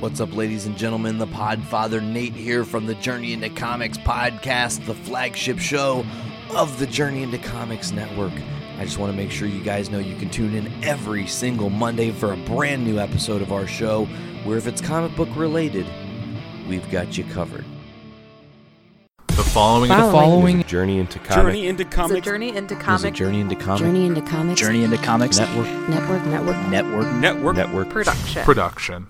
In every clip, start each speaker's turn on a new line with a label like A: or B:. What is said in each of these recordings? A: What's up, ladies and gentlemen? The Podfather Nate here from the Journey into Comics podcast, the flagship show of the Journey into Comics Network. I just want to make sure you guys know you can tune in every single Monday for a brand new episode of our show, where if it's comic book related, we've got you covered.
B: The following,
C: The following
D: There's a journey into comic.
E: Journey into
F: It's a
E: comics.
F: journey into
A: There's a
F: comic
A: Journey into Comics
G: Journey into Comics.
H: Journey into Comics
A: Network
G: Network. Network.
A: Network
E: Network.
D: network.
F: production.
B: production.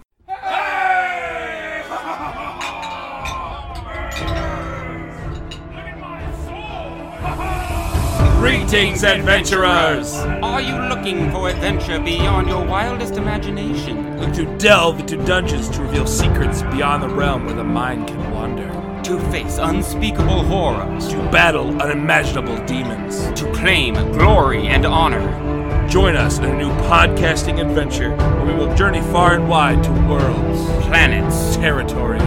E: Greetings, adventurers! Are you looking for adventure beyond your wildest imagination?
I: Look to delve into dungeons to reveal secrets beyond the realm where the mind can wander.
E: To face unspeakable horrors?
I: To battle unimaginable demons.
E: To claim glory and honor?
I: Join us in a new podcasting adventure where we will journey far and wide to worlds,
E: Planets?
I: territories.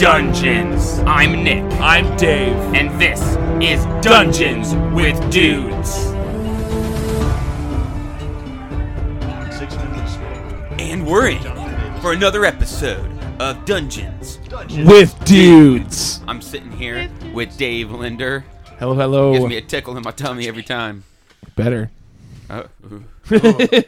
E: Dungeons? I'm Nick,
I: I'm Dave.
E: and this is Dungeons with Dudes. And we're in for another episode of Dungeons
C: with dudes.
E: I'm sitting here with Dave Linder.
C: Hello, hello.
E: Gives me a tickle in my tummy every time.
C: Better.
E: Uh, ooh,
C: Ooh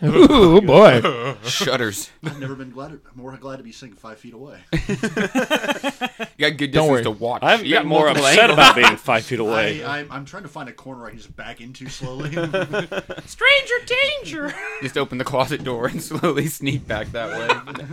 C: Oh, boy.
E: shudders.
J: I've never been glad, more glad to be sitting five feet away.
E: You got good
C: Don't
E: distance
C: worry.
E: to watch.
D: I've
E: you got
D: been more uh,
E: multiple
D: upset
E: angles.
D: about being five feet away.
J: I, I'm, I'm trying to find a corner I can just back into slowly. That's
E: Just open the closet door and slowly sneak back that way.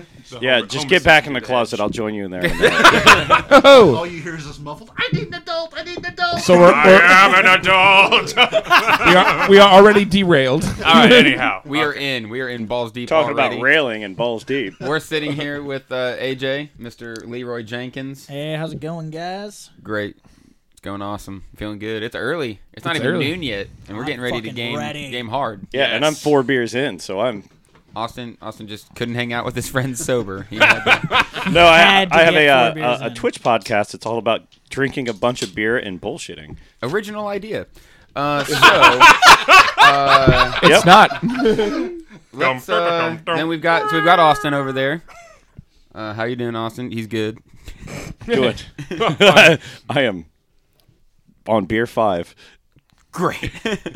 D: yeah, just get back in the closet. I'll join you in there. in a minute.
J: All you hear is this muffled, I need an adult, I need an adult.
C: Oh. So we're, we're
B: I'm an adult.
C: we are we are already derailed.
B: All right, anyhow.
E: We are in. We are in balls deep.
D: Talking
E: already.
D: about railing and balls deep.
E: We're sitting here with uh, AJ, Mr. Leroy Jenkins.
H: Hey, how's it going, guys?
E: Great. It's going awesome. Feeling good. It's early. It's not
C: It's
E: even
C: early.
E: noon yet, and we're
H: I'm
E: getting ready to
H: fucking
E: game
H: ready.
E: game hard.
D: Yeah, and I'm four beers in, so I'm
E: Austin Austin just couldn't hang out with his friends sober. He had to-
D: no. I,
H: Had to
D: I have
H: get
D: a,
H: four
D: uh,
H: beers
D: a, a
H: in.
D: Twitch podcast. It's all about drinking a bunch of beer and bullshitting.
E: Original idea. Uh, so
C: It's not.
E: let's, uh, then we've got so we've got Austin over there. Uh, how you doing, Austin? He's good.
D: Good. I am on beer five.
E: Great.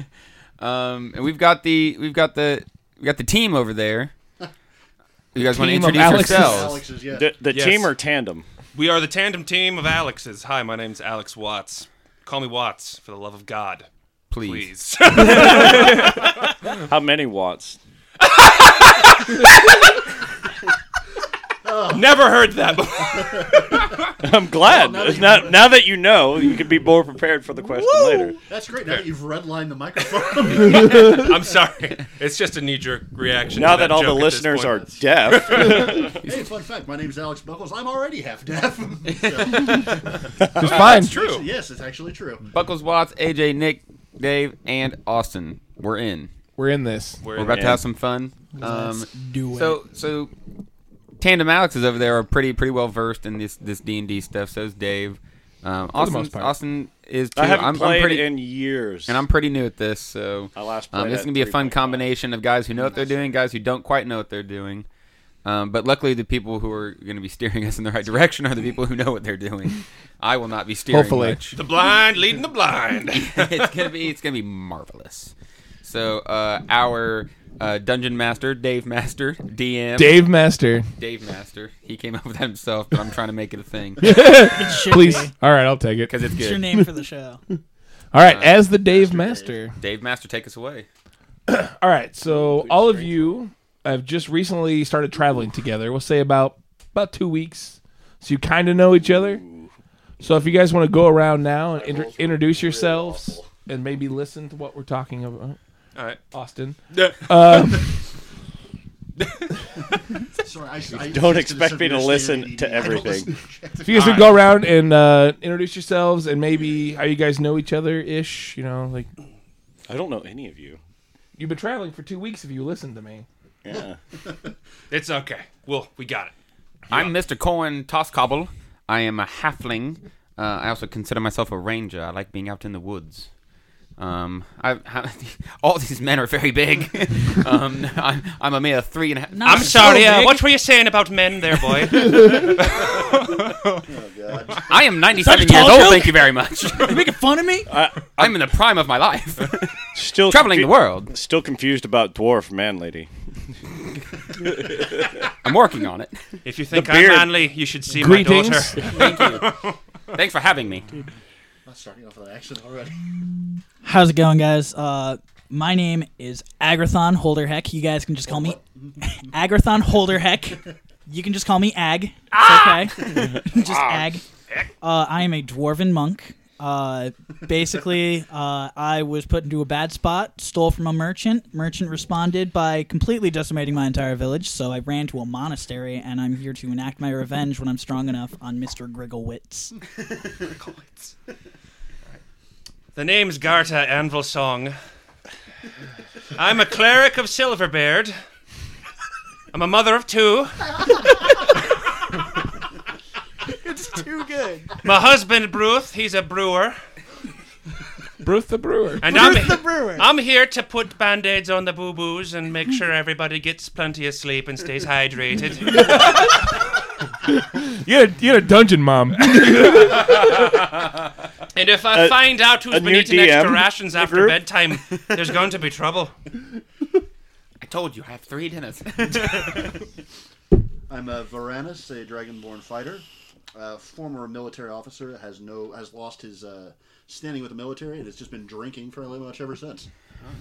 E: um, and we've got the we've got the we got the team over there. You guys want to
C: team of
E: introduce
C: Alex's-
E: yourselves?
J: Alex is, yeah.
D: The, the
B: Yes.
D: team or tandem?
B: We are the tandem team of Alex's. Hi, my name's Alex Watts. Call me Watts, for the love of God. Please.
E: Please.
D: How many watts?
B: Never heard that before.
D: I'm glad. now, now that you know, you can be more prepared for the question later.
J: That's great. Now that you've redlined the microphone,
B: I'm sorry. It's just a knee jerk reaction.
D: Now
B: to
D: that all the
B: joke at this
D: listeners
B: point.
D: are deaf.
J: hey, fun fact: my name's Alex Buckles. I'm already half deaf.
C: It's fine.
B: It's true.
J: So, yes, it's actually true.
E: Buckles Watts, AJ, Nick, Dave, and Austin. We're in.
C: We're in this.
E: We're about to
D: in.
E: have some fun. Um,
H: Do it.
E: so so tandem Alex's over there are pretty pretty well versed in this this D and D stuff. So's Dave. Um, Austin
C: most part.
E: Austin is. Too.
D: I haven't
E: I'm, I'm
D: played
E: pretty,
D: in years.
E: and I'm pretty new at this, so
D: I last
E: um,
D: played
E: this
D: at
E: is gonna be a fun
D: 3.5.
E: combination of guys who know what they're doing, guys who don't quite know what they're doing. Um, but luckily, the people who are gonna be steering us in the right direction are the people who know what they're doing. I will not be steering.
C: Hopefully.
E: much.
B: The blind leading the blind.
E: it's gonna be it's gonna be marvelous. So uh, our uh, dungeon master, Dave Master, DM,
C: Dave Master.
E: Dave Master. He came up with that himself, but I'm trying to make it a thing
H: It should
C: Please.
H: be.
C: All right, I'll take it.
E: because it's
H: It's your
E: good.
H: name for the show.
C: All right, as the Dave Master.
E: Dave Master, take us away.
C: All right, so all of you have just recently started traveling together. We'll say about about 2 weeks. So you kind of know each other. So if you guys want to go around now and inter- introduce yourselves and maybe listen to what we're talking about.
B: All right.
C: Austin.
J: Sorry, I, I
D: Don't
J: I-
D: expect me to
J: I
D: listen to
J: don't listen to-
C: If you guys could go around and uh, introduce yourselves and maybe how you guys know each other ish, you know, like
D: I don't know any of you.
C: you've been traveling for two weeks if you listen to me.
D: Yeah.
B: It's okay. Well, we got it.
E: I'm Mr. Cohen Toscobble. I am a halfling. Uh, I also consider myself a ranger. I like being out in the woods. Um, I, I, all these men are very big. um, I'm, I'm a mere three and a half.
H: No,
B: I'm
H: it's
B: sorry.
H: so
B: uh,
H: big.
B: what were you saying about men, there, boy?
E: I am 97
H: Is that a
E: years
H: tall
E: old.
H: joke?
E: Thank you very much.
H: You making fun of me?
E: I'm in the prime of my life,
D: Still
E: traveling the
D: confu-
E: world.
D: Still confused about dwarf man lady.
E: I'm working on it.
B: if you think
D: The
B: I'm
D: beard.
B: manly, you should see my
C: Greetings.
B: daughter.
E: Thanks for having me.
J: I'm starting off with an action already.
H: How's it going, guys? Uh, my name is Agathon Holderheck. You guys can just call me Agathon Holderheck. You can just call me Ag. It's okay. just Ag. Uh, I am a dwarven monk. Uh, basically, uh, I was put into a bad spot, stole from a merchant. Merchant responded by completely decimating my entire village, so I ran to a monastery, and I'm here to enact my revenge when I'm strong enough on Mr. Grigglewitz.
B: The name's Garta Anvil Song. I'm a cleric of Silverbeard. I'm a mother of two. it's too good. My husband Bruth, he's a brewer,
C: Bruce the Brewer.
B: and I'm I'm here to put band-aids on the boo-boos and make sure everybody gets plenty of sleep and stays hydrated.
C: You had, you had a dungeon mom.
B: and if I
D: A-
B: find out who's
D: a
B: been
D: new
B: eating
D: DM
B: extra rations after
D: group?
B: bedtime, there's going to be trouble.
E: I told you I have three dinners.
J: I'm a Varanus, a dragonborn fighter, a former military officer. Has no has lost his uh, standing with the military and has just been drinking fairly much ever since.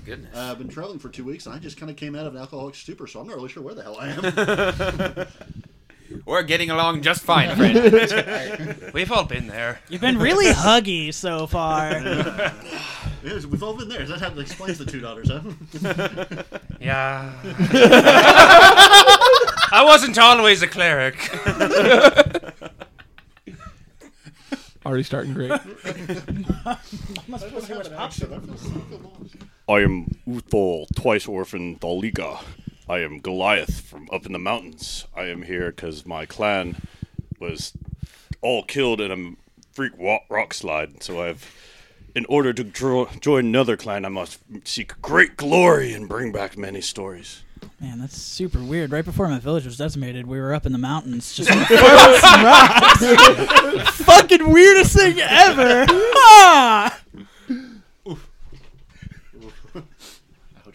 E: Goodness.
J: Uh, I've been traveling for two weeks and I just kind of came out of an alcoholic stupor, so I'm not really sure where the hell I am.
E: We're getting along just fine, friend.
B: We've all been there.
H: You've been really huggy so far.
J: It is- We've all been there. That how that explains the two daughters, huh?
B: Yeah. I wasn't always a cleric.
C: Already starting great.
D: I am Uthol, twice orphan Thaliga. I am Goliath from up in the mountains. I am here because my clan was all killed in a freak wa- rock slide. So I've, in order to dro- join another clan, I must seek great glory and bring back many stories.
H: Man, that's super weird. Right before my village was decimated, we were up in the mountains. Just fucking weirdest thing ever. Ah!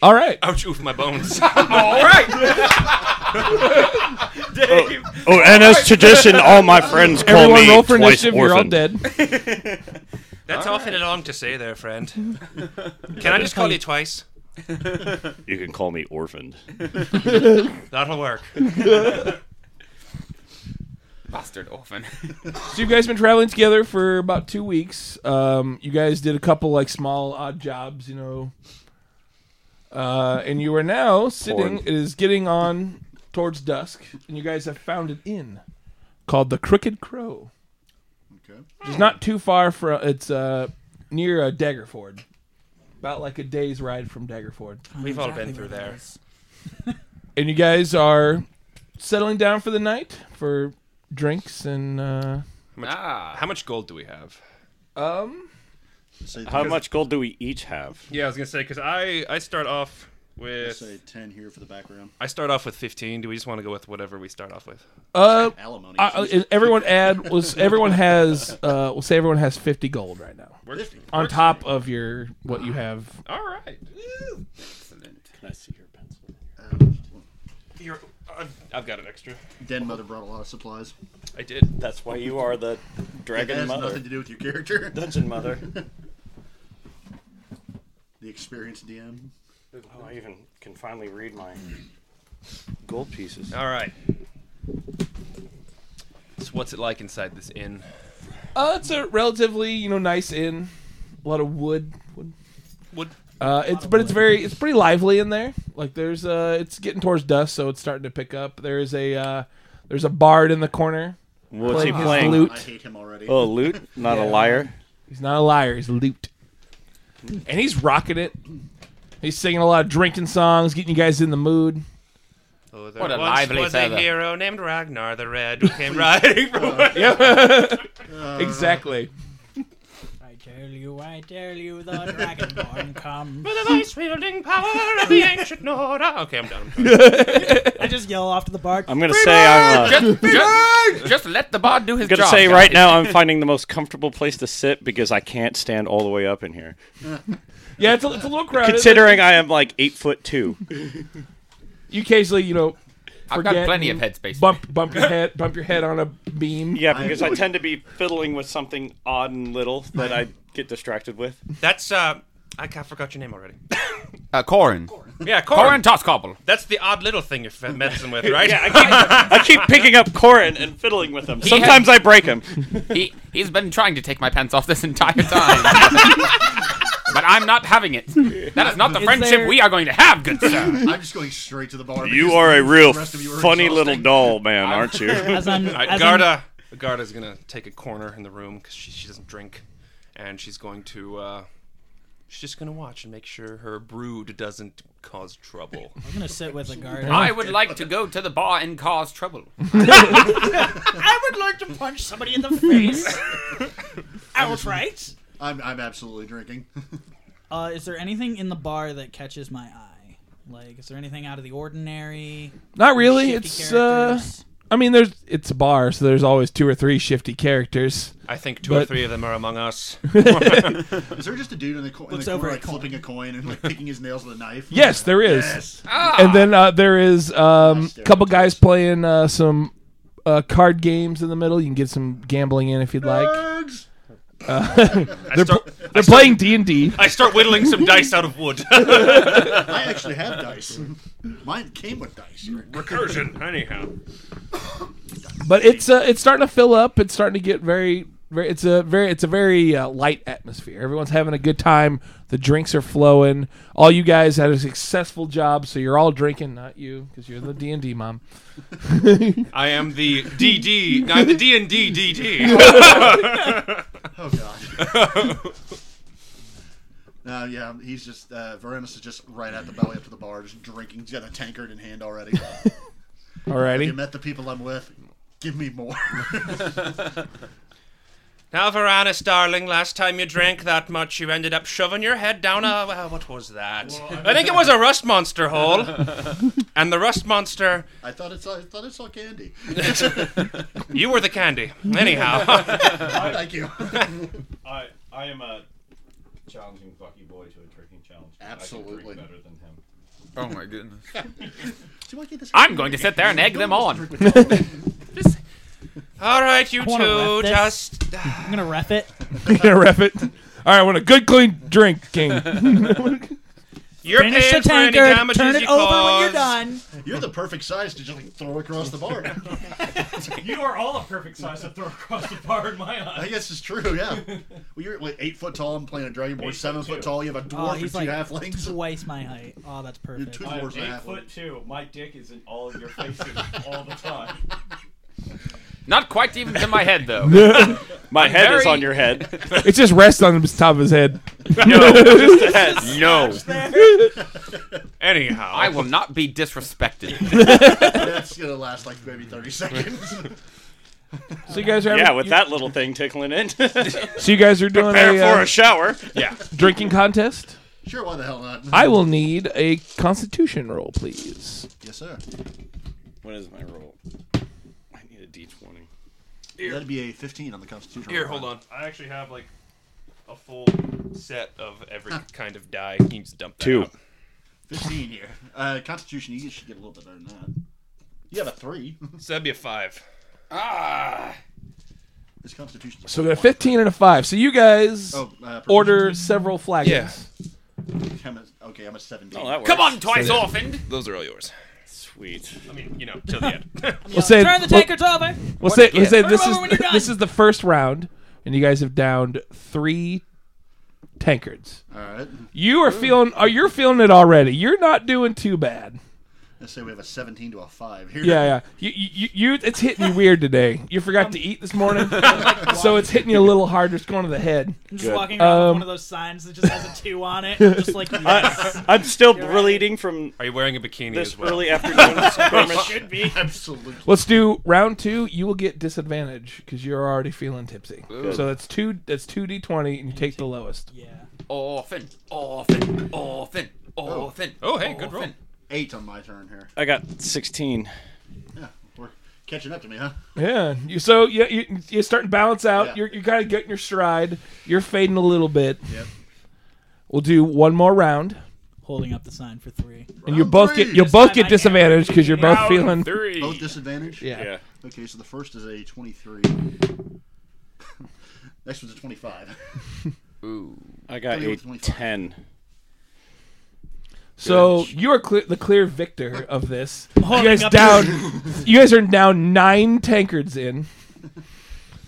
C: All right.
B: Ouch, oof, my bones.
E: All right.
D: Oh, and as tradition, all my friends call
C: Everyone
D: me
C: roll for
D: twice
C: initiative.
D: orphan.
C: You're all dead.
B: That's awfully long to say there, friend. Can I just call you twice?
D: You can call me orphaned.
B: That'll work.
E: Bastard orphan.
C: So you guys been traveling together for about two weeks. Um, you guys did a couple like small odd jobs, you know. Uh, and you are now sitting. It is getting on towards dusk, and you guys have found an inn called the Crooked Crow.
J: Okay.
C: Which is not too far from. It's uh, near uh, Daggerford, about like a day's ride from Daggerford.
B: We've all been through there.
C: And you guys are settling down for the night for drinks and. Uh,
E: ah.
B: How much gold do we have?
J: Say
D: How much gold do we each have?
B: Yeah, I was gonna say because I I start off with
J: Say ten here for the background.
B: I start off with 15. Do we just want to go with whatever we start off with?
C: uh,
J: Alimony.
C: I, I- everyone add was everyone has uh we'll say everyone has 50 gold right now
B: Works.
C: on top of your what you have
B: All right.
J: uh,
B: You're, I've, I've got an extra.
J: Den mother brought a lot of supplies.
B: I did.
D: That's why you are the
J: That has nothing to do with your character.
D: Dungeon mother.
J: the experienced DM.
D: Oh, I even can finally read my gold pieces.
B: All right. So what's it like inside this inn?
C: uh it's a relatively you know nice inn a lot of wood wood
B: Would
C: uh it's but it's very it's pretty lively in there like there's uh it's getting towards dusk so it's starting to pick up there is a uh there's a bard in the corner
D: What's he
C: his
D: playing?
J: I
C: lute
J: hate him already.
D: Oh, loot? Not a liar?
C: he's not a liar he's lute and he's rocking it he's singing a lot of drinking songs getting you guys in the mood
B: oh, there
E: What a
B: once
E: lively
B: was
E: feather.
B: a hero named Ragnar the Red who came riding from
C: yeah exactly
H: I tell you, I tell you, the Dragonborn comes.
B: The vice wielding power of the ancient Nora. Okay, I'm done. I'm done.
H: I just yell off to the bark.
D: I'm gonna say I'm. Uh,
E: Just, just, just let the bod do his
D: gonna
E: job.
D: say
E: guys.
D: right now I'm finding the most comfortable place to sit because I can't stand all the way up in here.
C: Yeah, it's a, it's a little crowded.
D: Considering I am like eight foot two.
C: you occasionally, you know,
E: I've got
C: forget
E: plenty of
C: and
E: headspace.
C: Bump, bump your head, bump your head on a beam.
D: Yeah, because I tend to be fiddling with something odd and little that I get distracted with.
B: That's uh, I ca- forgot your name already.
E: Uh, Corin.
B: Yeah, Corin.
E: Corin Toscobble.
B: That's the odd little thing you're f- messing with, right?
D: Yeah, I keep, I keep picking up Corin and fiddling with him. Sometimes I break him.
E: He he's been trying to take my pants off this entire time. But I'm not having it. That is not the friendship
H: there-
E: we are going to have, good sir.
J: I'm just going straight to the bar.
D: You
J: because
D: are a
J: the
D: real
J: rest of you are
D: funny little
J: exhausting.
D: doll, man, aren't you?
H: As I'm,
B: All right,
H: as I'm,
B: Garda. Garda's gonna take a corner in the room because she, she doesn't drink, and she's going to. Uh, she's just gonna watch and make sure her brood doesn't cause trouble.
H: I'm gonna sit with a guard.
E: I would like to go to the bar and cause trouble.
H: I would like to punch somebody in the face. Outright.
J: I'm, I'm absolutely drinking.
H: Uh, is there anything in the bar that catches my eye? Like, is there anything out of the ordinary?
C: Not really.
H: Shifty
C: It's uh,
H: characters?
C: I mean, there's it's a bar, so there's always two or three shifty characters.
B: I think two or
C: But-
B: three of them are among us.
J: Is there just a dude in the, co- in the
H: Looks
J: corner
H: over at
J: like
H: Colin.
J: flipping a coin and like picking his nails with a knife?
C: Yes, there is.
J: Yes.
E: Ah.
C: And then uh, there is a um,
J: Nice
C: couple guys playing uh, some uh, card games in the middle. You can get some gambling in if you'd like.
J: Nerds!
B: I start,
C: They're playing D and D.
B: I start whittling some dice out of wood.
J: I actually have dice. Mine came with dice.
B: Recursion, anyhow.
C: But it's uh, it's starting to fill up. It's starting to get very, very it's a very it's a very uh, light atmosphere. Everyone's having a good time. The drinks are flowing. All you guys had a successful job, so you're all drinking. Not you, because you're the D and D mom.
B: I am the DD. I'm the D and D DD.
J: Oh god. No, yeah, he's just uh, Varanus is just right at the belly up to the bar, just drinking. He's got a tankard in hand already. you
C: Alrighty.
J: met the people I'm with. Give me more.
B: Now, Varanus, darling, last time you drank that much, you ended up shoving your head down a. Uh, what was that? I think it was a rust monster hole. and the rust monster,
J: I thought it's I thought it's all candy.
B: you were the candy. Anyhow,
J: Thank you.
F: I I am a challenging Bucky boy to a drinking challenge. I
J: Absolutely.
F: can drink better than him.
E: Oh my goodness.
J: See, why can't this
E: I'm going to sit there and egg them on.
B: all right, you
H: wanna
B: two,
H: wrap this.
B: just
C: uh,
H: I'm gonna ref it.
C: gonna ref it. All right, I want a good clean drink, King.
B: you're
H: Finish the
B: paying for any
H: tanker.
B: damages
H: Turn it
B: you
H: over
B: caused.
H: when you're done.
J: You're the perfect size to just like, throw across the bar.
F: You are all a perfect size to throw across the bar in my eyes.
J: I guess it's true. Yeah. Well, you're like eight foot tall and playing a dragonborn,
F: Eight
J: seven
F: foot
J: foot
F: two.
J: tall. You have a
H: Oh,
J: dwarf and
H: he's
J: two
H: like
J: halflings.
H: twice my height. Oh, that's perfect.
J: two
F: I am
J: dwarves and a
F: eight
J: halfling.
F: foot two. My dick is in all of your faces all the time.
E: Not quite even to my head though.
D: My head is
E: very-
D: on your head.
C: it just rests on the top of his head.
E: no.
B: Anyhow,
E: I will not be disrespected.
J: That's gonna last like maybe thirty seconds.
C: So you guys are having,
D: Yeah, with that little thing tickling in.
C: so you guys are doing
D: Prepare
C: a,
D: for
C: uh,
D: a shower.
C: drinking contest.
J: sure, why the hell not?
C: I will need a Constitution roll, please.
J: yes, sir.
D: What is my roll? I need a d20.
J: That'd be a fifteen on the Constitution.
B: here,
J: roll.
B: hold on. I actually have like a full set of
H: Ah.
B: every kind of die. Can you just dump that
D: Two.
B: out?
J: Fifteen here. Uh, Constitution, you should get a little bit better than that. You have a three.
B: So that'd be a five.
E: Ah.
J: This Constitution.
C: So we got a 15 and a 5. So you guys
J: Oh, uh,
C: order several flagons.
B: Yeah.
J: I'm a, okay, I'm a seventeen.
D: Oh, that works.
E: Come on, twice orphaned.
B: Those are all yours.
D: Sweet.
B: I mean, you know, till the end.
C: We'll say,
H: Turn the
C: we'll,
H: tankards over.
C: we'll say, we'll
E: again?
C: say
H: Turn
C: this,
H: them over when
C: is,
H: you're done.
C: this is the first round, and you guys have downed three tankards.
J: All right.
C: uh, You are feeling, oh, you're feeling it already. You're not doing too bad.
J: Let's say we have a 17 to a 5 here.
C: Yeah, yeah. You, you, you, it's hitting you weird today. You forgot to eat this morning, so it's hitting you a little hard. Just going to the head.
H: I'm just walking around with
C: Um,
H: one of those signs that just has a two on it. Just like yes,
D: I'm still bleeding from
B: Are you wearing a bikini
D: this
B: as well?
D: early afternoon skirmish.
H: should be.
J: Absolutely.
C: Let's do round two. You will get disadvantage because you're already feeling tipsy.
E: Good.
C: So that's two. That's two d20, and you take the lowest.
H: Yeah.
E: Often, often, often, often.
B: Oh, hey, good roll.
E: often.
J: 8 on my turn here.
D: I got 16.
J: Yeah, we're catching up to me, huh?
C: Yeah. You, so yeah, you, you're starting to balance out.
J: Yeah.
C: You're, you're kind of getting your stride. You're fading a little bit.
J: Yep.
C: We'll do one more round,
H: Holding up the sign for three.
C: and you both get you will
H: This
C: both
H: time
C: get
H: I can't.
C: disadvantage because you're both feeling.
J: Both disadvantage?
C: Yeah.
D: Oh, Yeah.
J: Okay, so the first is a 23. Next one's a 25.
D: I got a 10.
C: So you are clear, the clear victor of this.
H: Holding
C: you guys
H: up
C: down. you guys are now nine tankards in.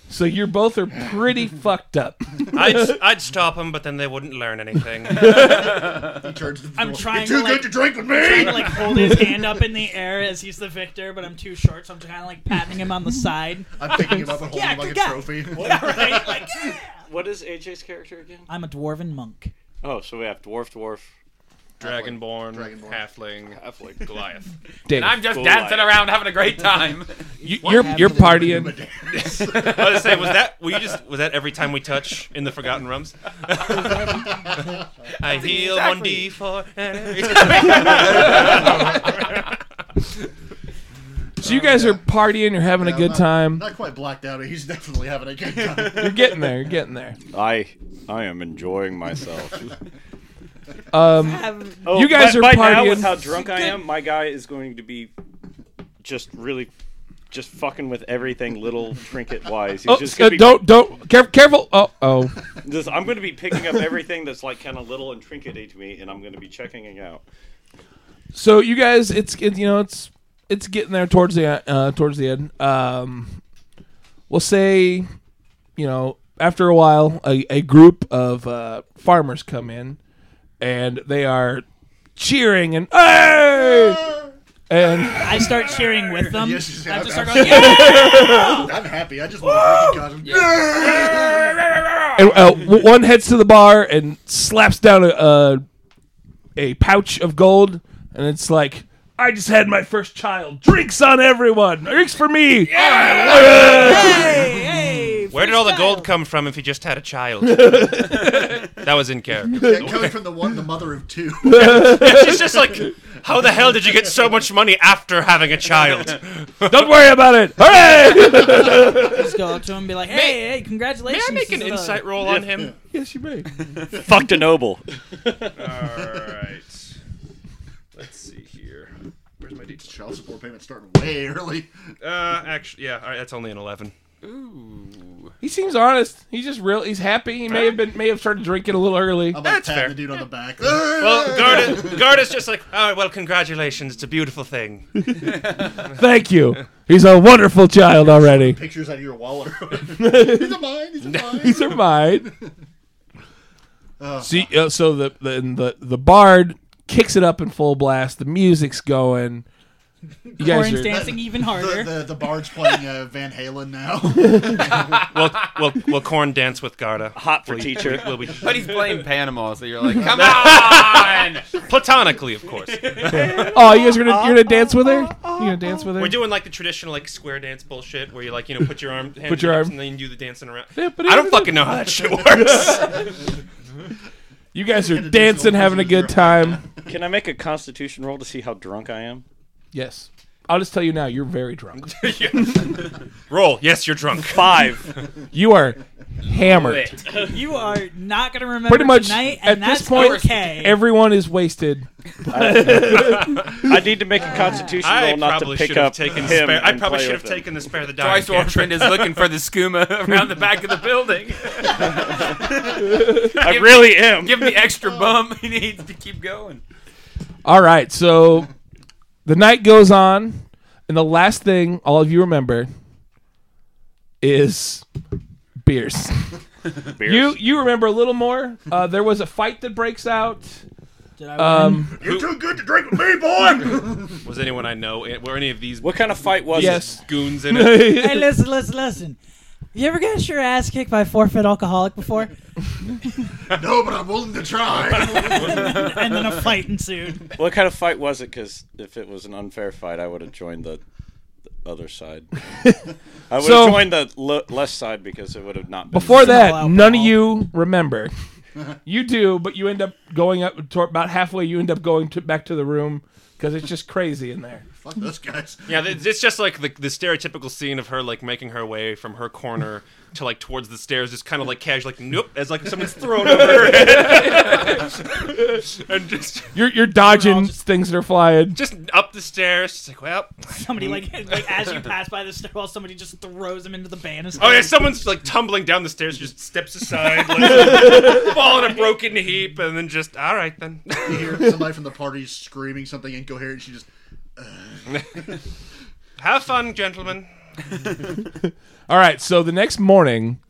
C: So you're both are pretty fucked up.
B: I'd, I'd stop them, but then they wouldn't learn anything.
J: He turns to the
H: I'm
J: door.
H: trying
J: You're
H: to,
J: too
H: like-
J: good to drink with
H: trying to
J: me!
H: like hold his hand up in the air as he's the victor, but I'm too short, so I'm kind of like patting him on the side.
J: I'm picking him up and holding
H: Yeah,
J: him like a
H: good guy.
J: trophy.
H: right? Like, yeah.
D: What is AJ's character again?
H: I'm a dwarven monk.
D: Oh, so we have Dwarf, Dwarf,
B: Dragonborn,
J: Dragonborn.
B: halfling,
D: Halfling, Goliath.
C: Dave,
E: I'm just
D: Cool
E: dancing
D: life.
E: around having a great time.
C: you, you're you're
J: But
C: partying.
J: damn,
B: I was saying, was that were you just was that every time we touch in the Forgotten Realms? I heal one D four.
C: So you guys are partying. You're having a
J: I'm
C: good
J: not-
C: time.
J: Not quite blacked out. He's definitely having a good time.
C: You're getting there. You're getting there.
D: I I am enjoying myself.
C: Um,
D: Oh,
C: You guys
D: by,
C: are
D: by now with
C: partying.
D: how drunk I am. My guy is going to be just really just fucking with everything, little trinket wise. He's
C: oh,
D: just
C: uh,
D: gonna be,
C: don't don't care, careful. Oh oh.
D: This, I'm going to be picking up everything that's like kind of little and trinkety to me, and I'm going to be checking it out.
C: So you guys, it's it, you know it's it's getting there towards the uh, towards the end. Um, we'll say, you know, after a while, a, a group of uh, farmers come in, and they are cheering and hey! and
H: I start cheering with them.
J: Yes, you see,
H: I have to
J: I'm-
H: start going, yeah!
J: I'm happy. I just want to drink because
C: and uh, w- one heads to the bar and slaps down a, a a pouch of gold, and it's like. I just had my first child. Drinks on everyone. Drinks for me.
H: Hey,
B: Where did all the gold come from? If you just had a child, that was in character.
J: yeah, coming from the one, the mother of two.
B: She's just like, how the hell did you get so much money after having a child?
C: Don't worry about it. Hooray!
H: Just go up to him and be like, hey, hey,
B: May
H: congratulations.
B: I make an
H: this is a-
B: insight roll on him?
C: yes, you may.
D: Fuck to noble.
B: Alright. Let's see here. Where's my detail?
J: Child support payment starting way early.
B: Uh, actually, yeah, alright, that's only an 11.
C: He seems honest. He's just real. He's happy. He may have been may have started drinking a little early.
J: I'm like
B: That's
J: patting
B: fair.
J: the dude on the back.
B: Well, Garda, Garda's just like, alright, well, congratulations, it's a beautiful thing.
C: Thank you. He's a wonderful child already.
J: Pictures out of your wallet. or whatever. These are mine. These are mine.
C: He's a mine. See, uh, so the, the the the bard kicks it up in full blast. The music's going. You guys
H: Orange
C: are,
H: dancing even
J: The,
H: harder.
J: the, the bard's playing uh, Van Halen now.
B: We'll, we'll, we'll corn dance with Garda.
D: Hot for teacher.
B: We'll be
E: But he's playing Panama, so you're like, come on!
B: Platonically, of course.
C: oh, you guys are gonna you're gonna dance with her. You're gonna dance with her.
B: We're doing like the traditional like square dance bullshit where you like you know put your arm hand
C: Put your
B: up
C: arm-
B: and then you do the dancing around.
C: Yeah, but
B: I don't fucking know how that shit works.
C: You guys are
J: Gonna do
C: dancing,
J: so
C: having a
J: much
C: good
J: easier.
C: time.
D: Can I make a constitution roll to see how drunk I am?
C: Yes. I'll just tell you now. You're very drunk.
B: Roll. Yes, you're drunk.
D: Five.
C: You are hammered.
H: you are not going to remember
C: Pretty much
H: tonight,
C: at
H: and that's
C: this point,
H: okay.
C: everyone is wasted.
D: I need to make a constitution roll
B: I
D: not to
B: probably
D: pick
B: should
D: up
B: have taken
D: him.
B: the spare. I
D: and
B: probably
D: play
B: should
D: with
B: have
D: him.
B: taken the spare the die.
E: Twice Orphan is looking for the skooma around the back of the building.
D: I really am.
E: Give him the extra bump he needs to keep going.
C: All right, so the night goes on, and the last thing all of you remember is beers.
D: Beers.
C: You you remember a little more? Uh, there was a fight that breaks out.
H: Did I win?
D: You're too good to drink with me, boy.
B: Was anyone I know? in- Were any of these
D: what kind of fight was
C: Yes.
B: goons in it?
H: hey, listen, listen, listen. You ever got your ass kicked by a forfeit alcoholic before?
J: No, but I'm willing to try.
H: and then a fight ensued.
D: it? What kind of fight was it? Because if it was an unfair fight, I would have joined the, the other side. I would have
C: So-
D: joined the le- less side because it would have not been
C: Before that,
H: alcohol.
C: none of you remember. you do, but you end up going up to about halfway. You end up going to, back to the room because it's just crazy in there.
J: Fuck those guys.
B: Yeah, th- it's just like the, the stereotypical scene of her like making her way from her corner to like towards the stairs, just kind of like casual, like nope, as like someone's thrown over her head, and just
C: You're you're dodging things that are flying.
B: just up the stairs. She's like, well,
H: Somebody like,
B: Mm.
H: like as you pass by the stairwell, somebody just throws him into the banister.
B: oh yeah, someone's like tumbling down the stairs, just steps aside, like, fall in a broken heap, and then just all right then.
J: You hear somebody from the party screaming something incoherent. and She just
B: Have fun, gentlemen.
C: All right, so the next morning,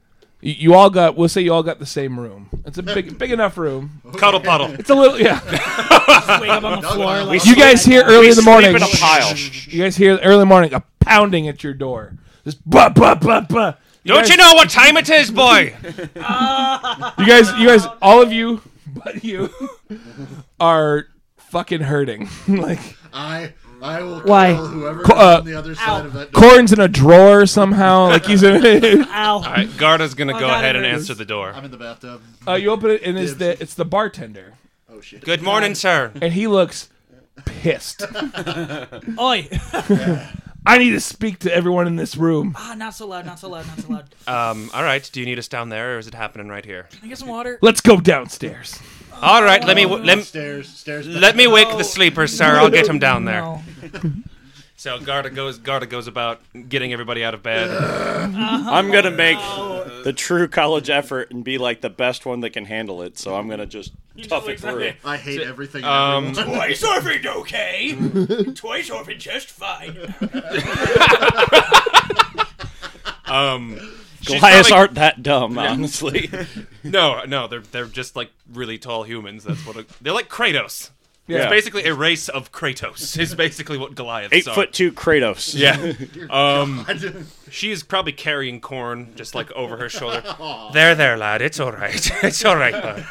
C: you, you all got. We'll say you all got the same room. It's a big big enough room.
B: Cuddle puddle.
C: It's a little yeah.
H: Just wake up on the floor. Like,
C: You guys hear early in the morning.
D: in a pile.
C: You guys hear early in the morning a pounding at your door. Just bah bah bah bah.
B: Don't you
C: guys-
B: know what time it is, boy?
C: You guys, you guys, all of you, but you, are fucking hurting. like
J: I I will kill
H: Why?
J: whoever
C: Co-
J: is
C: uh,
J: on the other side of that door.
C: Corin's in a drawer somehow. Like he's in.
H: Ow.
B: All right, Garda's gonna go
H: Oh, God,
B: ahead
H: it
B: and
H: is.
B: answer the door.
J: I'm in the bathtub.
C: uh, you open it and it's the it's the bartender,
J: Oh shit.
B: Good morning, sir.
C: and he looks pissed.
H: Oi.
C: I need to speak to everyone in this room.
H: ah, not so loud, not so loud, not so loud.
B: Um, all right. Do you need us down there, or is it happening right here?
H: Can I get some water?
C: Let's go downstairs.
B: All right. Let me let,
J: Stairs, stairs.
B: let me wake
H: No.
B: the sleepers, sir. I'll get him down there.
H: No.
B: So Garda goes. Garda goes about getting everybody out of bed.
D: I'm gonna make the true college effort and be like the best one that can handle it. So I'm gonna just tough it through.
J: I hate everything.
B: um,
J: Um,
I: Twice orphaned, okay? Twice orphaned, just fine.
B: Um, she's
D: Goliaths
B: probably-
D: aren't that dumb, honestly.
B: No, no. They're they're just like really tall humans. That's what they're like. Kratos.
D: Yeah.
B: It's basically a race of Kratos. Is basically what Goliath.
D: Eight foot two Kratos.
B: Yeah. Um,
J: God.
B: she is probably carrying corn just like over her shoulder. there, there, lad. It's all right. It's all right, bud.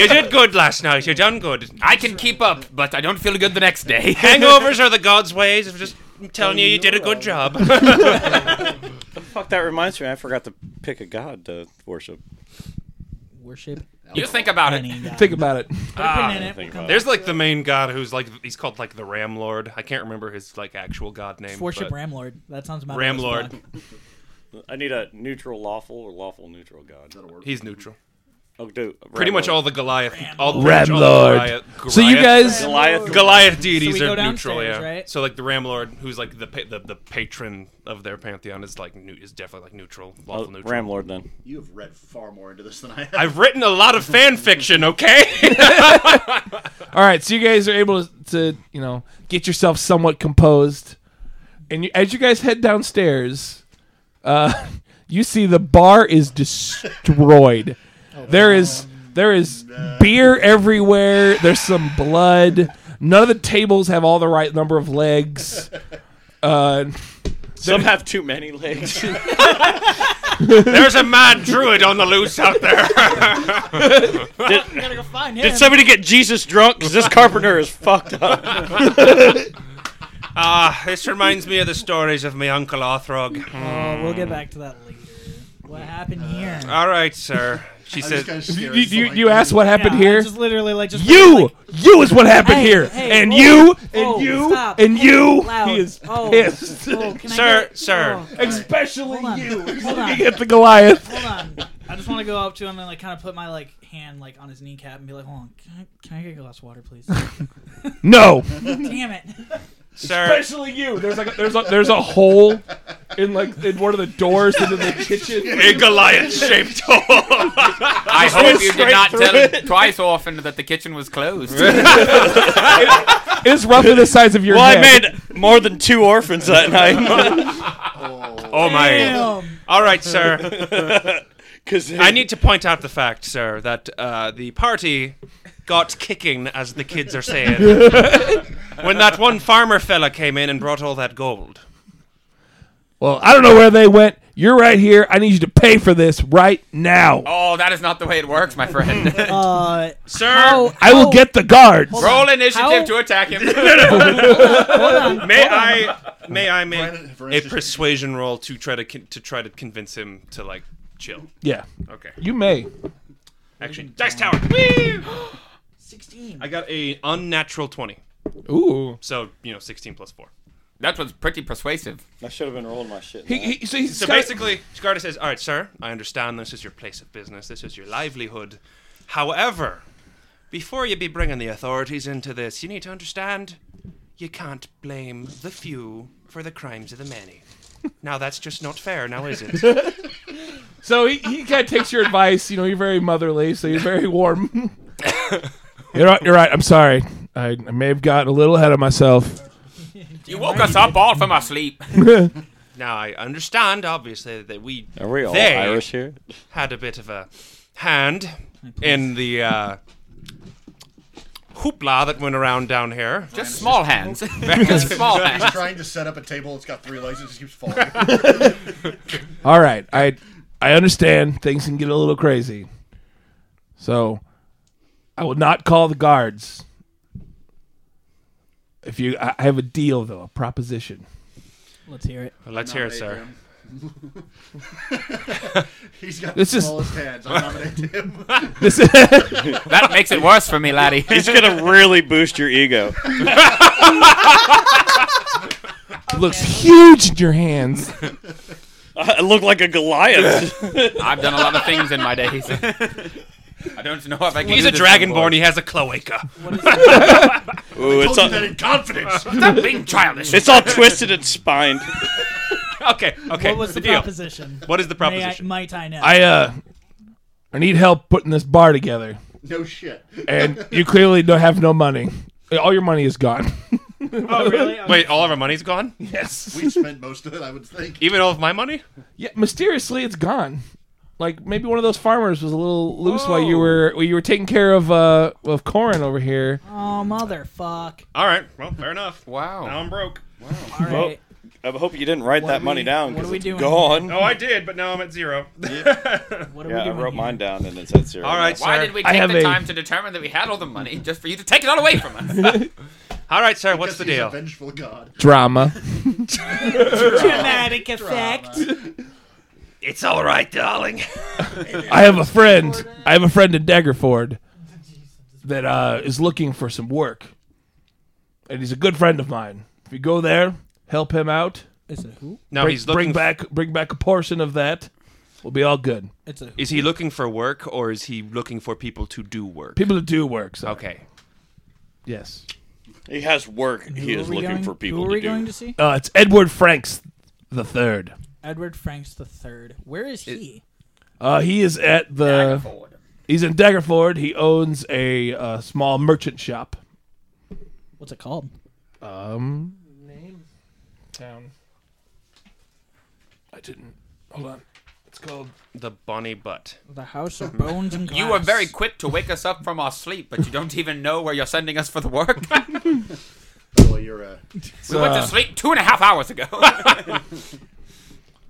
B: you did good last night. You done good.
E: I can keep up, but I don't feel good the next day.
B: Hangovers are the God's ways. I'm just telling you, you did a good job.
D: Fuck, that reminds me. I forgot to pick a god to worship.
H: Worship.
E: you think about it.
H: Any god.
C: Think about it.
H: Put a pin in
D: I
B: Ah,
H: it.
D: think about it.
B: There's like the main god who's like he's called like the Ram Lord. I can't remember his like actual god name.
H: Worship
B: but-
H: Ramlord. That sounds about
B: Ram
H: right as
B: Lord.
H: fuck.
D: I need a neutral lawful or lawful neutral god.
B: He's neutral.
D: Oh, dude,
B: Pretty much all the Goliath, all the
C: Ram
B: pretty much all the
C: Lord.
B: Goliath-
C: So you
B: Goliath-
C: guys,
D: Goliath.
B: Goliath deities
H: So we
B: are
H: go
B: neutral, yeah.
H: downstairs, right?
B: So like the Ram Lord, who's like the pa- the, the patron of their pantheon, is like new, is definitely like neutral, lawful neutral.
D: Uh, Oh, Ram Lord then.
J: you have read far more into this than I have.
B: I've written a lot of fan fiction, okay?
C: all right. So you guys are able to, to you know get yourself somewhat composed, and you, as you guys head downstairs, uh, you see the bar is destroyed. There is there is beer everywhere. There's some blood. None of the tables have all the right number of legs. Uh,
D: Some have too many legs.
B: There's a mad druid on the loose out there.
H: We gotta go find him.
D: Did somebody get Jesus drunk? Because this carpenter is fucked up.
B: Ah, this reminds me of the stories of my uncle Othrog.
H: Oh, we'll get back to that later. What happened here?
B: All right, sir. She
J: I'm
B: said,
J: just kinda scared.
C: do,
J: It's
C: do you,
J: like-
C: do you ask what happened
H: Yeah,
C: here?
H: I Just literally like just
C: You,
H: like,
C: you is what happened
H: Hey,
C: here,
H: hey,
C: and
H: whoa,
C: you, and
H: whoa,
C: you,
H: stop.
C: and
H: Hey,
C: you.
H: loud.
C: He is
H: Oh.
C: pissed,
H: "Oh, can I
B: "Sir,
H: get-
B: sir."
H: oh,
C: especially
H: hold on,
C: you.
H: hold on,
C: Looking at the Goliath.
H: hold on. I just want to go up to him and like kind of put my like hand like on his kneecap and be like, "Hold on, can I, can I get a glass of water, please?"
C: No,
H: Damn it!
B: "Sir,
C: especially you. There's like a, there's a there's a hole in like in one of the doors into the kitchen.
B: a Goliath-shaped hole."
E: I hope you did not
D: through
E: tell
D: it.
E: him twice often that the kitchen was closed.
C: It's roughly the size of your
D: Well, I
C: head.
D: made more than two orphans that night.
B: Oh my!
H: Damn.
B: All right, sir.
D: Because
B: I need to point out the fact, sir, that uh, the party got kicking, as the kids are saying, when that one farmer fella came in and brought all that gold.
C: Well, I don't know where they went. You're right here. I need you to pay for this right now.
E: Oh, that is not the way it works, my friend.
H: Uh,
B: Sir,
H: how,
C: I will
H: how-
C: get the guards.
E: Roll initiative
H: How-
E: to attack him.
B: may I may I make
J: Brandon-
B: a
J: Brandon's just-
B: persuasion roll to try to con- to try to convince him to like chill?
C: Yeah,
B: Okay.
C: you may.
B: Actually, dice tower. Woo! Sixteen. I got a unnatural twenty,
C: Ooh.
B: so you know sixteen plus four.
E: That was pretty persuasive.
F: I should have been rolling my shit.
C: He, he, so he's
B: So
C: kinda-
B: basically, Scarda says, "All right, sir, I understand this is your place of business. This is your livelihood. However, before you be bringing the authorities into this, you need to understand you can't blame the few for the crimes of the many. Now that's just not fair, now is it?
C: So he, he kind of takes your advice. You know, you're very motherly, so you're very warm. you're right. You're right. I'm sorry. I, I may have gotten a little ahead of myself.
E: You woke us up all from our sleep.
B: now I understand, obviously, that we
F: Are we all
B: They-
F: Irish here?
B: had a bit of a hand in the uh, hoopla that went around down here.
E: Just small hands. Just small
J: He's
E: hands.
J: trying to set up a table. It's got three legs. It just keeps falling.
C: All right. I I understand things can get a little crazy. So I will not call the guards. If you, I I have a deal though, a proposition.
H: Let's hear it.
B: Let's hear it, sir.
J: He's got
C: This
J: the
C: is-
J: smallest hands. I nominate him.
C: This
E: That makes it worse for me, laddie.
D: He's gonna really boost your ego.
C: looks huge in your hands.
D: I look like a Goliath.
E: I've done a lot of things in my days. I don't know if I can.
B: He's
E: do
B: a
E: this anymore.
B: dragonborn, he has a cloaca.
D: Ooh,
J: Told
D: it's
J: you that
D: all,
J: in confidence.
E: Stop being childish.
D: it's all twisted and spined.
B: Okay, okay.
H: What was the,
B: deal?
H: proposition?
B: What is the
H: May I,
B: proposition?
H: might I know?
C: I uh, I need help putting this bar together.
J: No shit.
C: and you clearly don't have no money. All your money is gone.
H: oh, really?
B: Wait, all of our money's gone?
C: yes.
J: We spent most of it, I would think.
B: Even all of my money?
C: Yeah, mysteriously it's gone. Like maybe one of those farmers was a little loose while you were while you were taking care of uh of Corin over here.
H: Oh, motherfuck.
B: All right, well, fair enough. Now
E: Wow.
C: Um,
B: I'm broke.
H: All right.
D: I hope you didn't write that
H: are
D: money
H: we-
D: down
H: what
D: because
H: are we
D: it's
H: doing?
D: gone.
B: Oh, I did, but now I'm at zero.
H: What are we
D: Yeah, I
H: doing
D: wrote
H: here?
D: mine down and it's at zero.
B: all right,
E: Why
B: sir.
E: did we
C: I
E: take
C: have
E: the
C: a-
E: time to determine that we had all the money just for you to take it all away from us?
B: All right, sir. What's
J: Because
B: the
J: he's
B: deal?
J: A vengeful god.
C: Drama.
H: Dramatic effect.
B: It's all right, darling.
C: I have a friend. I have a friend in Daggerford that uh is looking for some work. And he's a good friend of mine. If you go there, help him out.
H: It's a who?
B: Now
C: Bring,
B: Oh, he's looking.
C: bring back bring back a portion of that. We'll be all good.
H: It's a who.
B: Is he looking for work, or is he looking for people to do work?
C: People that do work. So
B: Okay.
C: yes.
D: He has work. He
H: Who
D: is
H: are we
D: looking
H: going-
D: for people
H: Who are
D: to
H: we
D: do.
H: going to see?
C: Uh, it's Edward Franks the third.
H: Edward Franks the Third. Where is he?
C: Uh, he is at the. He's in Daggerford. He owns a uh, small merchant shop.
H: What's it called?
C: Um, name, town. I didn't. Hold on. It's called.
B: The Bonnie Butt.
H: The House of Bones and Glass.
E: You were very quick to wake us up from our sleep, but you don't even know where you're sending us for the work.
J: Well, your uh,
E: we went to sleep two and a half hours ago.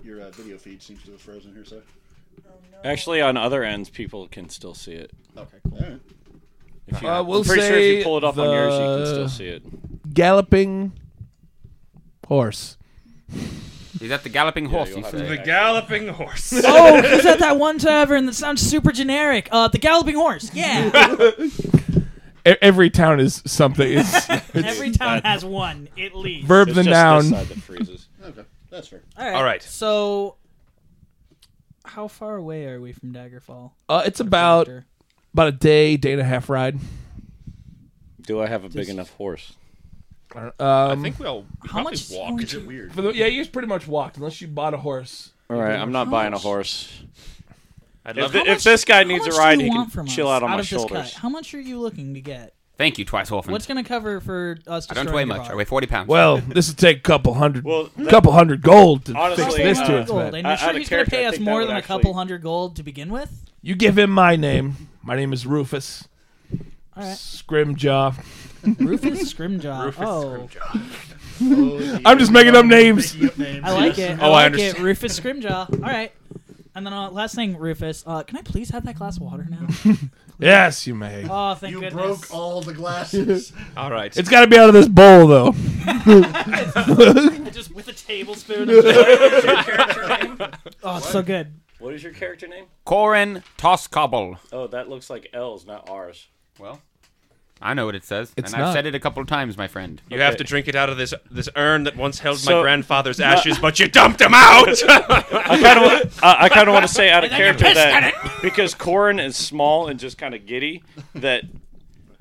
J: your uh, video feed seems to have frozen here, sir.
D: Actually, on other ends, people can still see it.
J: Okay, cool.
D: If you,
C: Uh, we'll
D: I'm pretty sure if
C: say
D: you pull it up on yours, you
C: the-
D: can still see it.
C: Galloping horse.
E: He's at the Galloping Horse,
D: you'll
E: you
D: have
E: say.
D: to-
B: The Galloping Horse.
H: Oh, who's at that one tavern that sounds super generic? Uh, the Galloping Horse. Yeah.
C: E- every town is something. It's, it's
H: Every town has one at least.
C: verb
D: It's
C: the
D: just this
C: noun.
D: side that freezes.
J: Okay, that's fair.
H: All right.
B: All right.
H: So, how far away are we from Daggerfall?
C: Uh, it's about
H: Doctor?
C: about a day, day and a half ride.
D: Do I have a big enough horse?
C: Um,
B: I think we all we
H: How
B: probably
H: much
B: walked.
J: Is it weird?
C: for the, yeah, you just pretty much walked unless you bought a horse.
D: All right, I'm not buying a horse.
B: I'd
D: If,
B: love
D: th-
B: to.
D: if this guy
H: How
D: needs a
H: much do
D: ride,
H: you
D: he
H: want
D: can
H: from
D: chill
H: us
D: out on my
H: of this cut?
D: shoulders. Hmm.
H: How much are you looking to get?
E: Thank you, Twice Wolfen.
H: What's going to cover for us?
E: I don't weigh
H: destroying your
E: much. I
H: bar?
E: weigh 40 pounds.
C: Well, this would take a couple hundred,
D: Well, that-
C: couple hundred gold to fix
D: Honestly,
C: this
D: uh,
C: to its
H: gold.
C: bed.
H: And
D: I- out
H: you're sure
D: of
H: he's going to
D: character,
H: pay
D: I
H: us
D: think
H: more
D: that
H: than
D: would
H: a couple
D: actually-
H: hundred gold to begin with?
C: You give him my name. My name is Rufus
H: All right.
C: Scrimjaw.
H: Rufus Scrimjaw. oh,
C: I'm just making up names.
J: Making up names.
H: I like it. I
B: Oh, I
H: like it.
B: understand.
H: Rufus Scrimjaw. All right. And then uh, last thing, Rufus. Uh, can I please have that glass of water now?
C: Yes, you may.
H: Oh, thank
J: You
H: goodness.
J: broke all the glasses.
B: All right.
C: It's got to be out of this bowl, though.
H: Just with a tablespoon. Of water. oh, it's so good.
F: What is your character name?
E: Corin Toscobble.
F: Oh, that looks like L's, not R's.
E: Well, I know what it says.
C: It's
E: and
C: not.
E: I've said it a couple of times, my friend.
B: you have to drink it out of this this urn that once held my
D: So-
B: grandfather's ashes, but you dumped them out.
D: I kind of, I, I kind of want to say out of character that because Corin is small and just kind of giddy, that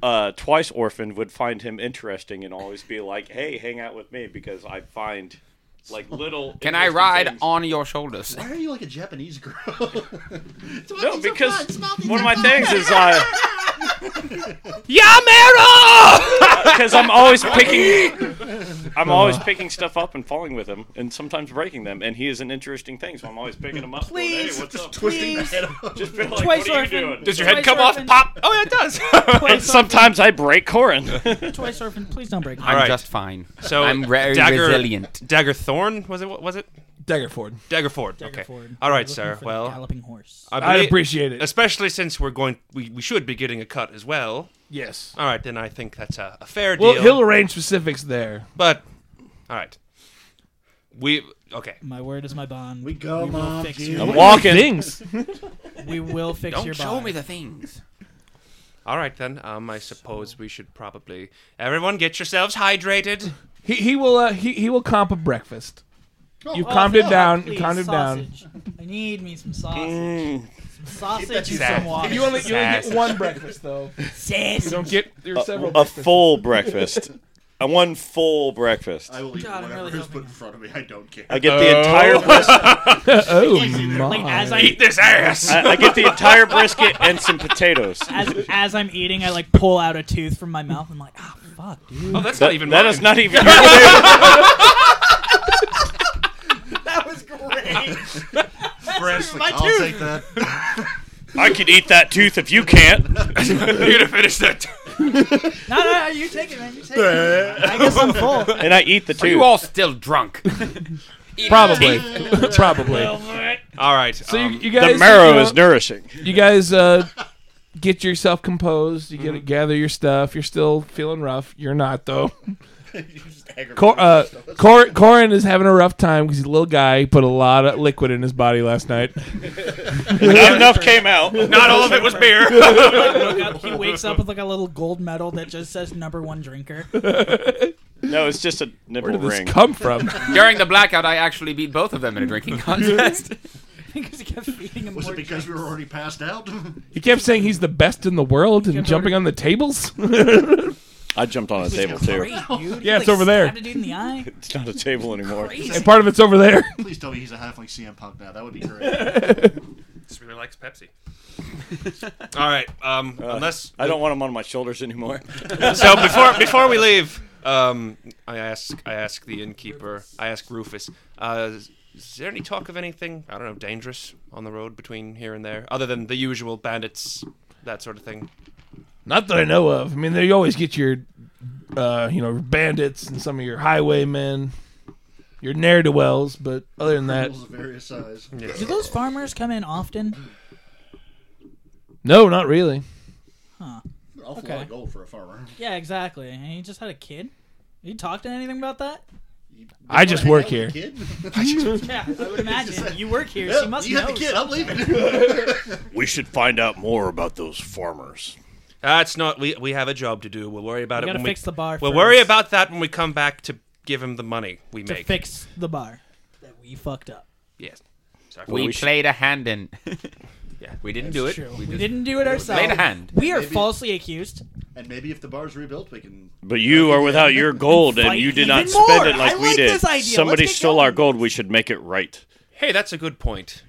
D: uh, twice orphan would find him interesting and always be like, "Hey, hang out with me," because I find like little.
E: Can I
D: interesting
E: ride
D: things.
E: on your shoulders?
J: Why are you like a Japanese girl? It's about
D: No,
J: these are fun.
D: because
J: Small things
D: one of
J: are
D: my
J: fun.
D: things is uh,
B: Yamero!
D: because I'm always picking, I'm always picking stuff up and falling with him, and sometimes breaking them. And he is an interesting thing, so I'm always picking him up. going,
H: Please,
D: hey, what's up?
J: Twisting the head off.
D: Just feel like,
H: Twice
D: what are you
H: orphan.
D: doing?
B: Does your
H: Twice
B: head come off?
H: orphan.
B: Pop! Oh, yeah, it does.
D: and sometimes I break Corin.
H: Twice orphan. Please don't break. it.
E: I'm
B: right.
E: just fine.
B: So
E: I'm very
B: dagger,
E: resilient.
B: Dagger Thorn was it? What was it?
C: Daggerford.
B: Daggerford.
H: Dagger
B: okay.
H: forward.
B: All right,
H: Looking
B: sir.
H: for the
B: Well,
H: galloping horse.
B: I
C: I'd
B: believe-
C: appreciate it.
B: especially since we're going. We, we should be getting a cut as well.
C: Yes.
B: All right, then I think that's a, a fair
C: Well,
B: deal.
C: he'll arrange specifics there.
B: But all right, we okay.
H: My word is my bond.
J: We go,
H: will
J: Mom,
H: Fix
J: dude.
H: your,
D: I'm walking.
C: Things.
H: we will fix your
E: Don't show
H: bond.
E: me the things.
B: All right then. Um, I suppose we should probably everyone get yourselves hydrated.
C: He, he will uh, he, he will comp a breakfast. You
H: Oh,
C: calmed him
H: no,
C: down.
H: please,
C: You calmed him down.
H: sausage. I need me some sausage. Some sausage and
B: sack.
H: some water.
C: You only, you only get
B: Sausage.
C: one breakfast though. You
H: Sausage.
C: don't get
D: Uh,
C: your several.
D: a
C: breakfasts.
D: full breakfast. I one full breakfast.
J: I will eat
H: God, I'm
J: whatever
H: really
J: is put
H: hoping-
J: in front of me. I don't care.
D: I get the entire brisket.
C: Oh
H: Like as
C: my!
H: I
B: Eat this ass.
D: I, I get the entire brisket and some potatoes.
H: as as I'm eating, I like pull out a tooth from my mouth. I'm like, ah, fuck, dude.
B: oh, that's not
D: That,
B: even.
D: that
B: mine.
D: is not even. that
J: Breast, like, I'll take that.
D: I could eat that tooth if you can't.
B: You're gonna finish that.
H: No, no, no, you take it, man. You take it. I guess I'm full.
D: And I eat the tooth.
E: You all still drunk.
C: Probably, probably.
B: All right.
C: So you,
B: um,
C: you
D: the
C: guys, you
D: marrow
C: know,
D: is nourishing.
C: you guys uh, get yourself composed. You get
D: Mm-hmm.
C: gather your stuff. You're still feeling rough. You're not though. Cor- uh, Cor- Corin is having a rough time because he's a little guy. He put a lot of liquid in his body last night.
D: Not enough came out.
B: not all of it was beer.
H: Look up, He wakes up with like a little gold medal that just says number one drinker.
D: No, it's just a nipple
C: Where did
D: ring.
C: this come from?
E: During the blackout, I actually beat both of them in a drinking contest.
H: because he kept feeding him
J: Was
H: more
J: it because we were already passed out?
C: He kept saying he's the best in the world and jumping on the tables.
D: I jumped on a table too.
C: Yeah, it's over there.
H: Stabbed a dude in the eye.
D: It's not a table anymore.
C: and part of it's over there.
J: Please tell me he's a halfling CM Punk now. That would be great.
B: Just really likes Pepsi. All right. Um, unless
D: I don't want them on my shoulders anymore.
B: So before before we leave, um, I ask I ask the innkeeper, I ask Rufus, uh, is- is there any talk of anything I don't know dangerous on the road between here and there, other than the usual bandits, that sort of thing?
C: Not that I know of. I mean, there you always get your, uh, you know, bandits and some of your highwaymen, your ne'er do wells. But other than that,
J: Animals of various size.
H: Do those farmers come in often?
C: no, not really.
J: Awful lot
H: Okay.
J: of gold for a farmer.
H: Yeah, exactly. And he just had a kid. You talked to anything about that?
C: I just
J: Hey,
C: work
J: that was
C: here.
J: a Kid?
H: Yeah, I would imagine. You work here. she
J: Yeah,
H: must
J: you
H: know.
J: had the kid. I'm leaving.
D: We should find out more about those farmers.
B: That's not. We we have a job to do. We'll worry about
H: We
B: it.
H: gotta
B: When
H: fix the bar.
B: We'll
H: first
B: worry about that when we come back to give him the money we
H: to
B: make.
H: fix the bar that we fucked up.
B: Yes. Sorry.
E: we played a hand in. yeah, we didn't do it.
H: True. We,
E: just
H: didn't do it ourselves.
E: played a hand.
H: We are
J: Maybe-
H: falsely accused.
J: and maybe if the bar's rebuilt, we can.
D: But you are without your gold, and
H: Fight
D: you did
H: even
D: not
H: more.
D: spend it like
H: I
D: we
H: like
D: did.
H: this idea.
D: Somebody
H: Let's get
D: stole
H: going.
D: our gold. We should make it right.
B: Hey, that's a good point.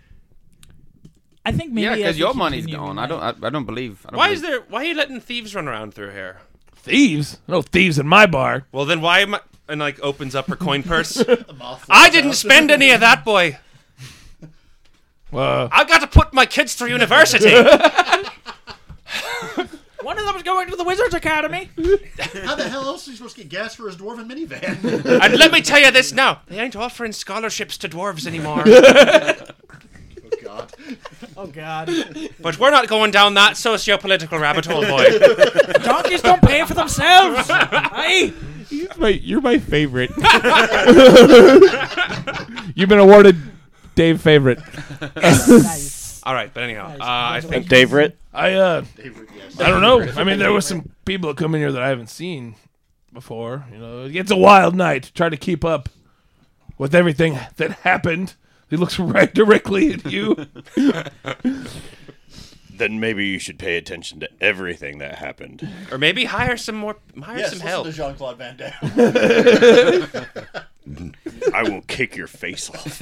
H: I think maybe
E: Yeah,
H: as
E: because
H: we
E: your money's
H: continue, we
E: gone. I
H: might-
E: don't. I, I don't believe. I don't
B: Why
E: believe-
B: is there? Why are you letting thieves run around through here?
C: Thieves? No thieves in my bar.
B: Well, then why am I? And like opens up her coin purse. I didn't spend any of that, boy.
C: Uh,
B: I got to put my kids through university.
H: One of them's going to the Wizards Academy.
J: How the hell else is he supposed to get gas for his dwarven minivan?
B: and let me tell you this now: they ain't offering scholarships to dwarves anymore.
J: oh God!
H: Oh God!
B: but we're not going down that socio-political rabbit hole, boy.
H: Donkeys don't pay for themselves. hey,
C: You're my, you're my favorite. You've been awarded Dave favorite.
D: Uh,
H: nice.
B: All right, but anyhow, uh, I think
D: Favorite?
C: I uh,
J: Favorite, yes.
C: I don't know. I mean, there was some people that come in here that I haven't seen before. You know, it's a wild night. to Try to keep up with everything that happened. He looks right directly at you.
D: Then maybe you should pay attention to everything that happened.
B: or maybe hire some more, hire
J: Yes,
B: some
J: listen
B: help.
J: to Jean Claude Van Damme. Oh,
D: I will kick your face off.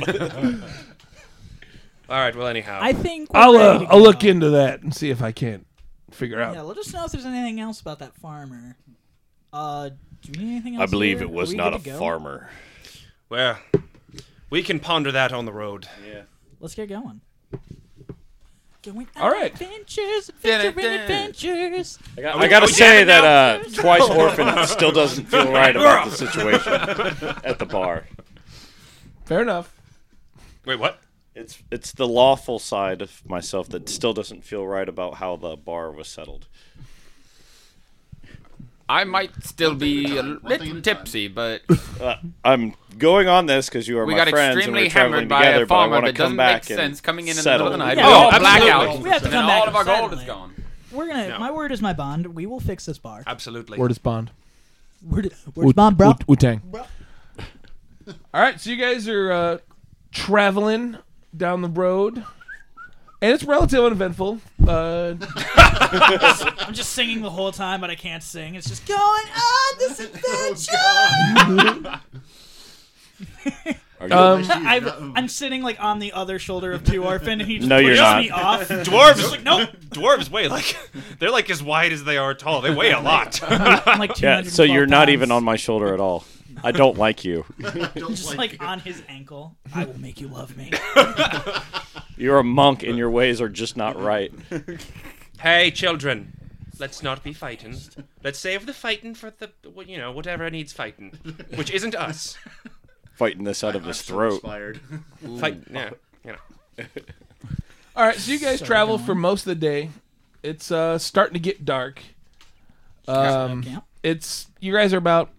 B: All right, well anyhow,
H: I think we're
C: I'll
H: ready
C: uh,
H: to
C: I'll
H: go.
C: look into that and see if I can't figure
H: Yeah,
C: out.
H: let us know if there's anything else about that farmer. Uh, do we need anything else?
D: I believe
H: here?
D: it
H: Are
D: was
H: we
D: not
H: good
D: a
H: to go?
D: farmer.
B: well, we can ponder that on the road.
H: Let's get going. Going
C: All
H: on
C: right.
H: Adventures, adventuring
E: Dun-dun-dun.
H: adventures.
D: I gotta say that uh, twice orphan still doesn't feel right about the situation at the bar.
C: Fair enough.
B: Wait, what?
D: It's it's the lawful side of myself that still doesn't feel right about how the bar was settled.
E: I might still be a
J: One thing at
E: little
J: a time.
E: tipsy, but
D: Uh, I'm going on this because you are
E: we
D: my
E: got
D: friends and
E: extremely
D: we're
E: hammered
D: traveling
E: by
D: together.
E: a farmer
D: but I
E: that
D: want to come
E: doesn't
D: back
E: make sense
D: and
E: coming in in the
D: settle.
E: middle of the night.
H: Yeah,
E: we
H: oh,
E: all
B: absolutely.
E: blackout,
H: We have to
E: and then
H: come back
E: all of our
H: on
E: gold is
H: Saturday.
E: gone.
H: We're gonna. My word is my bond. We will fix this bar.
B: Absolutely.
C: Word is bond.
H: Word, word's bond, bro.
C: Wu Tang. All right, so you guys are uh, traveling down the road, and it's relatively uneventful. Uh,
H: I'm just singing the whole time, but I can't sing. It's just going on this
E: Oh,
H: adventure.
C: um,
H: I, I'm sitting like on the other shoulder of Two Orphan, and he just
D: No, you're
H: pushes
D: not.
H: me off.
B: Dwarves,
H: like, nope.
B: dwarves weigh like they're like as wide as they are tall. They weigh a lot.
H: I'm like
D: yeah,
H: 212
D: so you're not
H: pounds.
D: even on my shoulder at all. I don't like you.
J: Don't
H: Just
J: like
H: like on his ankle. I will make you love me.
D: You're a monk and your ways are just not right.
B: hey, children, let's not be fighting. Let's save the fighting for the well, you know whatever needs fighting, which isn't us.
D: Fighting this out of his throat.
J: Inspired.
B: Fight, yeah, you know.
C: all right, so you guys travel for most of the day. It's uh, starting to get dark. Um,
H: Camp.
C: it's you guys are about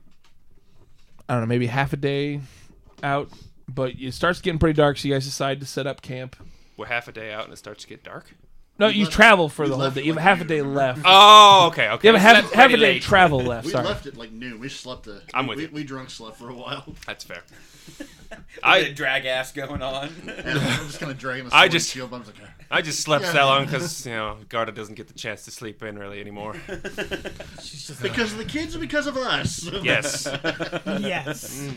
C: I don't know, maybe half a day out, but it starts getting pretty dark, so you guys decide to set up camp.
B: We're half a day out and it starts to get dark.
C: No, you travel for the whole
J: left
C: day.
J: at
C: You have
J: like
C: half a day left.
B: Oh, okay, okay.
C: you have a half,
B: That's
C: half a
B: pretty
C: day
B: late.
C: travel left.
J: We
C: Sorry.
J: left at like noon. We slept. A,
B: I'm with
J: we,
B: you.
J: we drunk slept for a while.
B: That's fair.
E: I
B: I
E: drag ass going on.
J: And I'm just kind of dragging.
B: I just-
J: shield. but I'm just like, "Ah."
B: I just slept that long because you know Garda doesn't get the chance to sleep in really anymore.
J: because of the kids and because of us.
B: Yes.
H: Yes.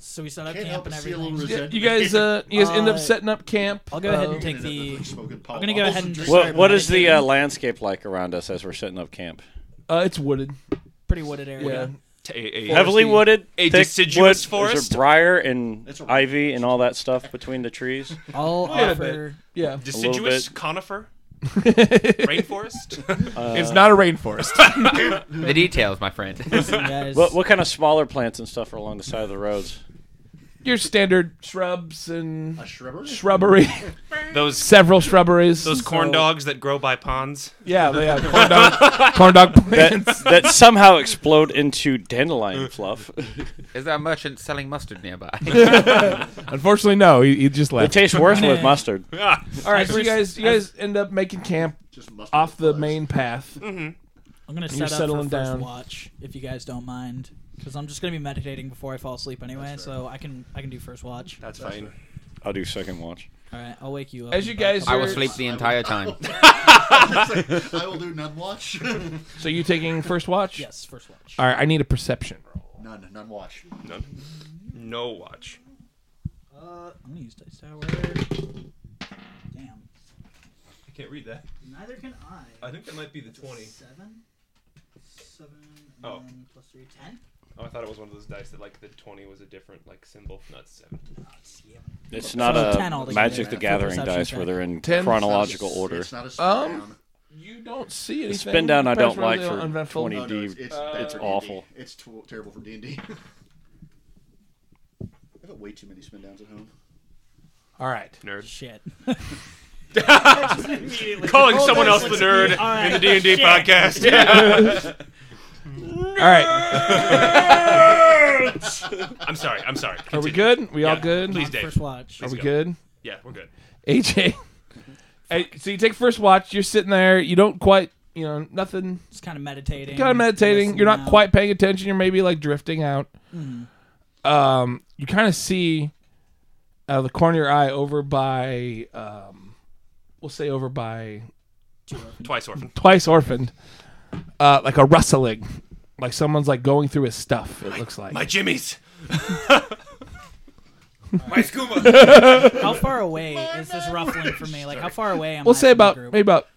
H: So we set up
J: Mm. Can't
H: camp
J: help
H: and
J: but see a little
H: everything.
C: Yeah,
J: resentment.
C: you guys, uh, you guys end up
H: Uh,
C: setting up camp.
H: I'll go ahead and
C: Uh,
H: take the.
J: Ended up smoking pot
H: I'm gonna go
J: bottles
H: ahead and
J: drinking
H: Sorry,
D: What, what is the uh,
H: meditating.
D: landscape like around us as we're setting up camp?
C: Uh, it's wooded.
H: pretty wooded
C: Yeah.
H: area.
B: T- a- a-
D: Heavily wooded,
B: A
D: thick wood.
B: deciduous
D: Is
B: forest?
D: there briar and
J: It's a-
D: ivy and all that stuff between the trees?
H: I'll offer.
C: Yeah.
B: deciduous
D: bit.
B: conifer rainforest.
C: it's not a rainforest.
E: the details, my friend.
H: You guys,
D: What, what kind of smaller plants and stuff are along the side of the roads?
C: Your standard shrubs and
J: A shrubbery?
C: shrubbery,
B: those
C: several shrubberies.
B: those corn
C: So-
B: dogs that grow by ponds.
C: Yeah, they have corn dog, corn dog plants.
D: That somehow explode into dandelion fluff.
E: is there a merchant selling mustard nearby?
C: Unfortunately, no. He, he just
D: It
C: left.
D: tastes worse with mustard.
C: All right, so you guys, you guys end up making camp
J: Just mustard
C: off the
J: flies.
C: main path.
H: I'm gonna
C: you're
H: set up
C: settling
H: for
C: down.
H: first watch, if you guys don't mind, because I'm just gonna be meditating before I fall asleep anyway, so I can I can do first watch.
B: That's fine.
D: I'll do second watch.
H: All right, I'll wake you up.
C: As
H: in
C: you
H: about a
C: guys
E: I
H: couple-
E: will sleep the entire time.
J: It's like, I will do none watch. none,
C: So you taking first watch?
H: yes, first watch.
C: All right, I need a perception roll.
J: none watch.
B: No watch.
H: Uh, I'm gonna use dice tower. Damn.
B: I can't read that.
H: Neither can I.
B: think that might be the twenty.
H: Seven. So seven. And
B: Oh.
H: Then plus three, ten.
B: Oh, I thought it was one of those dice that like the twenty was a different like symbol, not seven.
D: It's not
H: So ten
D: a
H: altogether.
D: Magic the
J: Full
D: Gathering
H: perception
D: dice
H: check.
D: where they're in
C: Ten.
D: chronological order.
J: It's not a spin
C: Um,
J: down.
C: You don't see anything.
D: spin down I
C: Depends
D: don't
C: whether
D: like
C: they
D: for
C: uneventful.
D: 20.
J: Oh, no, it's,
D: D-
J: it's, bad
D: it's
J: for D&D.
D: awful.
J: It's t- terrible for D and D. I have way too many spin downs at home.
C: All right.
B: Nerd.
H: Shit.
B: Calling
C: Oh,
B: someone else the nerd in the D and D podcast.
C: All right.
B: I'm sorry. I'm sorry.
C: Are we
B: Continue.
C: good? We all
B: Yeah,
C: good?
B: Please, Dave.
H: First watch.
C: Are we
B: go.
C: good?
B: Yeah, we're good.
C: AJ. Hey, so you take first watch. You're sitting there. You don't quite. You know nothing.
H: Just kind of meditating. uh,
C: Kind of meditating. You're not
H: listening out.
C: quite paying attention. You're maybe like drifting out. Um, you kind of see out of the corner of your eye over by. Um, we'll say over by
B: Twice orphan.
C: twice orphaned. Uh, like a rustling, like someone's like going through his stuff. It looks like
B: My Jimmy's.
H: How far away is this ruffling for me? Like, how far away am I?
C: we'll say
H: from the
C: about
H: group?
C: maybe about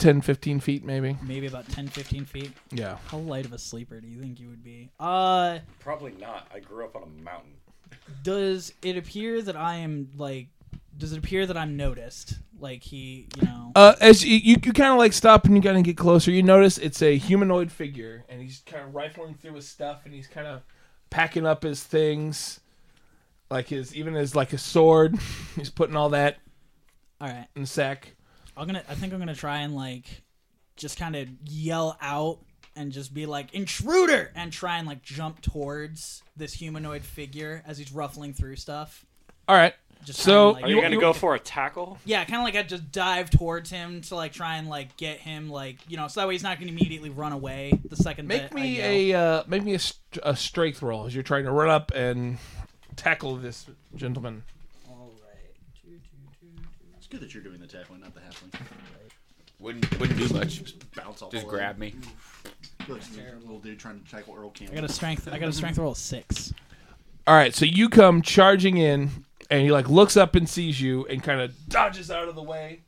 C: 10, 15 feet, maybe.
H: maybe about 10, 15 feet.
C: Yeah.
H: How light of a sleeper do you think you would be? Uh,
D: Probably not. I grew up on a mountain.
H: does it appear that I am like? Does it appear that I'm noticed? Like he, you know,
C: Uh, as you, you, you kind of like stop and you kind of get closer, you notice it's a humanoid figure, and he's kind of rifling through his stuff, and he's kind of packing up his things, like his even his like a sword. he's putting all that
H: all right.
C: in the sack.
H: I'm gonna. I think I'm gonna try and like, just kind of yell out and just be like intruder and try and like jump towards this humanoid figure as he's ruffling through stuff.
C: All right.
H: Just
C: So,
H: kinda,
C: are
H: like,
C: you gonna go
D: for a tackle?
H: yeah, kind of like I just dive towards him to like try and like get him like you know so that way he's not gonna immediately run away the second.
C: Make
H: that
C: me
H: I yell.
C: a uh, make me a, st- a strength roll as you're trying to run up and tackle this gentleman.
H: All right. Two, two, two, two.
J: It's good that you're doing the tackling, not the halfling.
E: Wouldn't wouldn't do much.
J: Bounce off.
E: Just
J: all
E: grab
J: over.
E: me.
J: Look, it's a little dude trying to tackle Earl Campbell.
H: I got a strength. I got a strength roll of six.
C: All right, so you come charging in, and he like looks up and sees you, and kind of dodges out of the way,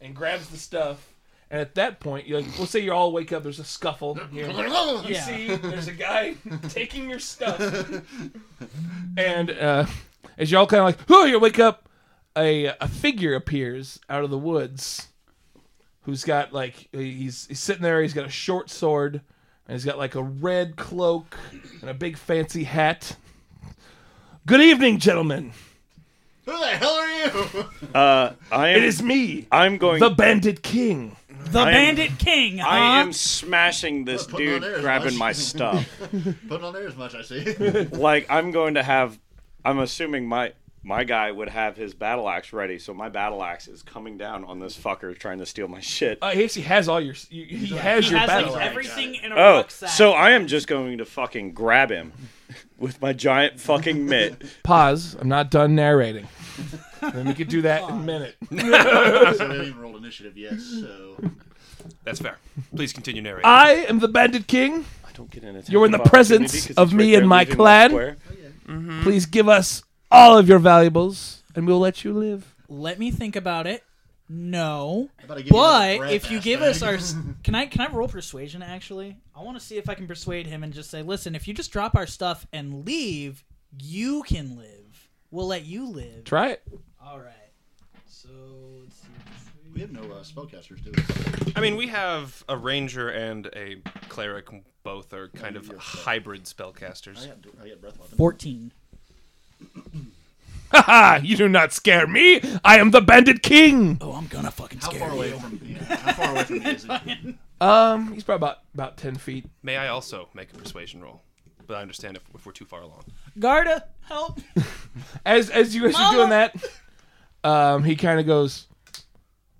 C: and grabs the stuff. And at that point, you like, let's say you all wake up. There's a scuffle. You
H: Yeah.
C: see, there's a guy taking your stuff. and uh, as you're all kind of like, "Who?" You wake up. A a figure appears out of the woods, who's got like he's he's sitting there. He's got a short sword, and he's got like a red cloak and a big fancy hat. Good evening, gentlemen.
J: Who the hell are you?
D: Uh, I am.
C: It is me,
D: I'm going.
C: the Bandit King.
H: The
D: am-
H: Bandit King. Huh?
D: I am smashing this
J: Putting on
D: dude,
J: there as
D: grabbing
J: much.
D: my stuff.
J: Putting on there as much, I see.
D: like I'm going to have. I'm assuming my my guy would have his battle axe ready, so my battle axe is coming down on this fucker trying to steal my shit.
C: Uh, he actually has all your. You, he has
H: He
C: your
H: has
C: battle.
H: like
C: axe.
H: everything in a
D: Oh,
H: rucksack.
D: so I am just going to fucking grab him with my giant fucking mitt.
C: Pause. I'm not done narrating. then we could do that in a minute.
J: so we haven't even rolled initiative yet, so
B: That's fair. Please continue narrating.
C: I am the Bandit King.
D: I don't get an attack
C: You're in the
D: of opportunity
C: presence
D: 'cause he's
C: of me
D: there
C: and my
D: leaving
C: clan.
D: square.
C: Please give us all of your valuables, and we'll let you live.
H: Let me think about it. No,
J: about to give you another
H: but
J: breath,
H: if you
J: ass
H: give
J: bag.
H: us our, s- can I can I roll persuasion? Actually, I want to see if I can persuade him and just say, listen, if you just drop our stuff and leave, you can live. We'll let you live.
C: Try it.
H: All right. So let's see.
J: we have no uh, spellcasters, do we?
B: I mean, we have a ranger and a cleric. Both are kind of hybrid
J: I
B: spellcasters.
J: got, I got breath weapon.
H: Fourteen.
C: Ah, you do not scare me. I am the Bandit King.
H: Oh, I'm gonna fucking
J: How
H: scare
J: far
H: you.
J: away from me? How far away from me is it?
C: Um, he's probably about about ten feet.
B: May I also make a persuasion roll? But I understand if, if we're too far along.
H: Garda, help!
C: as as you guys are
H: Mama.
C: doing that, um, he kind of goes,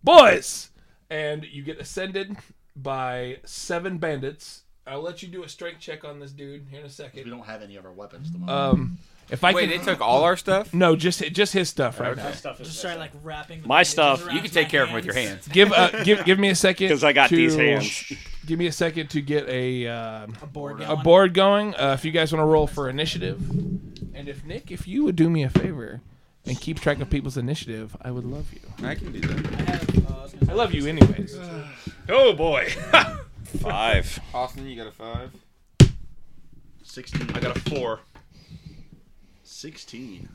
C: "Boys," and you get ascended by seven bandits. I'll let you do a strength check on this dude here in a
J: We
C: second.
J: don't have any of our weapons at the moment.
C: Um, if I
E: Wait,
C: can,
E: they took all our stuff.
C: no, just just his stuff right now.
H: Just start like wrapping
D: My stuff,
E: You can take care of them with your hands.
C: Give uh, give give me a second
D: 'Cause I got
C: to-
D: these hands.
C: Give me a second to get a uh,
H: A board.
C: a
H: Going.
C: board going. Uh, if you guys want to roll for initiative, and if Nick, if you would do me a favor and keep track of people's initiative, I would love you.
E: I can do that.
H: I have, uh, I was gonna
C: I
H: say-
C: love you anyways.
B: Oh boy!
D: Five.
E: Austin, you got a five.
J: 16.
B: I got a four.
J: 16.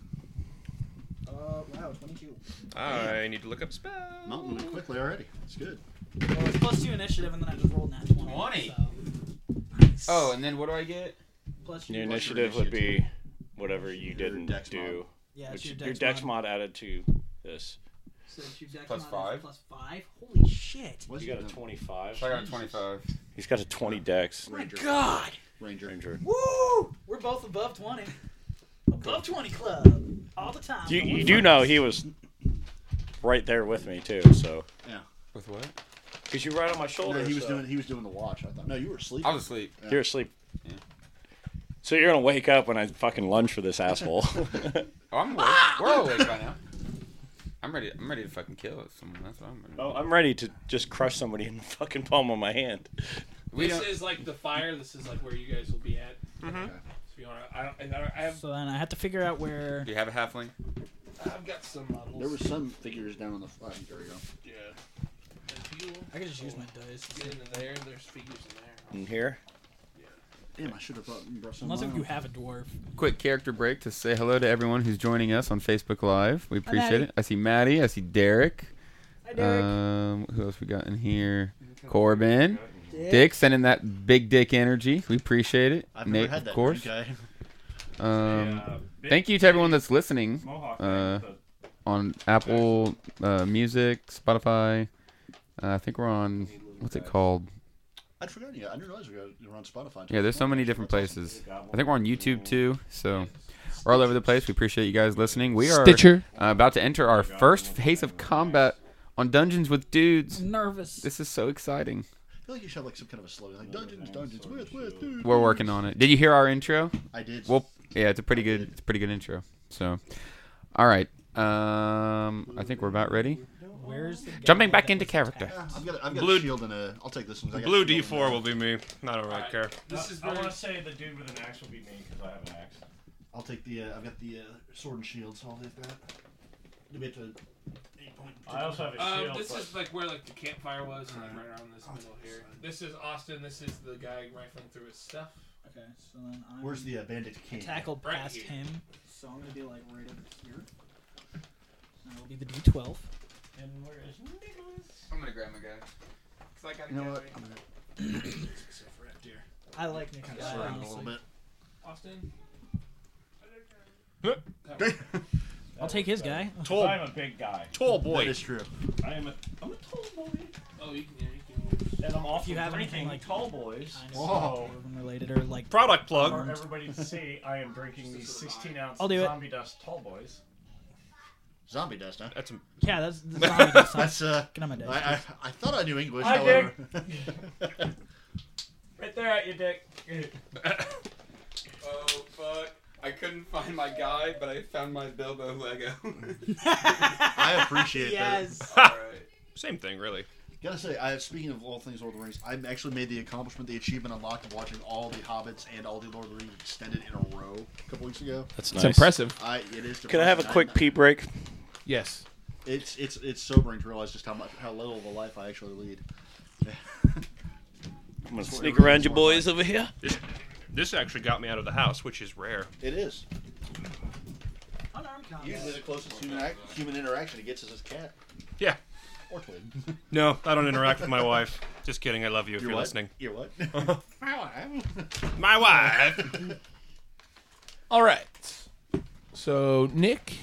J: Uh, wow, 22.
B: I need to look up spells.
J: Mountain Oh, went quickly already. That's good.
H: Well, it's plus two initiative, and then I just rolled nat 20.
E: 20.
H: so-
E: Oh, and then what do I get?
H: Plus
D: Your
H: your-
D: initiative would be whatever you didn't
J: dex
D: do.
H: yeah,
D: Which
H: it's
D: your dex mod added to this.
H: So it's your dex
E: Plus
H: mod is
E: five.
H: Plus five. Holy shit!
J: What's
D: You got
J: it
D: a
J: done?
D: 25.
E: So I got a 25.
D: He's got a 20 dex.
J: Ranger.
H: God.
J: Ranger.
D: Ranger.
H: Woo! We're both above 20. Above 20 club. All the time.
D: You, you do know he was right there with me, too, so.
J: Yeah.
E: With what?
D: Because you were right on my shoulder.
J: No, he was
D: so-
J: doing he was doing the watch. I thought. No, you were asleep.
E: I was asleep.
D: You're asleep. So you're going to wake up when I fucking lunge for this asshole.
E: Oh, I'm awake. We're all awake by now. I'm ready. I'm ready to fucking kill someone. That's what I'm ready. to
D: oh,
E: do.
D: I'm ready to just crush somebody in the fucking palm of my hand.
E: we
G: this
E: don't.
G: is like the fire. This is like where you guys will be at. So you wanna, I, don't, I, don't, I have
H: So then I have to figure out where.
E: Do you have a halfling?
G: I've got some models.
J: There were some figures down on the. Oh, there we go.
G: yeah. If you
H: I could just use my dice.
G: get in there, there's figures in
D: In here?
J: Damn, I should have brought, brought some.
H: Unless if
J: along.
H: you have a dwarf.
E: Quick character break to say hello to everyone who's joining us on Facebook Live. We appreciate
H: Maddie.
E: it. I see Maddie. I see Derek.
H: Hi,
E: Um, who else we got in here? Corbin. Dick sending that big dick energy. We appreciate it.
J: I've
E: Nate,
J: never had that
E: of course.
J: drink,
E: Um,
J: Uh,
E: thank you to everyone that's listening
F: Mohawk
E: uh,
F: man with
E: on Apple uh, Music, Spotify. Uh, I think we're on what's it called?
J: I, I'd forgotten you. I didn't realize we were- you were on Spotify.
E: Yeah, there's so many different places. I think we're on YouTube too. So we're all over the place. We appreciate you guys listening. We are
C: Stitcher.
E: uh, about to enter our first phase of combat on Dungeons with Dudes.
H: Nervous.
E: This is so exciting.
J: I feel like you should have like some kind of a slogan like Dungeons, Dungeons, with, with, dude.
E: We're working on it. Did you hear our intro?
J: I did.
E: Well, yeah, it's a pretty good, it's a pretty good intro. So, all right. Um, I think we're about ready.
H: Where's the
E: Jumping back into character.
J: Yeah, I've got a, I've got
B: Blue-
J: a shield and a. I'll take this one. 'cause I got
B: Blue
J: a shield and
B: D4
J: a-
B: will be me. I don't really care.
G: This is
F: Uh, I
G: where
F: want to say the dude with an axe will be me because I have an axe.
J: I'll take the. Uh, I've got the uh, sword and shield. So I'll take that. Do we have to? Eight point.
F: I also have a shield.
G: Um, this
F: but
G: is like where like the campfire was, and like right around this middle here. This is Austin. This is the guy rifling through his stuff.
H: Okay, so then I'm
J: Where's the uh, bandit king?
H: tackled
G: Right
H: past
G: here.
H: him. So I'm gonna be like right over here. And it'll be the D12.
G: And where is Nicholas?
E: I'm gonna grab my guy. Cause I gotta
J: You know what? I'm gonna
H: I like Nick Knight,
J: slow down a little
H: honestly.
J: bit.
G: Austin.
H: I'll take his guy.
B: Tall,
F: I'm a big guy.
B: tall
J: That
B: boy.
J: is true.
F: I am a. I'm a tall boy.
G: Oh, you can. Yeah, you can.
F: And I'm also
H: you have anything
F: drinking tall
H: like-
F: boys.
H: Kind of
J: Whoa.
H: dwarven related or like
B: Product
F: For
B: plug.
F: everybody to see, I am drinking these 16 ounce
H: I'll do it.
F: zombie dust tall boys.
J: Zombie dust, huh?
B: That's a,
H: yeah, that's the zombie dust.
J: That's uh.
H: Get on my dice.
J: I, I, I thought I knew English.
F: Hi,
J: however,
F: Right there at your dick.
E: Oh fuck! I couldn't find my guy, but I found my Bilbo Lego.
J: I appreciate that.
H: yes.
B: same thing, really.
J: Gotta say, I speaking of all things Lord of the Rings, I actually made the accomplishment, the achievement unlocked of watching all the Hobbits and all the Lord of the Rings extended in a row a couple weeks ago.
D: That's
C: It's impressive.
J: I it is.
D: Can I have a
J: depressing.
D: quick pee break?
C: Yes.
J: It's it's it's sobering to realize just how much how little of a life I actually lead.
D: I'm gonna
J: Swear
D: sneak
J: to
D: around you
J: God.
D: boys over here.
B: This, this actually got me out of the house, which is rare.
J: It is
H: Unarmed combat.
J: usually the closest human act, human interaction it gets is his cat
B: Yeah.
J: or twin.
B: No, I don't interact with my wife. Just kidding. I love you if
J: Your
B: you're
J: what?
B: listening.
J: Your what?
B: My wife.
C: All right. So Nick,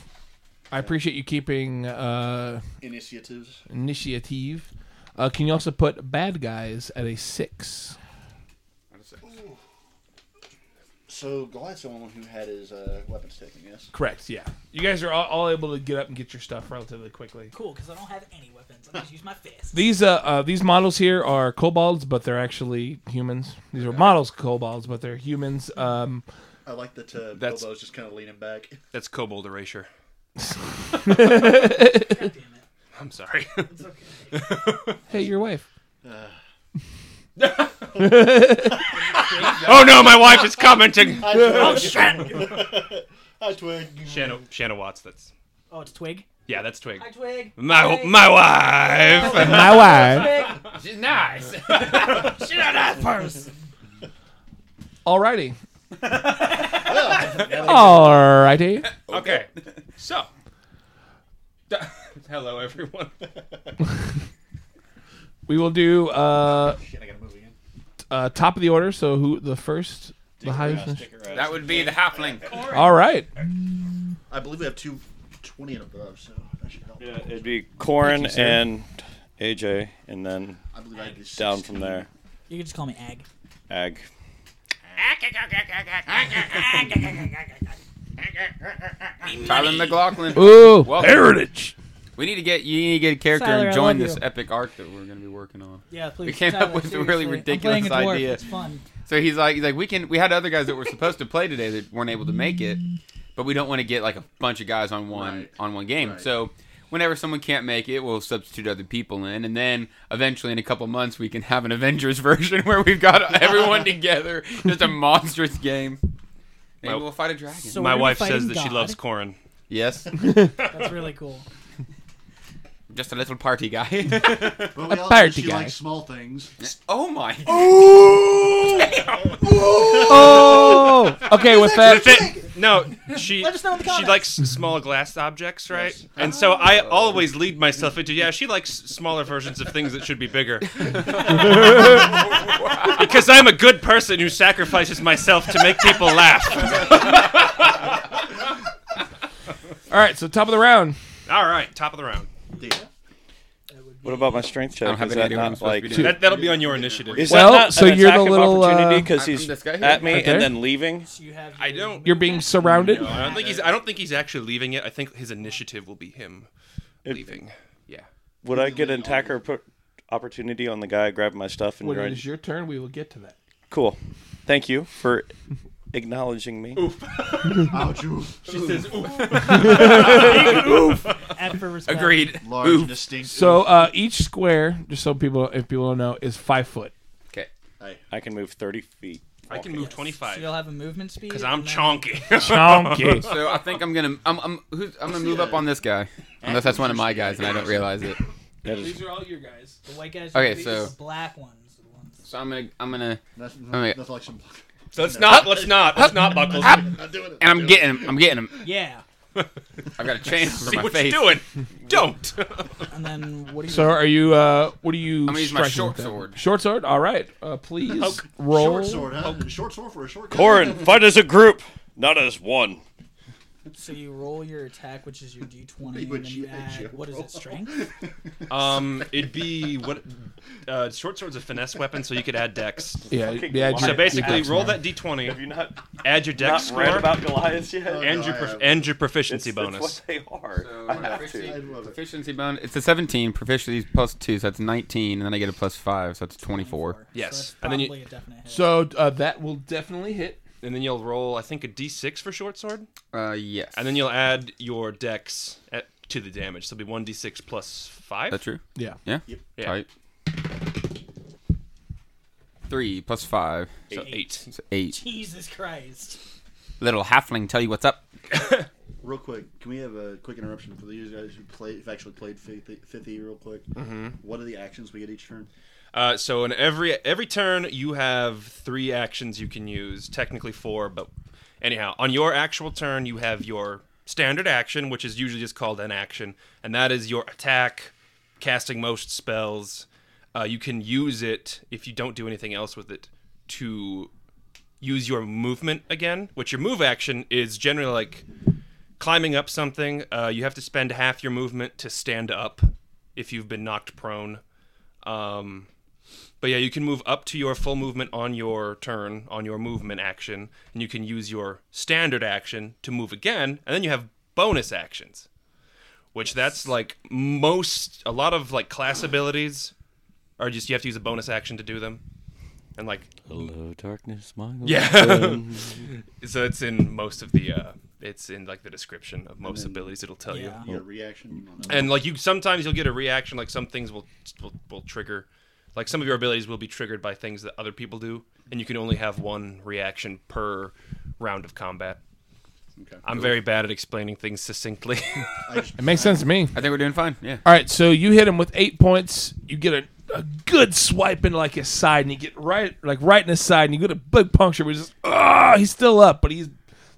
C: I appreciate you keeping uh,
J: Initiatives.
C: initiative. Uh, can you also put bad guys at a six?
J: So Goliath's the one who had his uh, weapons taken. Yes.
C: Correct. Yeah. You guys are all, all able to get up and get your stuff relatively quickly.
H: Cool, because I don't have any weapons. I just use my fist.
C: These uh, uh these models here are kobolds, but they're actually humans. These are models kobolds, but they're humans. Um,
J: I like that uh,
B: That's-
J: Bilbo's just kind of leaning back.
B: That's kobold erasure.
H: God damn it.
B: I'm sorry.
H: It's okay.
C: hey, your wife.
B: oh no, my wife is commenting.
J: I twig. I twig.
B: Shanna, Shanna Watts. That's
H: Oh, it's Twig?
B: Yeah, that's Twig.
H: Hi, Twig.
B: My
H: Hey.
B: my wife.
C: My wife.
H: Twig.
E: She's nice. She's
H: a nice person.
C: Alrighty. Oh. Alrighty.
B: Okay. So.
E: Hello, everyone.
C: We will do uh,
F: Shit, I gotta move again.
C: uh top of the order. So who the first, the highest.
E: that would be the halfling.
C: All right.
J: I believe we have two 20 and above, so that should help.
D: Yeah, it'd be Corin
C: sir.
D: and AJ, and then
J: I believe I'd be
D: down
J: 16.
D: from there.
H: You can just call me Ag.
D: Ag.
E: Tyler McLaughlin.
C: Ooh,
E: Welcome.
C: heritage.
E: We need to get you need to get a character
H: Tyler, I
E: and join
H: love
E: this
H: you.
E: epic arc that we're going to be working on.
H: Yeah, please.
E: We came
H: Tyler,
E: up with a
H: seriously.
E: really
H: I'm
E: ridiculous
H: playing a dwarf.
E: idea.
H: It's fun.
E: So he's like, he's like, we can. We had other guys that were supposed to play today that weren't able to make it, but we don't want to get like a bunch of guys on one
J: Right.
E: on one game.
J: Right.
E: So whenever someone can't make it, we'll substitute other people in, and then eventually in a couple months we can have an Avengers version where we've got everyone together, just a monstrous game. Maybe
B: Well-
E: we'll fight a dragon.
H: So
B: My
H: we're
B: wife
H: fighting
B: says that she
H: God.
B: loves Corin.
E: yes,
H: That's really cool.
E: just a little party guy.
J: But we all
C: pirate
J: she
C: guy.
J: likes small things.
E: oh my!
C: Oh. Okay. With that.
B: No, she
H: Let us know in the
B: she
H: comments. Oh.
B: likes small glass objects, right? And so I always lead myself into yeah, she likes smaller versions of things that should be bigger. because I'm a good person who sacrifices myself to make people laugh.
C: All right. So top of the round.
B: All right, top of the round.
J: Data.
D: What about my strength check?
E: don't have
D: Is
E: any
D: that
E: idea what I'm
D: not
E: supposed to
D: like?
E: be doing.
B: That, that'll be on your initiative.
D: Is
C: Well,
D: that not
C: so
D: an
C: you're the
D: attack of
C: little, uh,
D: opportunity because
E: I'm
D: he's
E: this guy here.
D: at me
C: Right there?
D: and then leaving?
H: So you have.
B: I don't.
C: You're being surrounded.
B: I don't think he's. I don't think he's actually leaving it. I think his initiative will be him leaving. Yeah.
D: Would I get an attacker po- opportunity on the guy grabbing my stuff and
C: When it
D: grind?
C: is your turn, we will get to that.
D: Cool. Thank you for acknowledging me.
J: Ouch. oof.
H: F for respect.
E: Agreed.
J: Large, and distinct.
C: So uh, each square, just so people, if people don't know, is five foot.
E: Okay.
D: I can move 30 feet.
B: I can move
H: So
B: 25
H: you'll have a movement speed.
B: because I'm
H: and then-
B: chonky.
C: Chunky.
E: So I think I'm gonna I'm I'm, who's, I'm gonna move up on this guy unless that's one of my guys and I don't realize it.
D: That is
G: These are all your guys.
H: The white guys.
E: Okay,
H: are the
E: so-
H: black ones. are the ones-
E: So I'm gonna I'm gonna
J: That's,
E: Okay.
J: that's like some.
B: let's not. Let's not. Let's not buckle.
J: I'm doing it.
E: and I'm getting him I'm getting him
H: Yeah.
E: I've got a chain for
B: See
E: my
B: what
E: face.
B: you're doing. Don't.
H: And then what do you?
C: So are you? Uh, what are you? I'm
E: gonna use my short sword.
C: Short sword. All right. Uh, please roll.
J: Short sword, huh? Short sword for a short guy.
D: Corin, fight as a group, not as one.
H: so you roll your attack, which is your d20, and
J: Which
H: then you
J: you- you
H: add what is it, strength?
B: Um, it'd be what? Uh, short sword's a finesse weapon, so you could add dex.
C: Yeah. yeah
D: So
B: So
C: your-
B: basically,
C: your dex
B: roll
C: number.
B: that d20,
D: you not,
B: add your dex score,
D: Goliath yet?
C: Oh,
B: and your
J: I
B: prof-
J: have.
B: and your proficiency
D: It's-
B: bonus.
D: it's what they are.
E: So
D: I have
E: proficiency-
D: to.
J: I love it.
E: Proficiency bonus. It's a 17. Proficiency is plus two, so that's 19, and then I get a plus five, so that's 24.
B: Yes.
H: So that's
B: And then you-
H: probably a definite hit.
C: So uh, that will definitely hit.
B: and then you'll roll, I think, a d6 for short sword,
E: Uh, yes.
B: and then you'll add your dex at, to the damage. So it'll be one d6 plus five.
E: Is that true?
C: Yeah.
E: Yeah.
B: Yeah.
E: Tight. Three plus five,
B: So eight.
E: so eight.
H: Jesus Christ.
E: Little halfling, tell you what's up.
J: Real quick, can we have a quick interruption for these guys who play, who've actually played Fifth Fifth E real quick? Mm-hmm. What are the actions we get each turn?
B: Uh, so in every every turn, you have three actions you can use. Technically four, but anyhow, on your actual turn, you have your standard action, which is usually just called an action, and that is your attack, casting most spells. Uh, you can use it if you don't do anything else with it to use your movement again. Which your move action is generally like climbing up something. Uh, you have to spend half your movement to stand up if you've been knocked prone. Um, but yeah, you can move up to your full movement on your turn, on your movement action, and you can use your standard action to move again, and then you have bonus actions, which that's like most, a lot of like class abilities are just you have to use a bonus action to do them. And like,
D: Hello, darkness, my
B: yeah. so it's in most of the, uh, it's in like the description of most abilities, it'll tell you
H: Yeah.
J: Your reaction. on that?
B: and like you sometimes you'll get a reaction like some things will, will will trigger like some of your abilities will be triggered by things that other people do and you can only have one reaction per round of combat I'm very bad at explaining things succinctly.
C: It makes sense to me. I
E: think we're doing fine. Yeah.
C: All right, so you hit him with eight points. You get a, a good swipe into like his side, and you get right like right in his side, and you get a big puncture. Which is ah, he's still up, but he's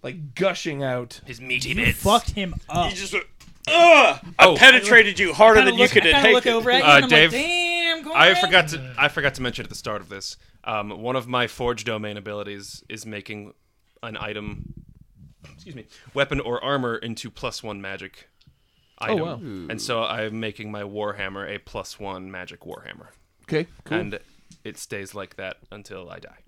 C: like gushing out
B: his meaty
H: You fucked him up.
D: You just went, Ugh! I
B: Oh.
D: penetrated you harder
H: Kinda
D: than
H: look-
D: you could
H: I
D: have
H: kinda look
D: taken.
H: over at you
B: Uh,
H: and I'm
B: Dave,
H: like, damn,
B: I
H: Conrad."
B: forgot to I forgot to mention at the start of this. Um, one of my forge domain abilities is making an item, excuse me, weapon or armor into plus one magic. Item.
C: Oh, wow.
B: And so I'm making my warhammer a plus one magic warhammer,
C: Okay, cool.
B: and it stays like that until I die,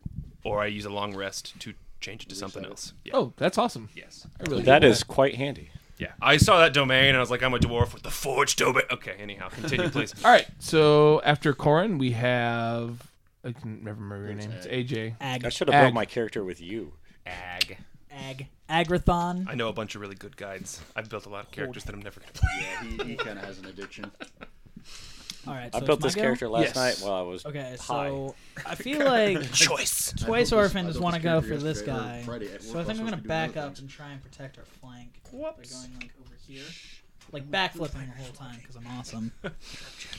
B: or I use a long rest to change it to something else. Yeah.
C: oh, that's awesome.
B: Yes.
C: I really
D: That
C: like
D: is quite handy.
B: Yeah. I saw that domain and I was like, I'm a dwarf with the forge domain. Okay. Anyhow, continue, please.
C: All right, so after Corin, we have I can never remember your name. It's AJ.
D: I
H: Ag,
D: should have
C: Ag.
D: built my character with you.
B: Ag.
H: ag, agrathon.
B: I know a bunch of really good guides. I've built a lot of characters that I'm never going to play.
J: Yeah, he, he kind of has an addiction.
H: All right,
D: I
H: so
D: built
H: it's my
D: this
H: go?
D: character last
C: Yes.
D: night while I was
H: Okay,
D: high.
H: so I feel like
B: Choice.
H: Twice
J: built this- I
H: Orphans
J: built
H: want to
J: this
H: go
J: character
H: for this
J: yesterday,
H: guy.
J: or Friday at work,
H: So I
J: I was
H: think I'm
J: supposed
H: going
J: to
H: to
J: be
H: back
J: doing other
H: up
J: things.
H: and try and protect our flank. Whoops. By going like over here. Like backflipping the whole time because I'm awesome.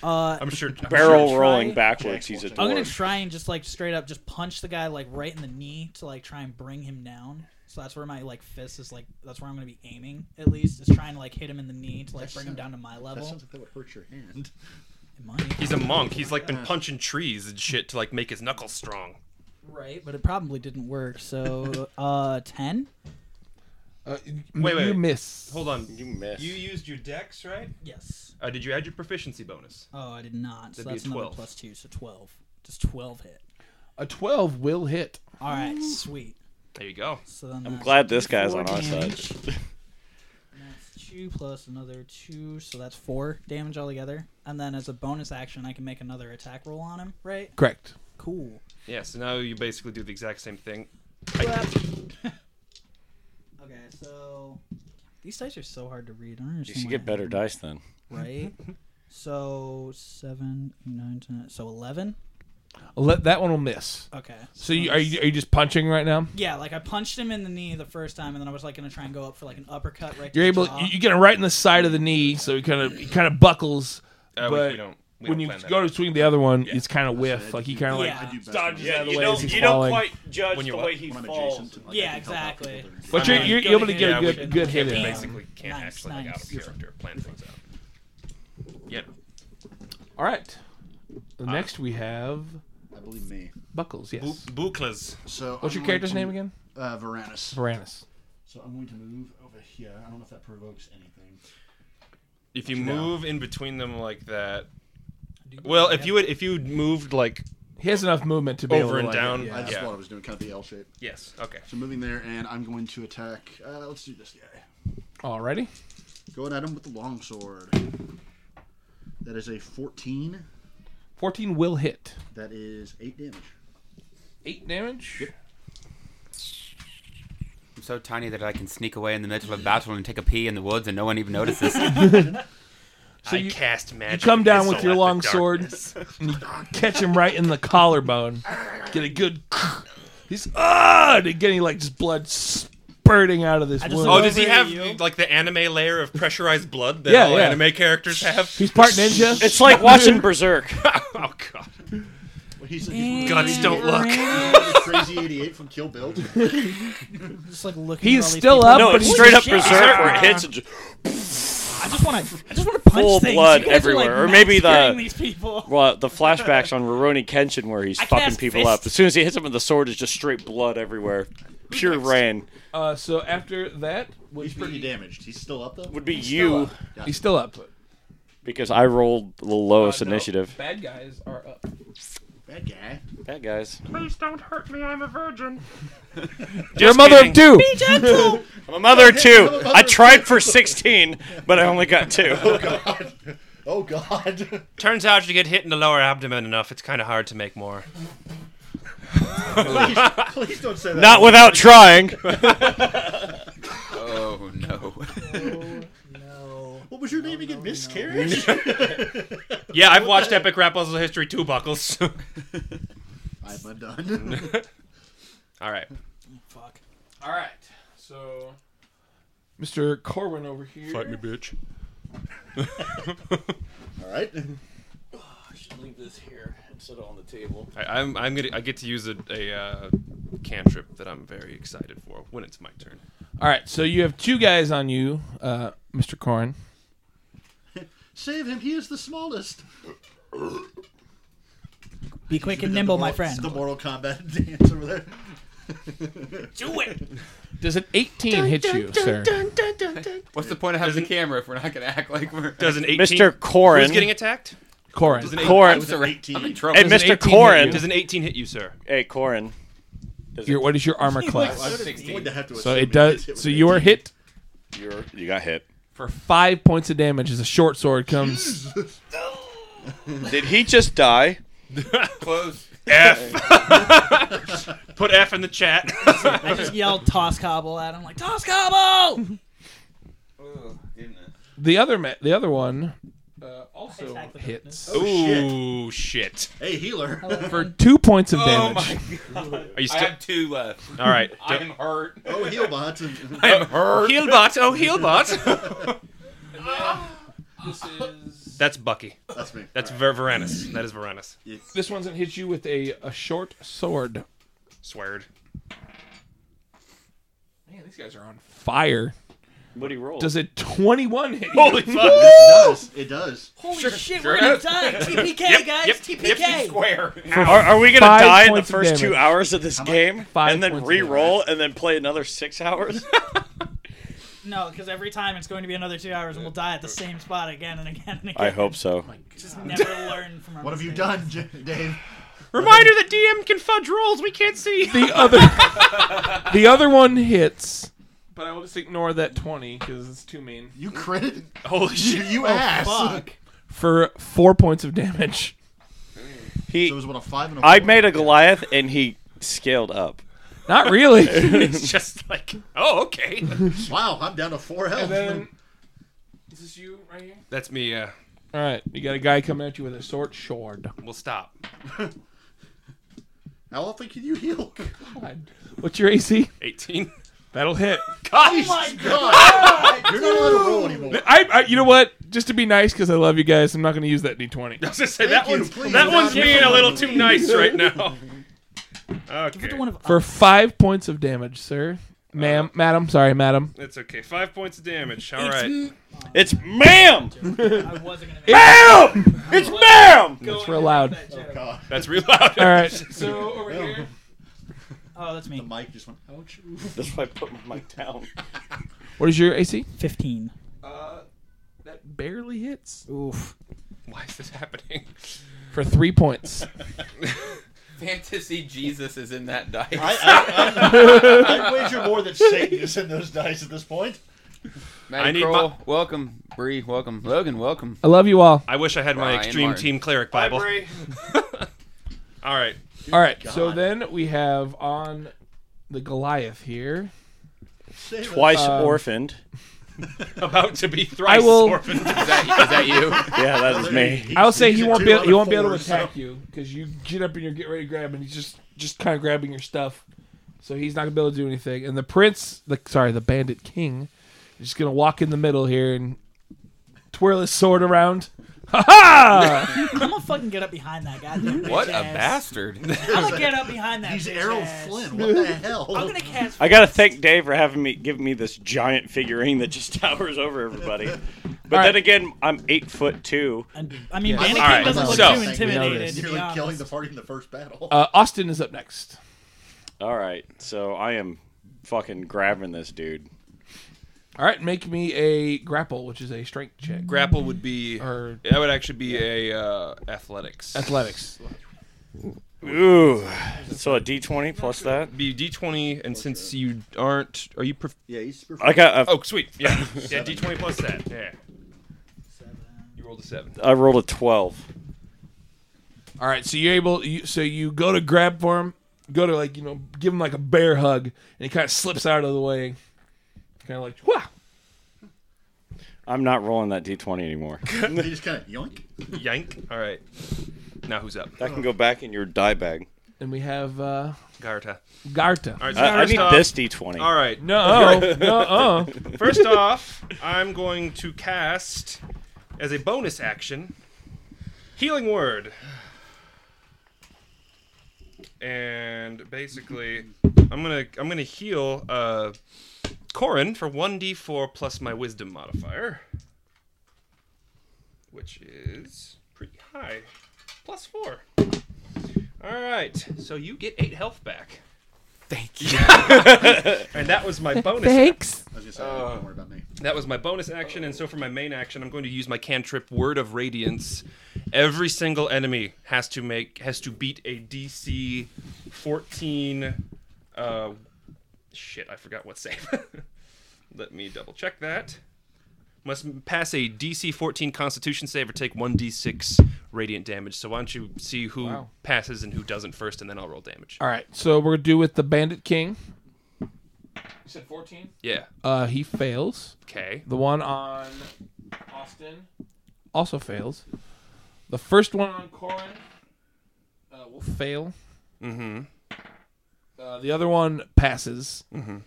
H: Uh,
B: I'm sure.
D: Barrel
H: try-
D: rolling backwards. He's a
J: I'm
D: dwarf.
H: I'm going to try and just like straight up just punch the guy like right in the knee to like try and bring him down. So that's where my like fist is like that's where I'm going to be aiming at least is trying to like hit him in the knee to like bring him down to my
J: That
H: level.
J: sounds like that would hurt your hand.
H: It might.
B: He's a monk. He's like been punching trees and shit to like make his knuckles strong.
H: right, but it probably didn't work. So uh 10?
C: Uh, you-
B: Wait, wait.
C: you miss.
B: Hold on.
D: You missed.
B: You used your dex, right?
H: Yes.
B: Uh, did you add your proficiency bonus?
H: Oh, I did not. So
B: That'd be
H: that's
B: a
H: another
B: 12.
H: plus two. So twelve. Does twelve hit?
C: A twelve will hit.
H: All right, sweet.
B: There you go.
H: So then
D: I'm
H: that's
D: glad this guy's
H: four
D: on our side.
H: damage. And That's two plus another two, so that's four damage altogether. And then as a bonus action, I can make another attack roll on him. Right?
C: Correct.
H: Cool.
B: Yeah. So now you basically do the exact same thing.
H: Clap. okay, so these dice are so hard to read. I don't
D: You
H: understand
D: should
H: why
D: get
H: I
D: better
H: have
D: dice then.
H: them, Right. So seven, nine, ten. So eleven.
C: Let that one will miss.
H: Okay.
C: So you, are you are you just punching right now?
H: Yeah, like I punched him in the knee the first time, and then I was like gonna try and go up for like an uppercut right. to
C: You're
H: the
C: able.
H: jaw.
C: You, you get him right in the side of the knee, so he kind of he kind of buckles.
B: Uh, we-
C: but
B: we don't- we
C: when
B: don't
C: you
B: plan that
C: go
B: out.
C: to swing the other one, it's kind of whiff. Like he kind of
H: Yeah.
C: like.
J: I do best
C: Dodges
J: when I'm-
C: out of the
D: you
C: way
D: don't,
C: as he's
D: you don't
C: falling.
D: quite judge
B: When
D: the
B: you're
D: way
B: what?
D: he
J: when I'm
D: falls.
J: adjacent. and, like,
H: Yeah,
J: I can help out
H: exactly.
J: people that are-
C: But you're,
H: Yeah,
C: you're
H: go
C: able to
H: to
C: get
H: him.
C: a
B: we,
C: good good hit
B: we
C: in.
B: basically can't
H: Nice,
B: actually like out of
H: nice.
B: character plan things out. Yeah.
C: All right. Next we have
J: I believe me.
C: Buckles. Yes.
B: Bu- Buclas.
J: So
C: What's
J: I'm
C: your character's
J: going
C: name
J: to-
C: again?
J: Uh, Varanus.
C: Varanus.
J: So I'm going to move over here. I don't know if that provokes anything.
B: If you move in between them like that. Well, if you would, if you moved like
C: He has enough movement to be able
B: over and
C: to, like,
B: down.
J: I just
B: yeah.
J: thought I was doing kind of the L shape.
B: Yes. Okay.
J: So moving there, and I'm going to attack. Uh, let's do this guy.
C: Alrighty.
J: Going at him with the longsword. That is a 14.
C: Fourteen will hit.
J: That is 8 damage.
C: Eight damage.
E: I'm so tiny that I can sneak away in the middle of battle and take a pee in the woods and no one even notices.
B: So I cast magic.
C: come down with
B: missile
C: your
B: at the
C: long sword.
B: darkness.
C: catch him right in the collarbone. Get a good. He's ah, and again he like just blood spurting out of this
H: just
C: wound.
B: Oh, does he
H: Over
B: have
H: you.
B: like the anime layer of pressurized blood that
C: Yeah,
B: all
C: yeah.
B: anime characters have?
C: He's part ninja.
D: It's like watching Berserk.
B: oh god.
J: Well, he's, he's
B: Guts don't look.
J: the crazy 88 from Kill Bill.
H: Just like looking.
C: He's
H: at all
C: still
H: these people.
C: up.
D: No,
C: but
D: it's
C: he's-
D: straight up
H: shit.
D: Berserk where it hits and just
H: I just want to. I just want to punch
D: Full
H: things.
D: blood
H: You guys are, like,
D: everywhere. Or maybe the-
H: massacring these people.
D: Well, the flashbacks on Rurouni Kenshin where he's
H: I
D: fucking
H: cast
D: people
H: fist.
D: up. As soon as he hits him with the sword, it's just straight blood everywhere. Pure rain.
C: Uh, so after that, would
J: He's pretty
C: be-
J: damaged. He's still up, though?
D: Would be
C: still
D: you
C: up. He's still up.
D: because I rolled the lowest
C: Uh, no,
D: initiative.
C: Bad guys are up.
J: Bad guy.
D: That guys.
B: Please don't hurt me. I'm a virgin.
D: You're a mother of two.
H: Gentle.
D: I'm a mother of two. I tried for sixteen, but I only got two.
J: Oh, God.
B: Turns out you get hit in the lower abdomen enough, it's kind of hard to make more.
J: please, please don't say that.
D: Not without trying.
E: oh no.
H: no.
J: What was your name again? Miscarriage?
B: Yeah, I've watched Epic Rap Puzzle History 2 buckles.
J: I'm undone.
B: All right.
H: Fuck.
G: All right. So
C: Mr. Corwin over here.
I: Fight me, bitch.
J: All right.
K: I should leave this here and set it on the table.
B: I, I'm, I'm gonna. I get to use a, a uh, cantrip that I'm very excited for when it's my turn.
C: All right, so you have two guys on you, uh, Mr. Corn.
J: Save him. He is the smallest.
H: Be quick and nimble, my friend.
J: The Mortal Kombat dance over there.
B: Do it.
C: Does an 18 hit you, sir?
E: What's the point of having a camera if we're not going to act like we're.
B: Does an 18? Corin
E: Mr. Corrin-
B: Who's getting attacked?
C: Corin.
B: Does an eight-
E: Corin-
B: I was already-
E: Eighteen.
B: I'm in trouble.
E: Hey,
B: Does an 18
E: Mr.
B: hit
E: Corin.
B: you? Does an 18 hit you, sir?
K: Hey, Corin.
C: Your, what is your armor class?
J: going to have to
C: So
J: assume
C: it does. So you are hit
D: You're, you got hit.
C: for five points of damage as a short sword comes.
K: Did he just die?
E: Close.
B: F. Put F in the chat.
H: I just yelled toss cobble at him like toss cobble.
E: Oh,
C: The other ma- the other one uh, also hits
B: Ooh, shit.
J: Hey, healer.
C: for two points of
E: Oh
C: damage.
E: my god.
B: Are you
E: I
B: still?
E: have two uh, left.
B: All right.
E: I'm hurt.
J: oh, heal bot. And,
E: I'm hurt.
B: Healbot. Oh, Healbot.
G: This is
B: That's Bucky.
J: that's me.
B: That's Ver- Varanus. That is Varanus.
C: This one's gonna hit you with a, a short sword.
B: Sweared.
C: Man, these guys are on fire.
K: What he rolled?
C: Does it twenty one hit? You?
B: Holy fuck.
J: It does. It does.
H: Holy shit,
E: sure
H: we're gonna
E: enough.
H: die. TPK guys,
B: yep,
H: TPK.
E: Square.
K: Are, are we gonna
C: Five
K: die in the
C: points of
K: first two
C: damage.
K: hours of this game
C: Five
K: and then
C: points of
K: re-roll and then play another six hours?
H: No, because every time it's going to be another two hours, and we'll die at the same spot again and again and again.
K: I hope
C: Oh
K: so.
H: Just never learn from our
J: What have you
H: mistakes.
J: done, J- Dave?
B: Reminder that DM can fudge rolls. We can't see.
C: The other the other one hits, but I will just ignore that twenty because it's too mean.
J: You crit? Oh,
B: Holy
J: You,
B: shit.
J: you ass.
H: Fuck.
C: For four points of damage.
J: So it
K: He,
J: was what a five and a
K: I
J: four.
K: made a Goliath and he scaled up.
C: Not really.
B: It's just like, oh, okay.
J: Wow, I'm down to four health.
C: is this you right here?
B: That's me. Uh,
C: All right, you got a guy coming at you with a short sword.
B: we'll stop.
J: How often can you heal?
C: What's your AC?
B: 18.
C: That'll hit.
J: Oh my god! You're not allowed to roll anymore.
C: I, I you know what? Just to be nice, because I love you guys, I'm not going to use that d20.
B: I was gonna say
J: Thank
B: that
J: you,
B: one's
J: please.
B: that one's
J: Give
B: being
J: it
B: a
J: to
B: little
J: me.
B: too nice right now.
H: Give it to
B: Okay,
H: one of
C: For five points of damage, sir, ma'am,
B: Uh.
C: madam. Sorry, madam.
B: that's okay. Five points of damage. All
H: It's
B: right.
H: m-
K: It's ma'am!
H: I wasn't gonna make
K: Ma'am! It's ma'am!
H: that's
C: real loud.
J: God.
B: That's real loud.
C: All right.
G: so over here.
H: Oh, that's
J: The
H: me.
J: mic just went, ouch.
K: That's why I put my mic down.
C: What is your AC?
H: Fifteen.
C: That barely hits
H: Oof.
B: Why is this happening?
C: for three points.
E: Fantasy Jesus is in that dice.
J: I, I, I, I wager more than Satan is in those dice at this point.
E: Matty
B: I need
E: Kroll,
B: my-
E: welcome. Bree, welcome. Logan, welcome.
C: I love you all.
B: I wish I had my
E: Brian
B: extreme
E: Martin.
B: team cleric bible. All right.
C: All right. So then we have on the Goliath here.
J: Save us.
K: Twice
C: Uh,
K: orphaned.
B: About to be thrice
C: I will-
B: orphaned.
E: Is that, is that you?
K: Yeah, that is me.
J: He
C: I'll say he
J: sneaks a
C: won't
J: two
C: be
J: out
C: able,
J: of
C: he won't be able to
J: four, so-
C: attack you because you get up and you're get ready to grab and he's just just kind of grabbing your stuff. So he's not gonna be able to do anything. And the prince, the sorry, the bandit king, is just gonna walk in the middle here and twirl his sword around. Ha ha!
H: I'm gonna fucking get up behind that goddamn.
E: What
H: bitch
E: a
H: ass.
E: bastard.
H: I'm gonna get up behind that.
J: He's
H: bitch
J: Errol
H: ass.
J: Flynn. What the hell?
H: I'm gonna cast.
K: I gotta thank Dave for having me give me this giant figurine that just towers over everybody. But
C: All right.
K: then again, I'm eight foot two.
H: And, I mean,
C: Yeah.
H: Mannequin
B: Alright,
H: doesn't look
B: so-
H: too intimidated. to be
J: Nearly killing
H: honest.
J: the party in the first battle.
C: uh, Austin is up next.
K: All right, so I am fucking grabbing this dude.
C: All right, make me a grapple, which is a strength check.
B: Grapple would be.
C: Or-
B: that would actually be a uh, athletics.
C: Athletics.
K: Ooh, so a D20 plus that.
B: Be d20, and since you aren't, are you? Pref-
J: yeah, he's super.
K: I got. A,
B: oh, sweet. Yeah. yeah. D20 plus that. Yeah. You rolled a seven.
K: I rolled a twelve.
C: All right, so you're able. You, so you go to grab for him, go to like you know, give him like a bear hug, and he kind of slips out of the way, kind of like wah.
K: I'm not rolling that D20 anymore.
J: he just kind of yoink.
B: Yank. All right. Now who's up?
K: That can go back in your die bag.
C: and we have uh,
B: Garta.
C: Garta.
B: All right, so
K: I- I
B: first
K: need
B: off-
K: this D20.
B: All right.
C: No, no, uh.
B: First off, I'm going to cast as a bonus action Healing Word. And basically, I'm gonna I'm gonna heal uh, Corin for one d4 plus my Wisdom modifier, which is pretty high, plus four. All right, so you get eight health back. Thank you. and that was my bonus.
J: Thanks. I was gonna say, don't worry about me.
B: That was my bonus action, and so for my main action, I'm going to use my cantrip Word of Radiance. Every single enemy has to make has to beat a DC 14. Uh, shit, I forgot what save. Let me double check that. Must pass a DC 14 Constitution save or take 1d6 radiant damage. So why don't you see who
C: Wow.
B: passes and who doesn't first, and then I'll roll damage.
C: All right, so we're gonna do with the Bandit King.
G: You said 14?
B: Yeah.
C: Uh, he fails.
B: 'Kay.
C: The one on
G: Austin.
C: also fails. The first one on Corin uh, will fail.
B: Mm-hmm.
C: Uh, the other one passes.
B: Mhm.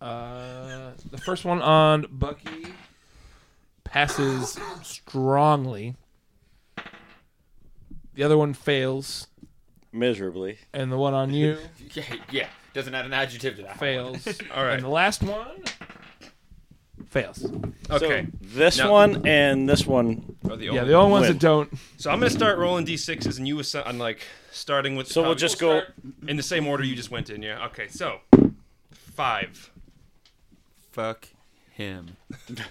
C: Uh, the first one on Bucky passes strongly. The other one fails,
K: Miserably.
C: and the one on you
E: yeah, yeah. Doesn't add an adjective to that.
C: fails.
B: All right.
C: And the last one fails.
B: Okay.
K: This
B: Now-
K: one and this one.
B: Are the
C: yeah, the only ones
K: win.
C: that don't.
B: So I'm gonna start rolling d6s, and you assi- I'm like starting with.
K: So we'll just go-
B: in the same order you just went in. Yeah. Okay. So five.
E: Fuck him.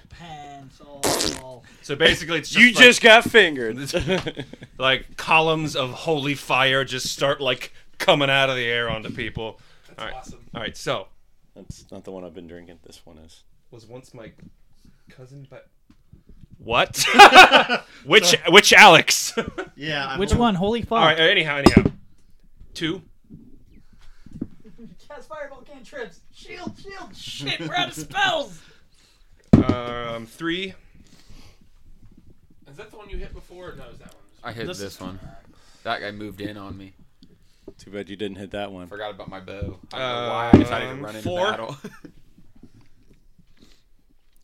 H: Pencil.
B: So basically, it's just
K: You
B: like,
K: just got fingered.
B: like columns of holy fire just start like coming out of the air onto people. All right. All right. So
K: That's not the one I've been drinking. This one is.
B: was once my cousin, but what? which which Alex?
J: Yeah. I'm
H: Which one? Holy fuck.
B: All right. Anyhow. Anyhow. Two.
H: Cast fireball cantrips. Shield, shield. Shit, we're out of spells.
B: Um. Three.
G: Is that the one you hit before? No, is that one?
E: I hit this, one. That guy moved in on me.
K: Too bad you didn't hit that one.
E: Forgot about my bow. I don't know why I decided to
B: Um,
E: run into
B: four.
E: battle.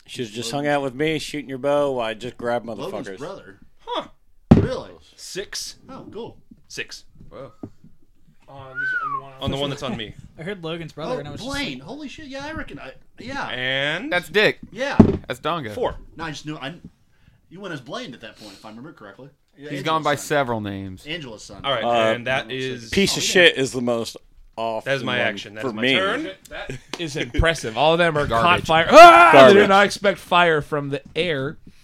K: Should have just hung out with me, shooting your bow. While I just grabbed
J: Logan's
K: motherfuckers.
J: brother.
B: Huh.
J: Really?
B: Six.
J: Oh, cool.
B: Six.
E: Whoa.
G: On, this, on the one.
B: On the one that's on me.
H: I heard Logan's brother,
J: Oh,
H: and I was
J: Blaine. Holy shit! Yeah, I reckon. I, yeah.
B: And
E: That's Dick.
J: Yeah.
E: That's Donga.
B: four.
J: No, I just knew. I. You went as Blaine at that point, if I remember correctly. Yeah,
E: He's
J: Angela's
E: gone by
J: son.
E: several names.
J: Angela's son.
B: All right,
K: Uh,
B: and that is
K: Piece of shit is the most off.
B: that is my action. That
K: for
B: is my
K: me.
B: turn.
G: That,
C: is impressive. All of them are caught
E: Garbage.
C: fire. Ah! They
K: Garbage.
C: did not expect fire from the air.
H: just,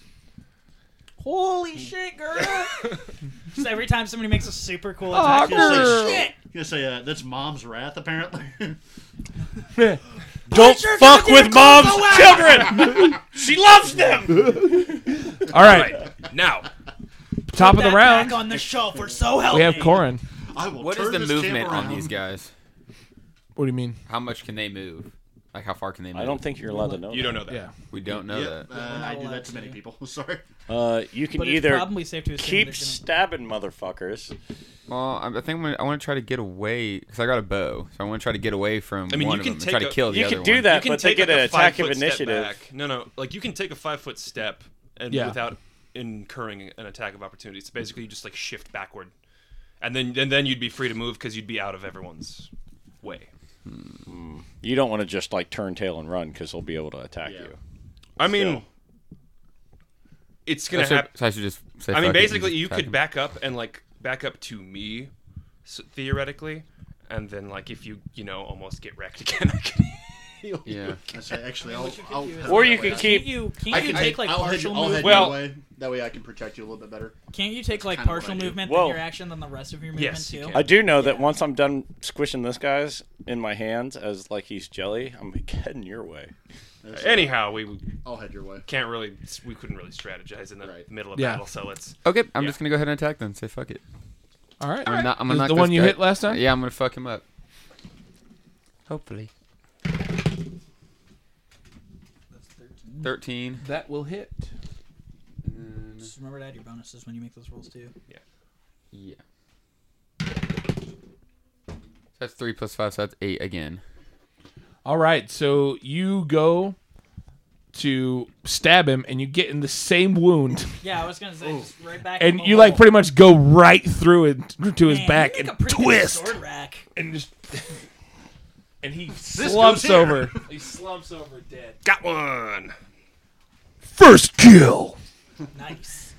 H: holy shit, girl. Mm. Just every time somebody makes a super cool
C: Ah,
H: attack,
J: You gonna
C: girl.
J: say, you gonna say uh, that's mom's wrath apparently.
K: Don't fuck with mom's children. she loves them.
C: All right,
B: Now,
C: top of the
H: That
C: round.
H: Back on the shelf, we're so healthy.
C: We have Corin.
J: I will
E: What
J: turn
E: is the
J: this
E: movement
J: camp
E: on
J: around.
E: these guys?
C: What do you mean?
E: How much can they move? Like how far can they move?
K: I don't think you're allowed to know.
B: you don't know that.
C: Yeah.
E: We don't know
J: Yep,
E: that.
J: uh, I do
H: allowed
J: that to
H: to.
J: many people. Sorry.
K: That. Uh, you can
H: But
K: either
H: it's probably safe to assume
K: keep
H: they're gonna-
K: stabbing motherfuckers.
E: Well, I I think I'm gonna, I want to try to get away because I got a bow, so I want to try to get away from
B: I mean,
E: one
B: you
E: of
B: can
E: them and
B: take
E: try to
B: a-
E: kill the
K: you
E: other
K: can do
E: one.
K: that,
B: you can
K: but they
B: take
K: get
B: like
K: an
B: a
K: attack of
B: five-foot step
K: initiative.
B: back. No, no, like you can take a five foot step and
C: Yeah.
B: without incurring an attack of opportunity. So basically, you just like shift backward, and then and then you'd be free to move because you'd be out of everyone's way.
K: You don't want to just like turn tail and run because they'll be able to attack
J: Yeah.
K: you.
B: I mean, it's gonna
E: so,
B: happen.
E: so I should just say.
B: I mean,
E: fuck it and
B: basically,
E: just
B: you
E: attack
B: could
E: him.
B: back up and like back up to me, so, theoretically, and then like if you you know almost get wrecked again, I can heal. you.
E: Yeah.
J: I say actually, I'll. I'll
K: Or you can
H: Can't
K: keep.
H: you, can't
J: I
H: you
J: can
H: take like
J: I'll head,
H: partial
J: I'll head
H: movement?
K: Well-
J: your way. That way I can protect you a little bit better.
H: Can't you take like
J: kinda what
H: partial
J: I do.
H: movement
K: Whoa.
H: than your action than the rest of your movement
B: Yes, you
H: too?
B: can.
K: I do know that once I'm done squishing this guy's in my hands as like he's jelly, I'm heading your way.
B: Anyhow, we
J: I'll head your way.
B: can't really we couldn't really strategize in the
J: Right.
B: middle of
C: Yeah.
B: battle, so it's
E: Okay, I'm just gonna go ahead and attack them. Say fuck it.
C: All right.
E: I'm not. I'm gonna
C: The-
E: knock
C: the
E: this
C: one you
E: guy-
C: hit last time?
E: Yeah, I'm gonna fuck him up. Hopefully. Thirteen.
C: That will hit.
H: Just remember to add your bonuses when you make those rolls too.
E: Yeah. That's three plus five, so that's eight again.
C: All right, so you go to stab him, and you get in the same wound,
H: Yeah, I was gonna say just right back.
C: and
H: in the
C: you
H: hole.
C: like pretty much go right through it to his
H: Oh. Man,
C: back
H: you
C: and
H: make a pretty good
C: twist,
H: sword rack.
C: and just and he
G: This
C: slumps
G: goes here.
C: over.
G: He slumps over dead.
B: Got one.
C: First kill.
H: Nice.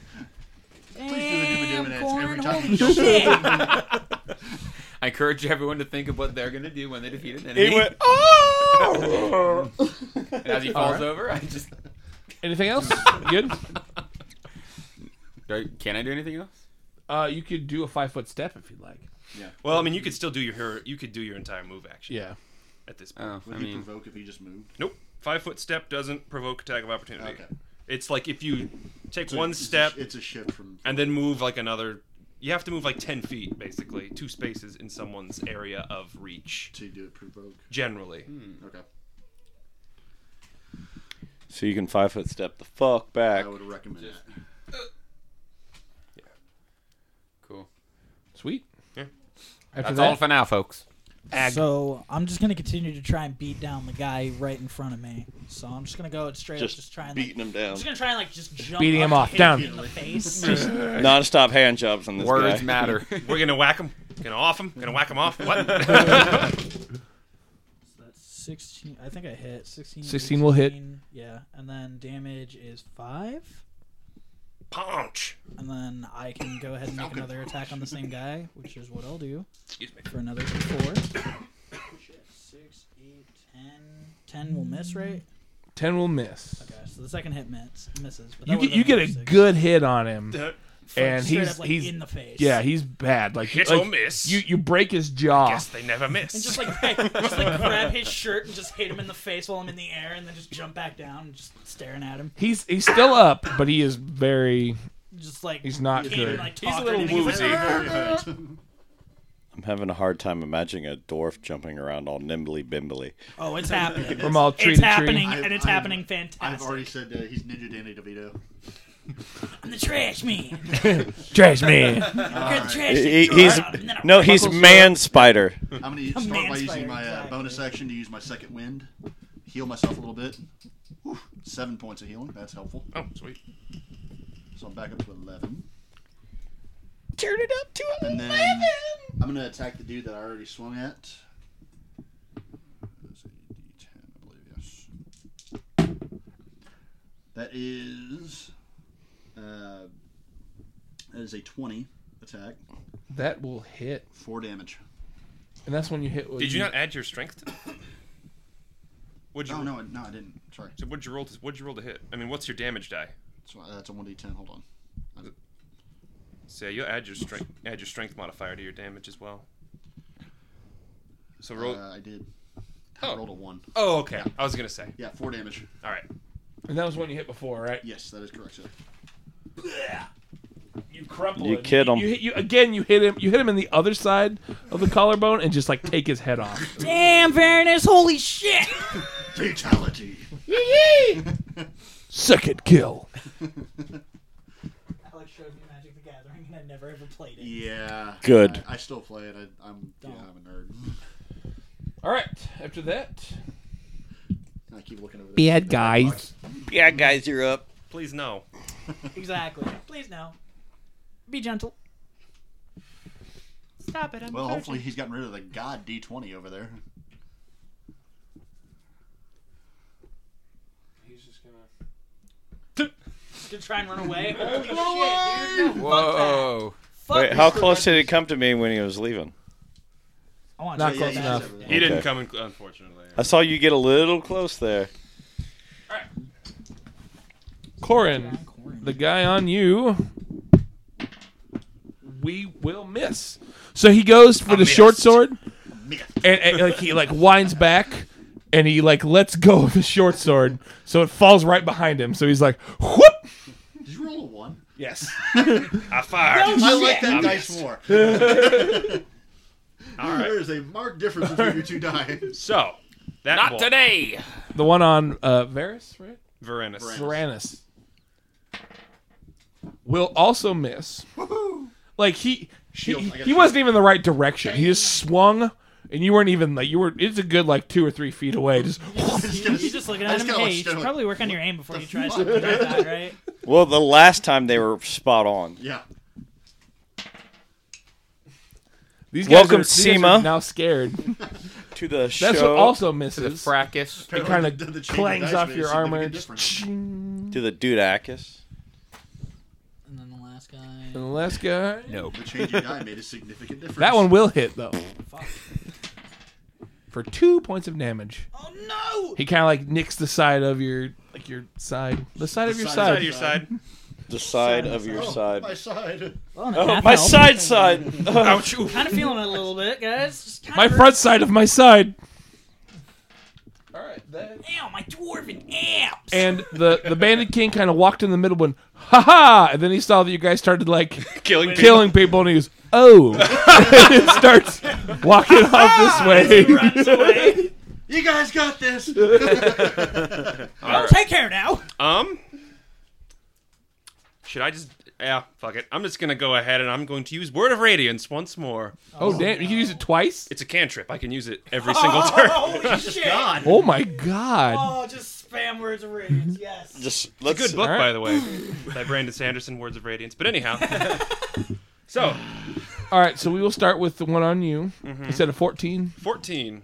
J: Damn,
H: Corn,
J: time.
H: holy shit.
E: I encourage everyone to think of what they're gonna do when they defeat an enemy.
K: He went, oh!
E: and as
C: All
E: he falls
C: right.
E: over, I just
C: Anything else? Good.
E: Do I- can I do anything else?
C: Uh, you could do a five foot step if you'd like.
B: Well, I mean, you could still do your hero, you could do your entire move action.
C: Yeah.
B: At this point.
E: Oh,
J: Would
E: I
J: he
E: mean,
J: provoke if he just moved?
B: Nope. Five foot step doesn't provoke attack of opportunity.
J: Okay.
B: It's like if you take
J: So
B: one
J: it's a sh-
B: step
J: it's a shift from.
B: and then move like another. You have to move like ten feet, basically, two spaces in someone's area of reach.
J: To do it provoke.
B: Generally,
J: Okay.
K: So you can five foot step the fuck back.
J: I would recommend it.
E: cool.
C: Sweet.
B: Yeah.
C: After
E: That's
C: that,
E: all for now, folks.
H: So I'm just gonna continue to try and beat down the guy right in front of me. So I'm just gonna go straight
K: Just
H: up, just try and like,
K: beating him
H: I'm
K: down.
H: just gonna try and like just jump
C: Beating
H: up
C: him
H: and
C: off.
H: hit
C: Down.
H: in the face.
K: Non-stop hand jobs on this
E: Words
K: guy.
E: matter.
B: we're gonna whack him, gonna off him, gonna whack him off. What?
H: That's 16. I think I hit 16.
C: 16 will hit.
H: 18, Yeah, and then damage is five,
B: Punch.
H: and then I can go ahead and make another attack on the same guy, which is what I'll do
B: Excuse me.
H: for another four. Six, eight, ten. Ten will miss, right?
C: ten will miss.
H: Okay, so the second hit miss, misses. But
C: You
H: that
C: get
H: would've
C: you get
H: been
C: a
H: six.
C: good hit on him, and
H: straight
C: he's
H: up, like,
C: he's
H: in the face.
C: Yeah, he's bad. Like
B: Hit
C: like,
B: or miss.
C: You you break his jaw.
B: Guess they never miss.
H: And just like, just like grab his shirt and just hit him in the face while I'm in the air, and then just jump back down, and just staring at him.
C: He's he's still up, but he is very.
H: Just like
C: He's not
H: can't even,
C: good.
H: like,
B: He's a
H: talk or
B: little
H: anything. He's like,
B: woozy.
K: I'm having a hard time imagining a dwarf jumping around all nimbly bimbly.
H: oh, it's happening.
C: From all tree
H: it's
C: to tree.
H: happening, and it's
J: I've-
H: happening
J: I've
H: fantastic.
J: already said uh, he's Ninja Danny DeVito.
H: I'm the trash man.
C: Trash man.
H: I'm gonna trash
K: Ah. He-
H: the
K: he's
H: crowd, and then I
K: no, he's man spider.
J: I'm going to start by
H: man's fire,
J: using my uh,
H: exactly.
J: bonus action to use my second wind, heal myself a little bit. Whew, seven points of healing. That's helpful.
B: Oh, sweet.
J: So I'm back up to 11.
K: Turn it up to
J: And then I'm going to attack the dude that I already swung at. That's a D10, I believe, yes. That is. Uh, that is a 20 attack.
C: that will hit,
J: 4 damage.
C: and that's when you hit.
B: Did you not add your strength? To that? What'd you?
J: Oh, no, I- no, I didn't. Sorry.
B: So what'd you roll? To, what'd you roll to hit? I mean, what's your damage die?
J: So that's a 1d10. Hold on.
B: So you'll add your strength, add your strength modifier to your damage as well. So roll.
J: Uh, I did.
B: Oh.
J: I rolled a 1.
B: oh, okay. I was gonna say.
J: Yeah, 4 damage.
B: All right.
C: And that was when you hit before, right?
J: Yes, that is correct, sir.
C: You crumple.
K: You
C: it.
K: kid him.
C: You, hit, you again. You hit him. You hit him in the other side of the collarbone and just like take his head off.
H: Damn, Varanus, holy shit!
J: Fatality!
C: Second kill.
H: Alex showed me Magic the Gathering, and I never ever played it.
J: Yeah.
K: Good.
J: I, I still play it. I, I'm, yeah,
H: Don't.
J: I'm a nerd.
C: All right. After that,
J: I keep looking over there.
C: bad guys.
K: Yeah, guys, you're up.
B: Please no.
H: Exactly. Please no. Be gentle. Stop it. I'm
J: Well,
H: a virgin.
J: hopefully he's gotten rid of the god D20 over there.
G: He's just gonna.
H: Just gonna try and run away. Holy shit, dude. No,
E: Whoa.
H: Fuck
K: Wait,
H: that.
K: how
H: Fuck
K: close
H: this.
K: did he come to me when he was leaving?
H: I want
C: Not
H: to
C: close
J: yeah,
C: enough.
J: he's over
B: He
J: there.
B: didn't
K: Okay.
B: come in, unfortunately.
K: I saw you get a little close there.
C: Corin, the guy on you. We will miss. So he goes for the short sword, and, and, like he like winds back, and he like lets go of the short sword, so it falls right behind him. So he's like, whoop.
J: Did you roll a 1?
C: Yes.
B: I fired.
J: I like that
B: I'm
J: dice
B: missed.
J: more.
B: All right.
J: There is a marked difference between you two dice.
B: So that
E: Not
B: boy,
E: today.
C: The one on uh, Varus, right?
B: Varanus.
J: Varanus.
C: Varanus will also miss. Like he, he,
J: Shield, I got
C: he
J: shield.
C: wasn't even in the right direction. He just swung and you weren't even like you were. It's a good like two or three feet away. Just
H: You're just looking
J: I
H: at
J: just
H: him.
J: kinda
H: Hey,
J: like
H: you
J: staring
H: should
J: like,
H: probably work on your aim before you try
J: fuck?
H: something like that, right?
K: Well, the last time they were spot on.
J: Yeah.
C: These guys
K: Welcome,
C: are- these guys are
K: SEMA.
C: Now scared.
K: to the
C: That's
K: show.
C: what also misses.
E: fracas.
C: It kind
J: Apparently
C: of
J: the- the change of
C: clangs
J: dice
C: off
J: made a
C: your
J: significant
C: armor.
J: difference.
K: to the Dudakis.
H: And then the last guy.
C: And the last guy.
E: No.
J: The change of die made a significant difference.
C: That one will hit though. For two points of damage.
H: Oh no!
C: He kind of like nicks the side of your like your side, the side of your
J: side-
C: side.
B: Side of your side.
K: The side
H: Side,
K: of your
J: Oh,
K: side.
J: My side.
H: Well, and a
K: Oh,
H: half
K: my
H: health.
K: side side.
B: Ouch. oof.
H: Kind of feeling it a little bit, guys. Just kinda
C: My
H: hurt.
C: front side of my side. All right.
H: Ow, my dwarven amps.
C: And the the bandit king kind of walked in the middle one, ha ha, and then he saw that you guys started like
K: Killing people.
C: killing people, and he was oh, and starts walking off this way.
H: Runs away.
J: You guys got this.
H: Oh, take care now.
B: Um. Should I just? Yeah, fuck it. I'm just gonna go ahead and I'm going to use Word of Radiance once more.
C: Oh damn! You can use it twice.
B: It's a cantrip. I can use it every single turn.
H: Holy shit!
J: God.
C: Oh my god!
H: Oh, just spam words of radiance. Yes.
K: Just let's.
B: Good book,
C: All right.
B: by the way, by Brandon Sanderson, Words of Radiance. But anyhow, so
C: All right, so we will start with the one on you instead of fourteen.
B: 14.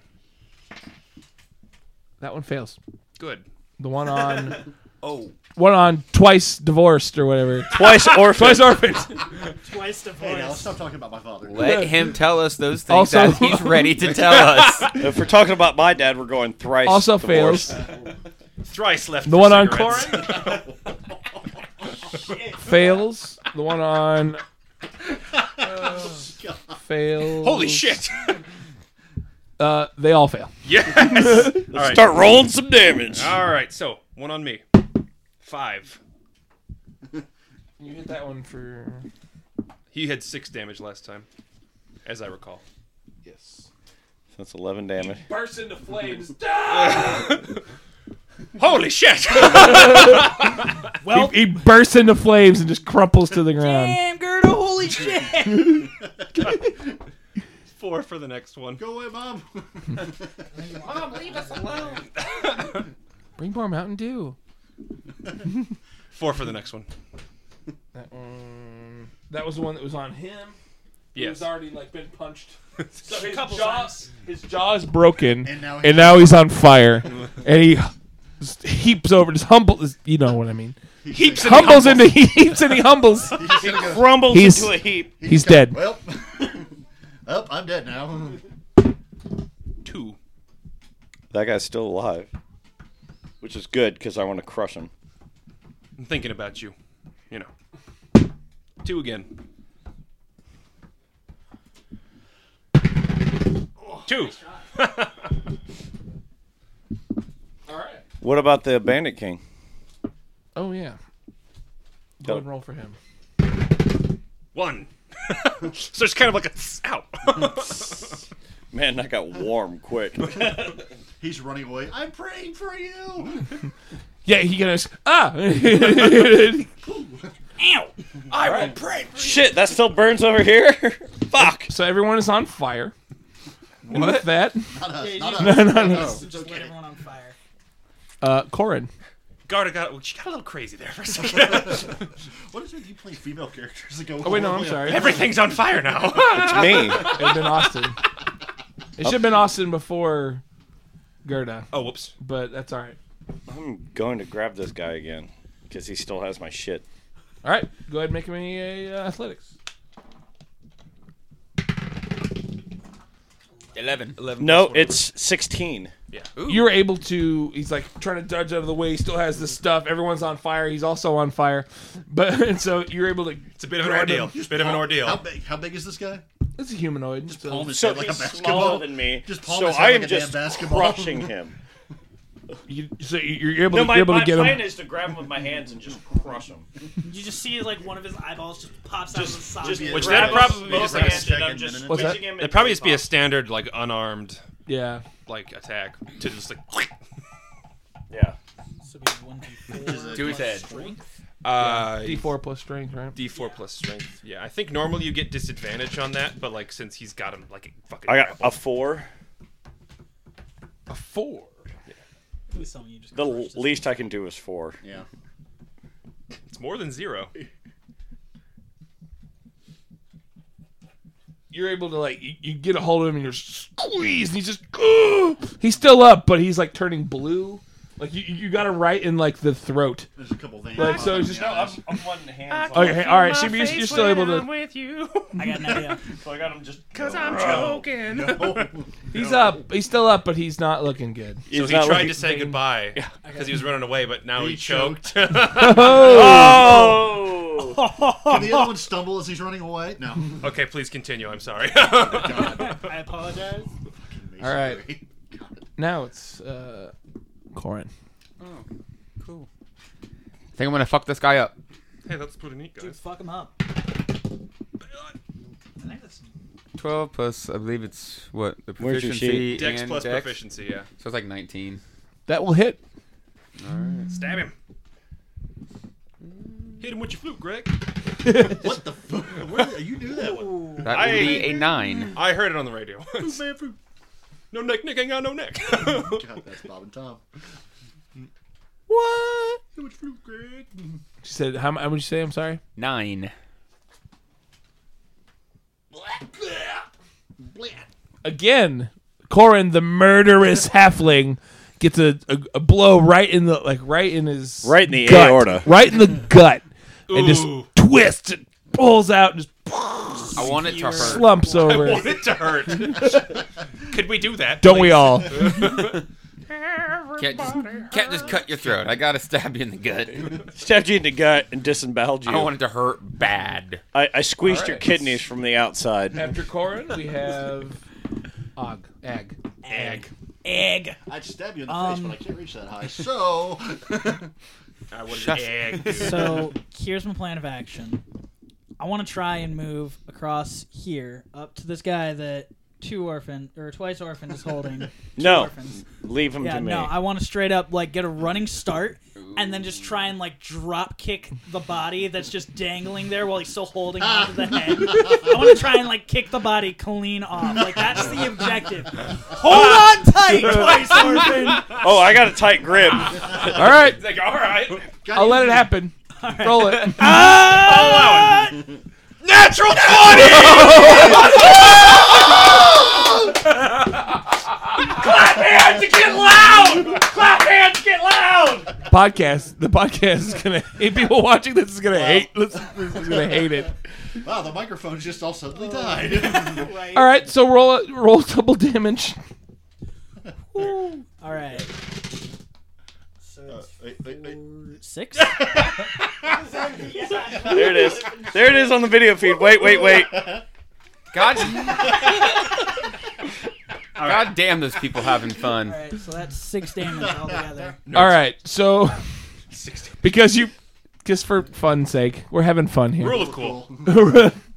C: That one fails.
B: Good.
C: The one on oh one on twice divorced or whatever.
K: Twice orphan.
C: Twice orphans.
H: Twice
J: Hey, now
H: divorced.
J: stop talking about my father.
E: Let him tell us those things
C: Also-
E: as he's ready to tell us.
K: If we're talking about my dad, we're going thrice.
C: Also
K: divorced.
C: fails.
B: Thrice left.
C: The
B: for
C: one on
B: cigarettes.
C: Corin fails. The one on fails.
B: Holy shit!
C: Uh, they all fail.
B: yes. All right.
K: Start rolling some damage.
B: All right. So one on me. Five.
C: You hit that one for.
B: He had six damage last time, as I recall.
K: That's 11 damage.
C: Burst into flames.
B: Holy shit!
C: He, he bursts into flames and just crumples to the ground.
H: Damn, Gerda, holy shit!
B: Four for the next one.
J: Go away, mom.
C: Bring more Mountain Dew.
B: Four for the next one.
C: That one. Um, That was the one that was on him.
B: Yes.
C: already like been punched. So his
H: Couple
C: his jaw is broken,
J: And now
C: and now he's on fire, and he just heaps over, just humbles. You know what I mean?
B: Heaps and
C: Humbles into heaps, and he humbles.
J: He's gonna go-
K: Crumbles
C: He's-
K: into a heap.
C: He's dead.
J: Well, up. I'm dead now.
B: two.
K: That guy's still alive. Which is good because I want to crush him.
B: I'm thinking about you. You know. Two again. Two.
K: What about the Bandit King?
C: Oh yeah. Go ahead and roll for him.
B: One. so it's kind of like a tss, ow.
K: Man, that got warm quick.
J: He's running away. I'm praying for you. Oh.
C: Yeah, he gonna s- ah. so
H: Ow!
K: Shit, that still burns over here? Fuck.
C: everyone is on fire. And with that,
J: Not us.
H: Yeah,
J: not
H: you-
J: us.
C: no, no, no.
J: Us. It's
H: Just light
J: okay.
H: everyone on fire.
C: uh, Corin.
B: Garda got well, she got a little crazy there for a second.
J: What is it? You play female characters that go.
C: Oh wait, no, I'm sorry. It
B: Everything's on fire now.
K: It's me.
C: had been Austin. It should have been Austin before Gerda,
B: oh whoops.
C: but that's all right.
K: I'm going to grab this guy again because he still has my shit.
C: All right, go ahead and make me a uh, athletics.
E: Eleven.
B: Eleven.
K: No,
B: plus one.
K: it's 16.
C: You're able to. He's like trying to dodge out of the way. He still has this stuff. Everyone's on fire. He's also on fire, but and so you're able to.
B: it's a bit of an ordeal. It's a bit of an
J: How
B: ordeal.
J: big? How big is this guy?
C: It's a humanoid. so-
J: Palm his
K: So
J: head like a
K: he's
J: basketball.
K: smaller than me.
J: Just palm
K: so
J: his head
K: I
J: like
K: am
J: a damn
K: just
J: basketball.
K: crushing him.
C: you, so you're able
K: No,
C: to,
K: my,
C: you're able
K: my
C: to get
K: plan
C: him.
K: is to grab him with my hands and just crush him.
H: You just see like one of his eyeballs just pops out of the socket.
K: Just
J: Which
K: grab
B: that'd probably
K: him
B: be
K: with
B: just
K: both
B: like a
K: hands and I'm
J: second
K: just
J: minute.
C: What's that?
K: squeezing him
B: It'd probably
K: until
B: just be
K: he
B: a standard like unarmed
C: yeah.
B: like attack to just like
K: pops. Yeah.
H: So it'd be 1d4
E: To his
H: plus
E: head.
H: Strength.
B: uh
C: D4 plus strength, right?
B: D4 plus strength. Yeah, I think normally you get disadvantage on that, but like since he's got him like fucking.
K: I got
B: grappled.
K: a four.
C: A four.
H: Please tell me you just
K: The l- least I can do is four.
J: Yeah.
B: It's more than zero.
C: You're able to like you, you get a hold of him and you're squeezed. And he's just "Ugh." he's still up, but he's like turning blue. Like you, you got him right in like the throat.
J: There's a couple veins.
C: Like so, it's just
F: No, I'm, I'm one hand.
C: Ah, Okay, hey, all right, Shib, you're, you're still able to.
B: with you.
H: I got an idea.
F: So I got him just.
B: Because I'm choking.
C: He's up. He's still up, but he's not looking good.
B: So he tried to say goodbye because he was running away, but now he, choked.
C: Oh.
J: Can the other one stumble as he's running away? No.
B: okay, please continue. I'm sorry.
H: I apologize.
C: All right. Now it's uh, Corin.
E: Oh, cool. I think I'm gonna fuck this guy up.
B: hey, that's pretty neat,
H: Dude,
B: guys.
H: fuck him up. I think that's-
E: Twelve plus, I believe it's what the
K: Where's your
E: proficiency
B: Dex
E: and
B: plus
E: dex?
B: proficiency, yeah.
E: So it's like nineteen.
C: That will hit.
B: Stab him. Hit him with your flute, Greg.
J: What the fuck? Where, you knew that one.
E: That would be a nine.
B: I heard it on the radio. no neck, Nick ain't got no neck.
J: God, that's Bob and Tom.
C: What?
J: Too much fruit, Greg.
C: She said, "How mu- how would you say? I'm sorry."
E: Nine.
C: Again, Corin, the murderous halfling, gets a, a, a blow right in the like right in his
K: Right in the
C: gut,
K: aorta.
C: right in the gut, and just
B: Ooh.
C: twists and pulls out and just
E: I want it to hurt.
C: slumps
B: I
C: over.
B: want it to hurt. Could we do that?
C: Don't we all?
E: Can't just, can't just cut your throat. I gotta stab you in the gut.
K: Stabbed you in the gut and disemboweled you.
E: I want it to hurt bad.
K: I, I squeezed your
C: Alright.
K: kidneys from the outside.
C: After Corin, we have Og, Ag, Ag.
H: Egg.
J: I'd stab you in the face,
H: Um,
J: but I can't reach that high. So,
B: I want
E: Shut-
B: an egg, dude.
H: So here's my plan of action. I want to try and move across here up to this guy that two orphan or twice orphan is holding. Two
K: No.
H: orphans.
K: Leave them
H: Yeah,
K: to me.
H: no, I want to straight up like get a running start and then just try and like drop kick the body that's just dangling there while he's still holding onto the head. I want to try and like kick the body clean off. Like that's the objective. Hold on tight, twice orphan.
K: oh, I got a tight grip.
C: All right,
B: It's like, all right.
C: I'll let it happen. Roll it.
B: Natural 20!
C: podcast. The podcast is gonna. If people watching this is gonna hate. This, this is gonna hate it.
J: wow, the microphone just all suddenly died.
H: Right.
C: All right, so roll a, roll double damage.
H: All right.
J: Wait, wait, wait.
H: Six.
K: There it is. There it is on the video feed. Wait, wait, wait.
E: God. God damn, those people having fun.
H: All right, so that's six damage altogether.
C: All right, so because you, just for fun's sake, we're having fun here.
B: Rule of cool.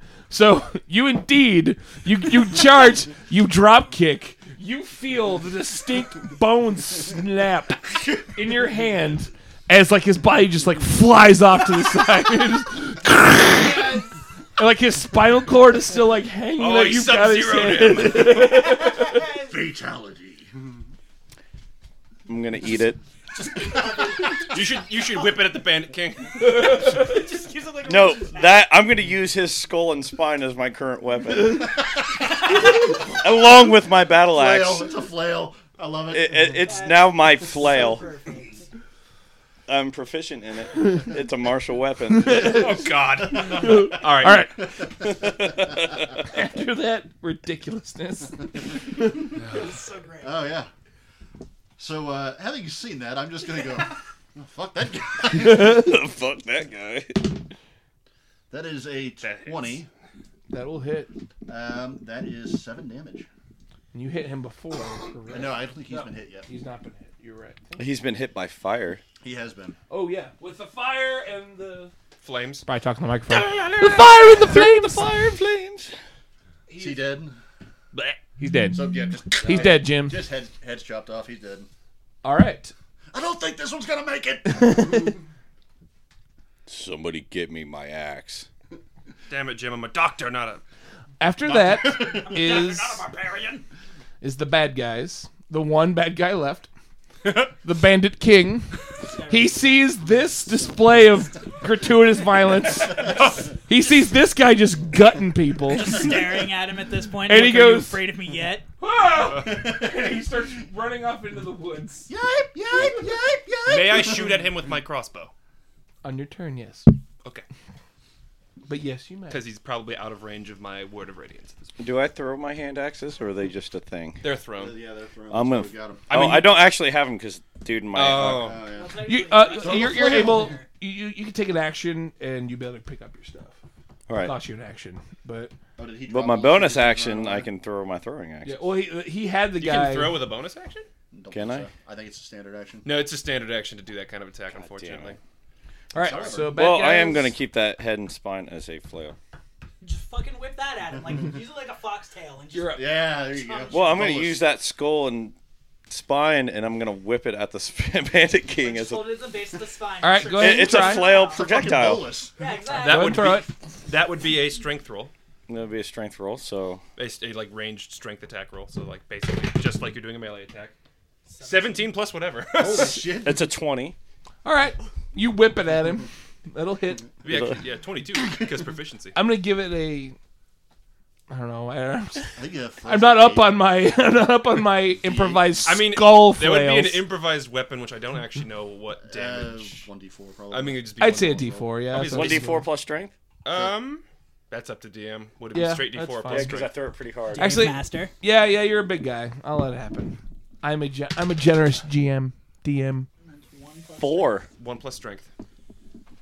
C: so you indeed, you you charge, you drop kick, you feel the distinct bone snap in your hand as like his body just like flies off to the side. And like his spinal cord is still like hanging.
B: Oh,
C: like,
B: he
C: you've got his
B: sub-zeroed
C: hand.
J: Fatality.
K: I'm gonna eat it.
B: You should you should whip it at the Bandit King.
K: No, that I'm gonna use his skull and spine as my current weapon, along with my battle
J: Flail.
K: axe.
J: It's a flail. I love it.
K: It, it, it's now my flail. I'm proficient in it. It's a martial weapon.
B: Oh, God. All right.
C: All right. After that ridiculousness,
J: oh yeah. So, uh, having seen that, I'm just gonna go. "Oh, Fuck that guy.
K: Fuck that guy.
J: That is a
B: That
J: twenty.
C: that will hit.
J: Um, that is seven damage.
C: And you hit him before.
J: Uh, No, I don't think he's been hit yet.
C: He's not been hit. You're right.
K: He's been hit by fire.
J: He has been.
C: Oh yeah, with the fire and the.
B: Flames.
C: Probably talking to the microphone. the fire and the flames.
K: Fire and flames.
J: Is he dead?
C: He's dead.
J: So yeah, just uh,
C: He's dead, Jim.
J: Just head, heads chopped off. He's dead.
C: All right.
J: I don't think this one's gonna make it.
K: Somebody get me my axe.
B: Damn it, Jim. I'm a doctor, not a
C: After that is
B: barbarian.
C: is the bad guys. the one bad guy left, the Bandit King. He sees this display of gratuitous violence. He sees this guy just gutting people.
H: Just staring at him at this point.
C: And he
H: like, "Are you
C: goes-
H: "Afraid of me yet?"
C: and he starts running off into the woods.
H: Yipe!
C: Yipe! Yipe!
B: May I shoot at him with my crossbow?
C: On your turn, yes.
B: Okay.
C: But yes, you may.
B: Because he's probably out of range of my word of radiance.
D: Do I throw my hand axes, or are they just a thing?
B: They're thrown.
J: Yeah, they're thrown.
D: I'm gonna.
J: So we got 'em.
D: I, oh,
J: I mean-
D: I don't actually have them because dude, my.
B: Oh.
C: You, uh, you're, you're able. You, you you can take an action and you better pick up your stuff.
D: All right.
C: Cost you an action, but.
J: Oh,
D: But my bonus
J: uh,
D: action, I can throw my throwing axe.
C: Yeah, well, he, uh, he had the
B: You
C: guy.
B: can throw with a bonus action?
D: Can I?
J: I think it's a standard action.
B: No, it's a standard action to do that kind of attack, unfortunately.
C: All right,
B: Sorry.
C: so bad
D: Well, I am
C: guys-
D: going to keep that head and spine as a flail.
H: Just fucking whip that at him, like use it like a foxtail and just.
C: You're up.
J: Yeah, there you go.
D: Well, I'm going to use that skull and spine, and I'm going to whip it at the sp- Bandit King as a.
H: Hold it at the base of the spine.
D: All right, go ahead It- and it's a try. flail
H: It's a
D: projectile.
H: fucking bolus. Yeah, exactly.
D: Go
B: That would
D: and throw
B: be, That would be a strength roll,
D: That would be a strength roll. So
B: a, s- a, like ranged strength attack roll. So like basically just like you're doing a melee attack. Seventeen plus whatever.
D: It's a twenty.
C: All right, you whip it at him. That'll hit.
B: Yeah, actually, yeah, twenty-two because proficiency.
C: I'm gonna give it a. I don't know. I, I'm,
B: think a flail
C: I'm not up
B: eight.
J: Uh,
C: on my. I'm not up on my improvised
B: I mean,
C: skull
B: there would be an
C: flails.
B: improvised weapon, which I don't actually know what damage.
J: One d four, probably.
B: I mean, it'd just be
C: I'd
B: one
C: say a
B: more
C: D4,
B: roll.
C: yeah,
B: That'd be
C: that's
B: at
C: what
B: least
C: I'd say.
D: plus strength.
B: Um, that's up to DM. Would it be
C: Yeah,
B: straight D4
C: that's
B: plus
C: fine.
D: Yeah,
B: strength?
D: 'cause I threw it pretty hard.
C: Actually,
H: Master.
C: yeah, yeah, you're a big guy. I'll let it happen. I'm a ge- I'm a generous GM DM.
D: Four.
B: One plus strength.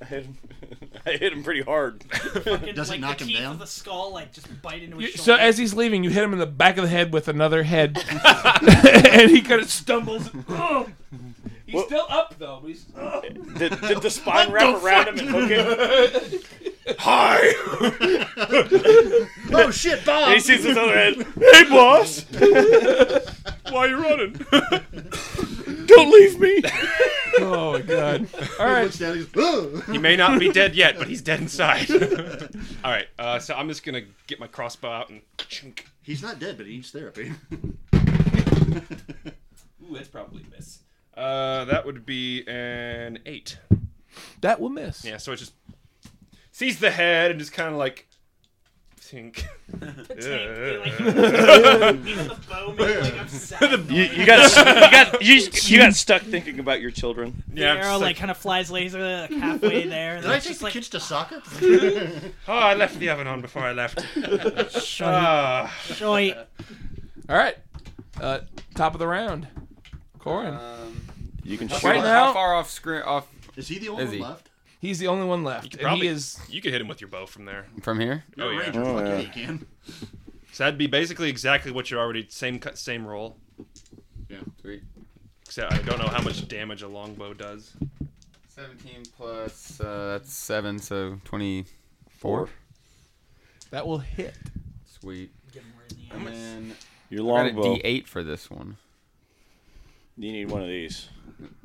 D: I hit him. I hit him pretty hard.
H: Fucking, like, the teeth Of the skull, like just bite into his
C: So
H: shoulder.
C: as he's leaving, you hit him in the back of the head with another head, and he kind of stumbles. Ugh. He's still up though. But he's, ugh.
D: Did, did the spine wrap around him and hook him? Hi!
J: oh shit, Bob!
D: And he sees his other head. Hey, boss!
J: Why you running?
D: Don't leave me!
C: oh my god!
J: All right. looks down, he's, "Ugh."
B: He may not be dead yet, but he's dead inside. All right, uh, so I'm just gonna get my crossbow out and chink.
J: He's not dead, but he needs therapy.
B: Ooh, that's probably a miss. Uh, that would be an eight.
C: That will miss.
B: Yeah, so it just sees the head and just kind of like think.
D: You, you got you got you, you got stuck thinking about your children.
H: The arrow like kind of flies laser like, halfway there. and
J: Did I
H: it's
J: take
H: just
J: the
H: like,
J: kids to soccer?
B: oh, I left the oven on before I left. Ah.
C: All right, uh, top of the round, Corin.
D: you can
E: How
C: shoot
E: far-
C: right
E: how
C: now.
E: far off screen off?
J: Is he the
E: only Is one he? left?
C: He's the only one left, and
B: Probably,
C: he is.
B: You could hit him with your bow from there.
E: From here?
B: Oh yeah.
J: Ranger, fuck yeah, you can.
B: So that'd be basically exactly what you're already same cut same roll.
E: Yeah. Sweet.
B: Except I don't know how much damage a longbow does.
E: 17 plus uh, that's seven, so 24.
C: That will hit.
E: Sweet.
H: And
E: then
D: Your
E: I got a
D: longbow.
E: D8 for this one.
D: You need one of these.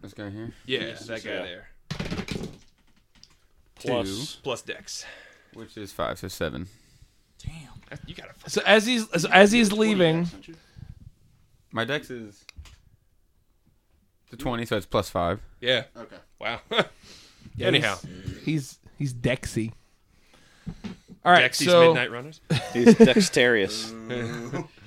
E: Let's go here.
B: Yeah, that guy
D: yeah.
B: there.
E: Plus-
B: plus Dex.
E: Which is five, so seven.
B: You gotta.
C: So as he's so as he's leaving,
E: My dex is the 20, so it's plus five.
B: Yeah.
J: Okay.
B: Wow.
C: Yeah,
B: Anyhow,
C: he's he's, he's Dexy. All right,
B: Dexy's
C: so
B: Midnight Runners.
D: He's dexterous.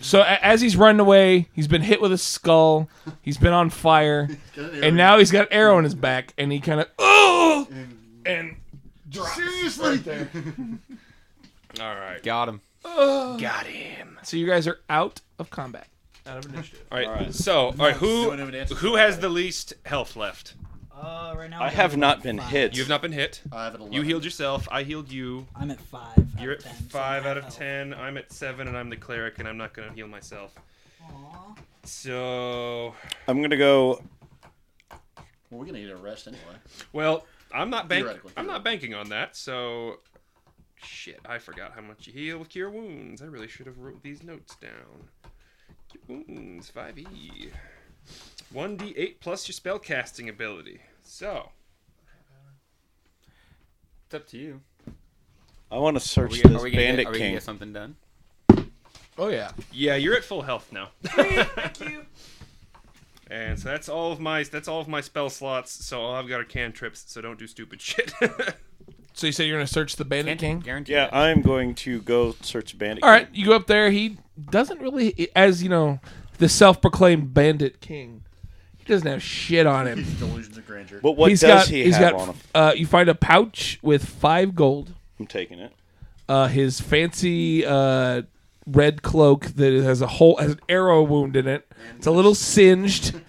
C: So a- as he's running away, he's been hit with a skull. He's been on fire,
J: got an arrow.
C: and now he's got an arrow in his back, and he kind of oh, and
J: Seriously?
B: All right.
E: Got him.
B: Got him.
C: So you guys are out of combat. Out of initiative.
B: All right. So, all right. Who
J: Don't have an answer
B: who has the least health left?
H: Uh, right now
D: I have not been hit.
B: You have not been hit.
J: I have an
B: You healed yourself. I healed you.
H: I'm at five.
B: You're at five out of ten. I'm at seven, and I'm the cleric, and I'm not gonna heal myself. So,
D: I'm gonna go.
J: Well, we're gonna need a rest anyway.
B: well, I'm not bank.
J: Theoretically.
B: I'm not banking on that. So, shit, I forgot how much you heal with cure wounds. I really should have wrote these notes down. Cure wounds, five e. 1d8 plus your spell casting ability. So,
E: It's up to you.
D: I want to
E: Are
D: search
E: we,
D: this
E: are we gonna
D: bandit
E: get, are we gonna
D: king.
E: get something done?
C: Oh yeah.
B: yeah, you're at full health now.
H: Thank you.
B: And so that's all of my that's all of my spell slots. So all I've got are cantrips. So don't do stupid shit.
C: So you said you're going to search the Bandit King?
K: Yeah,
E: uh,
K: I'm going to go search Bandit.
C: All right, you go up there. He doesn't really, as you know, the self-proclaimed bandit king. He doesn't have shit on him.
J: Delusions of grandeur.
K: But what
C: He's
K: does
C: got-
K: he
C: he's
K: have
C: got,
K: on him?
C: Uh, you find a pouch with five gold.
K: I'm taking it.
C: Uh, his fancy uh, red cloak that has a hole, has an arrow wound in it. It's a little singed.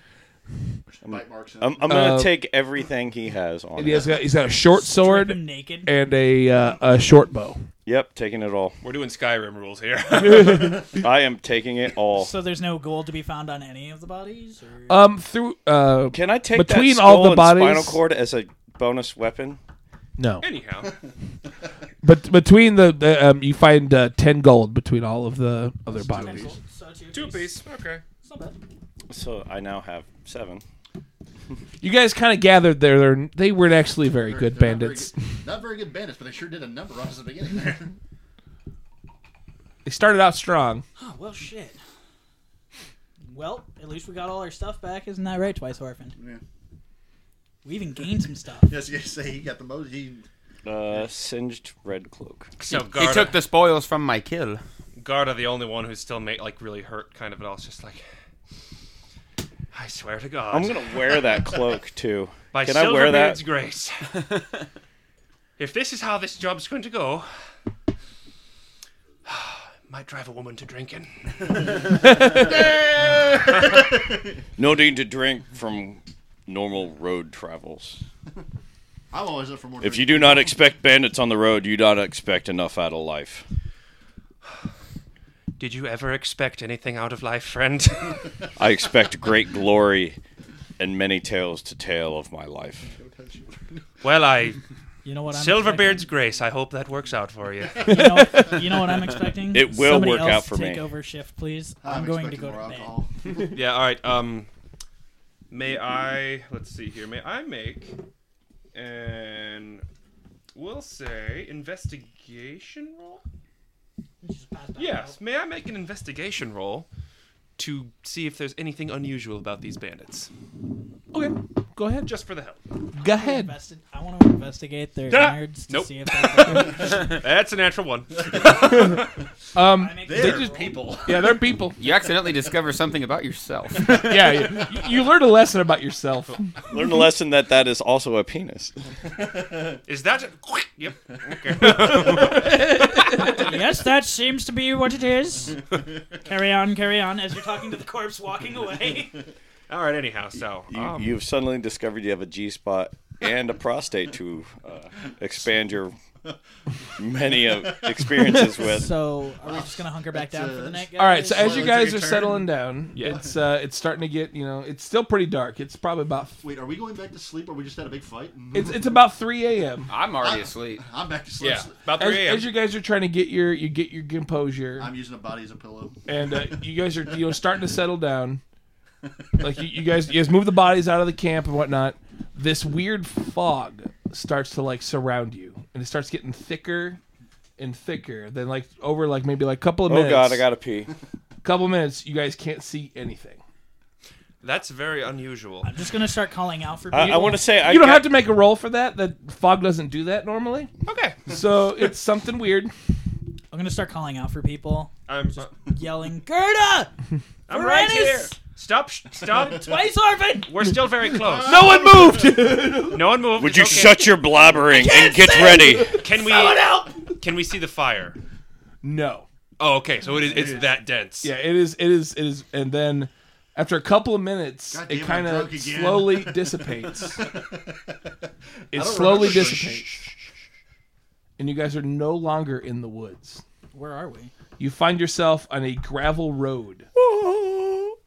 K: I'm, I'm gonna
C: Uh,
K: take everything he has on.
C: And he has
K: him.
C: got, he's got a short sword and a uh, a short bow.
K: Yep, taking it all.
B: We're doing Skyrim rules here.
K: I am taking it all.
H: So there's no gold to be found on any of the bodies. Or...
C: Um, through uh,
K: Can I take
C: between
K: that
C: all
K: skull
C: the
K: and
C: bodies?
K: spinal cord as a bonus weapon?
C: No.
B: Anyhow,
C: But between the, the um, you find uh, ten gold between all of the other bodies.
B: two piece. Okay.
K: So I now have seven.
C: You guys kind of gathered there. They're, they weren't actually very good
J: They're not
C: bandits.
J: Very good, not very good bandits, but they sure did a number on us at the beginning there.
C: They started out strong.
H: Oh, well, shit. Well, at least we got all our stuff back. Isn't that right, Twice Orphan?
J: Yeah.
H: We even gained some stuff.
J: yes, you guys say he got the most. He,
K: Uh, singed red cloak.
B: So
E: he
B: Garda,
E: took the spoils from my kill.
B: Garda, the only one who's still made like really hurt, kind of at all. It's just like, I swear to God,
K: I'm gonna wear that cloak too.
B: By
K: Can I wear that?
B: Silverbeard's grace. if this is how this job's going to go, might drive a woman to drinking.
D: No need to drink from normal road travels.
J: I'm always up for more.
D: If you do not expect bandits on the road, you do not expect enough out of life.
B: Did you ever expect anything out of life, friend?
D: I expect great glory and many tales to tale of my life.
B: well, I.
H: You know what I'm
B: Silverbeard's grace. I hope that works out for you.
H: You know, you know what I'm expecting?
B: It will
H: Somebody
B: work
H: else
B: out for
H: take
B: me.
H: over shift, please. I'm, going to go to bed.
B: yeah, all right. Um, may I? Let's see here. May I make an? We'll say investigation roll. Yes. May I make an investigation roll to see if there's anything unusual about these bandits?
C: Okay. Go ahead.
B: Just for the hell.
C: Go ahead.
H: Invested. I want to investigate their
B: Ah!
H: innards to
B: Nope.
H: see if they-
B: That's a natural one.
C: Um,
E: They're
C: just-
E: people.
C: Yeah, they're people.
E: You accidentally discover something about yourself.
C: yeah, you, you learned a lesson about yourself.
K: Learn a lesson that that is also a penis.
B: Is that? A... Yep.
H: Okay. yes, that seems to be what it is. carry on, carry on. As you're talking to the corpse, walking away.
B: All right. Anyhow, so
K: You,
B: um,
K: you've suddenly discovered you have a G spot and a prostate to uh, expand your many uh, experiences with.
H: So are we just gonna hunker back down for the night? Guys?
C: All right, so as you guys are
J: turn.
C: settling down,
J: Yeah.
C: it's uh, it's starting to get you know it's still pretty dark. It's probably about
J: Wait, are we going back to sleep? Or we just had a big fight? Mm-hmm.
C: it's it's about three
K: Uh,
C: a.m.
E: I'm already asleep.
J: I'm back to sleep.
C: As- As you guys are trying to get your you get your composure,
J: I'm using a body as a pillow.
C: and uh, you guys are you know starting to settle down. Like you, you guys, you guys move the bodies out of the camp and whatnot. This weird fog starts to like surround you, and it starts getting thicker and thicker. Then like over like maybe like a couple of
K: Oh,
C: minutes.
K: God, I gotta pee.
C: Couple minutes, you guys can't see anything.
B: that's very unusual.
H: I'm just gonna start calling out for people.
K: I, I want to say I
C: you don't
K: got-
C: have to make a roll for that. That fog doesn't do that normally.
B: Okay.
C: So it's something weird.
H: I'm gonna start calling out for people.
B: I'm
H: just yelling, Gerda.
B: I'm right here.
H: Varanus!
B: Stop! sh- Stop!
H: Twice Orphan.
B: We're still very close.
C: No one moved.
B: No one moved.
D: Would
B: It's
D: you
B: okay.
D: shut your blabbering and get ready?
B: Can we? Can we see the fire?
C: No.
B: Oh, okay. So it is. It's that dense.
C: Yeah, it is. It is. It is. And then after a couple of minutes,
J: God damn
C: it
J: it,
C: kind
J: I'm drunk
C: of
J: again.
C: slowly dissipates.
J: I
C: it
J: don't
C: slowly
J: remember-
C: dissipates, and you guys are no longer in the woods.
H: Where are we?
C: You find yourself on a gravel road,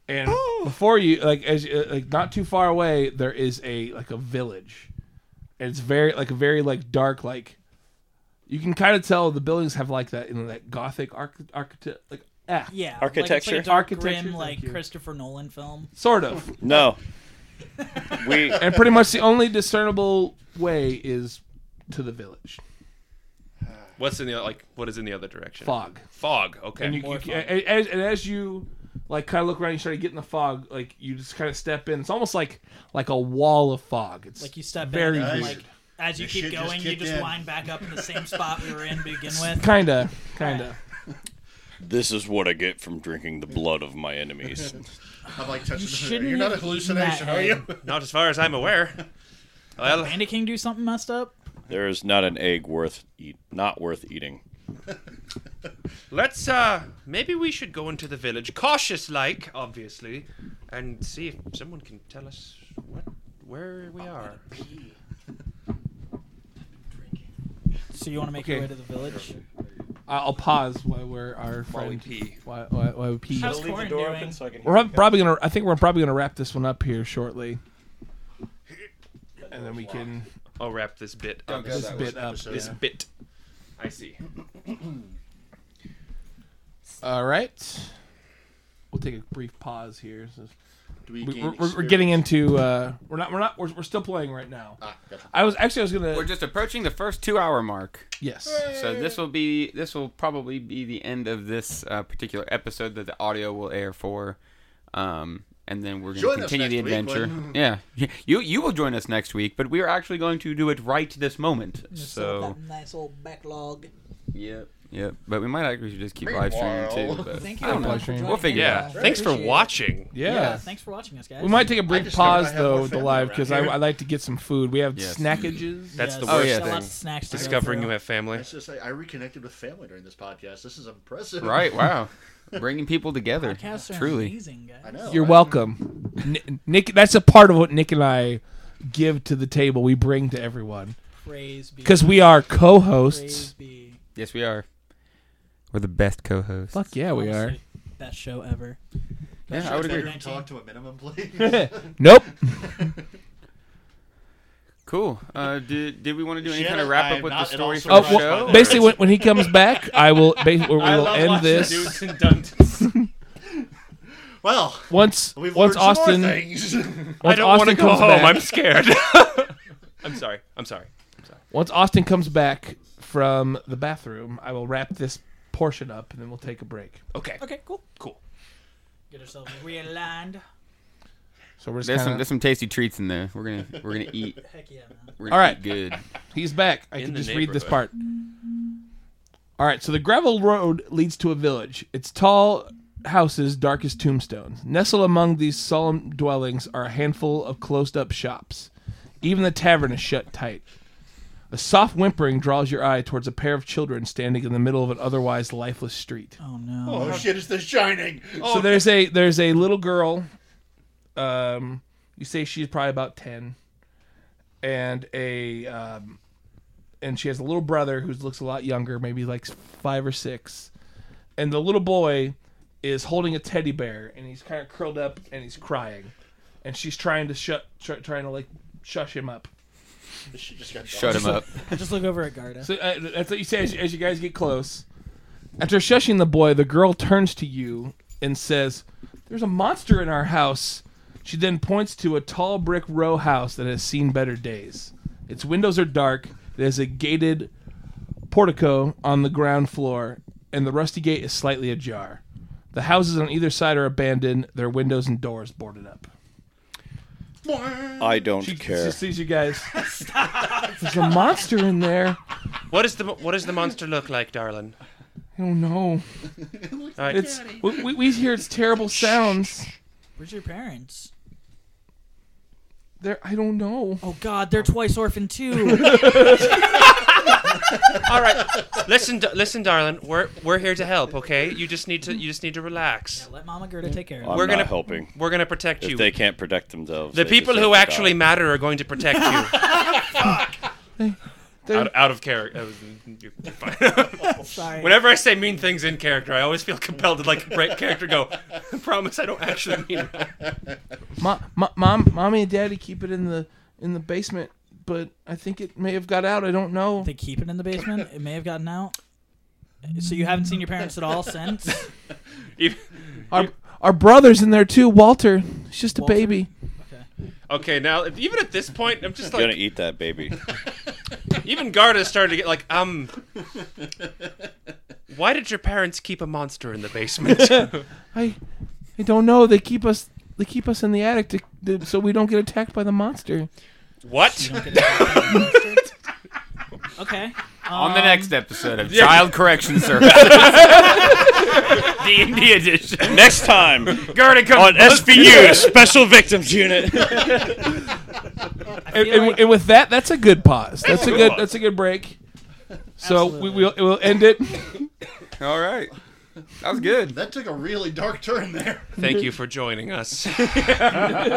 C: and before you, like as you- like not too far away, there is a like a village. And it's very like a very like dark like. You can kind of tell the buildings have like that you know that gothic arch- architect like ah,
H: Yeah,
K: Architecture?
H: like, it's like a dark,
C: Architecture,
H: grim,
C: thank
H: like
C: you.
H: Christopher Nolan film.
C: sort of.
K: No. We
C: and pretty much the only discernible way is to the village.
B: What's in the like? What is in the other direction?
C: Fog.
B: Fog. Okay.
C: And you, you, and as, and as you like kind of look around. You started getting the fog. Like you just kind of step in. It's almost like like a wall of fog. It's
H: Like you step
C: very
H: in, and
C: weird.
H: like as you
L: This
H: keep
L: shit just
H: going, you
L: kicked
H: just
L: in.
H: wind back up in the same spot we were in to begin with.
C: Kinda, kinda.
D: This is what I get from drinking the blood of my enemies.
J: I'm like touching.
H: shouldn't
J: the, you're not a
H: have eaten
J: hallucination, are
H: that
J: you?
B: Not as far as I'm aware.
H: Well, Bandit King do something messed up.
D: there is not an egg worth eat, not worth eating.
B: Let's uh maybe we should go into the village, cautious like, obviously, and see if someone can tell us what where we are.
H: So you want to make your way to the village?
C: I- I'll pause while we're our
B: While we
C: friend. While, while, while we pee.
H: How's Should I leave the Corin door doing? open so I can
C: we're
H: hear
C: prob- probably gonna. I think we're probably gonna wrap this one up here shortly. And then we can.
B: I'll wrap this bit
C: Don't
B: up.
C: go This that way. bit up,
B: This
C: yeah.
B: bit. I see.
C: All right. We'll take a brief pause here. So-
J: Do we
C: we,
J: gain
C: are we're
J: experience? Uh, Ah,
C: getting into. Uh, we're not. We're not. We're, we're still playing right now. I was actually. I was gonna.
E: We're just approaching the first two-hour mark.
C: Yes.
E: So this will be this will probably be the end of this uh, particular episode that the audio will air for, um, and then we're going
L: Join
E: to
L: us
E: continue the
L: next week,
E: adventure.
L: when-
E: yeah, you you will join us next week, but we are actually going to do it right this moment. So
H: nice old backlog.
E: yep. yeah, but we might actually just keep live streaming too.
H: Meanwhile-
E: But
H: Thank
E: I don't
H: you
E: know.
H: all for
E: We'll
H: joining
E: figure
B: Yeah,
E: it out.
B: thanks for watching.
C: Yeah.
H: Thanks for watching us, guys.
C: We might take a
H: I
C: brief
H: just discovered I
C: pause
H: have more
C: though with the
H: family
C: live
H: around
C: because I,
H: here.
C: I like to get some food. We have
J: Yes.
C: snackages.
B: That's the worst thing. Discovering you have
J: I,
B: family.
J: was just, I, I reconnected with family during this podcast. This is impressive.
E: Right? Wow, bringing people together.
J: Podcasts are
E: Truly.
J: amazing, guys. I know.
C: You're welcome, Ni- Nick. That's a part of what Nick and I give to the table. We bring to everyone
H: Praise be.
C: because we are co-hosts.
E: Yes, we are. We're the best co-hosts.
C: Fuck yeah, we are.
H: Best show ever.
E: Yeah,
J: Should
E: I would
J: better
E: agree.
J: Talk to a minimum, please.
C: Nope.
E: Cool. Uh, did, did we want to do any
J: Shannon,
E: kind of wrap
J: I
E: up
J: am
E: with the
J: not at all
E: story from
C: Oh,
E: the
C: well,
E: show?
C: basically, when, when he comes back, I will. Ba- we
E: I
C: will
E: love
C: end
E: watching
C: this.
E: dudes in
J: Well,
C: once
J: we've
C: once
J: learned some
C: Austin,
J: more things.
C: once
B: I don't want to
C: Austin
B: go
C: comes
B: home.
C: back-
B: I'm scared. I'm sorry. I'm sorry. I'm sorry.
C: Once Austin comes back from the bathroom, I will wrap this portion up, and then we'll take a break.
B: Okay.
H: Okay, cool.
B: Cool.
H: Get ourselves realigned.
C: So we're just
E: there's some
C: kinda-
E: there's some tasty treats in there. We're gonna we're gonna eat.
H: Heck yeah, man.
E: We're
C: All
E: gonna
C: right,
E: eat good.
C: He's back. I
E: In
C: can
E: the
C: just read this part.
E: neighborhood.
C: All right, so the gravel road leads to a village. Its tall houses, dark as tombstones. Nestled among these solemn dwellings are a handful of closed-up shops. Even the tavern is shut tight. A soft whimpering draws your eye towards a pair of children standing in the middle of an otherwise lifeless street.
H: Oh no!
J: Oh, shit! It's The Shining. Oh,
C: So there's a there's a little girl. Um, you say she's probably about ten, and a um, and she has a little brother who looks a lot younger, maybe like five or six, and the little boy is holding a teddy bear and he's kind of curled up and he's crying, and she's trying to shut tr- trying to like shush him up.
J: She just got
E: Shut him up.
H: I just look over at Garda.
C: So uh, that's what you say as, as you guys get close. After shushing the boy, the girl turns to you and says, "There's a monster in our house." She then points to a tall brick row house that has seen better days. Its windows are dark. There's a gated portico on the ground floor, and the rusty gate is slightly ajar. The houses on either side are abandoned, their windows and doors boarded up.
D: I don't care.
C: Just sees you guys. There's a monster in there.
B: What is the mo- what does the monster look like, darling?
C: I don't know.
B: All right.
C: Oh, It's we, we- we hear it's terrible sounds.
H: Where's your parents?
C: They're I don't know.
H: Oh God, they're twice orphaned too.
B: All right. Listen, d- listen, darling. We're we're here to help. Okay. You just need to you just need to relax.
H: Let Mama Gerda take care of
D: I'm
H: it.
B: we're
D: not
B: gonna
D: helping.
B: We're gonna protect
D: if
B: you.
D: They can't protect themselves.
B: the
D: they
B: people
D: deserve
B: who
D: to
B: actually
D: die.
B: matter are going to protect you.
C: They're-
B: out, out of character. You're you're fine.
H: Sorry.
B: Whenever I say mean things in character, I always feel compelled to like break character. and Go. I promise I don't actually mean that.
C: Ma, ma, mom, mommy and daddy keep it in the in the basement, but I think it may have got out. I don't know.
H: They keep it in the basement. It may have gotten out. So you haven't seen your parents at all since?
B: Even-
C: Our our brother's in there too. Walter, he's just a
H: Walter?
C: baby.
B: okay. Now, if- even at this point, I'm just
D: I'm gonna
B: like
D: eat that baby.
B: even Garda started to get like um. Why did your parents keep a monster in the basement?
C: I I I don't know. They keep us. They keep us in the attic to, to- so we don't get attacked by the monster.
D: What?
H: Okay.
E: On the
H: um,
E: next episode of Child Correction Services, D and D edition.
D: Next time
E: Gertie comes
D: on SVU Special Victims Unit.
C: And, and, and with that, that's a good pause. That's a
E: Good
C: good.
E: pause.
C: That's a good break. So we will we'll end it.
E: All right. That was good.
M: That took a really dark turn there.
B: Thank you for joining us.
D: Thank you.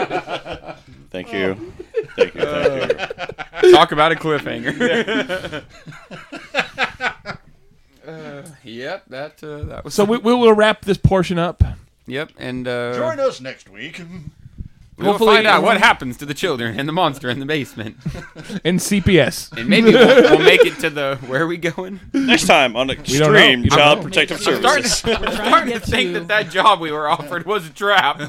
C: Oh.
D: Thank you. Thank
E: you. Talk about a cliffhanger. uh, yep, that uh, that was.
C: So we, we will wrap this portion up.
E: Yep, and uh,
M: Join us next week.
E: We'll
C: Hopefully-
E: find out what happens to the children and the monster in the basement,
C: And CPS.
E: and maybe we'll, we'll make it to the. Where are we going?
D: Next time on
C: don't know.
D: Extreme
C: You don't
D: Child
C: know.
D: Protective
E: I'm starting
D: Services.
E: to, I'm starting to think that that job we were offered was a trap.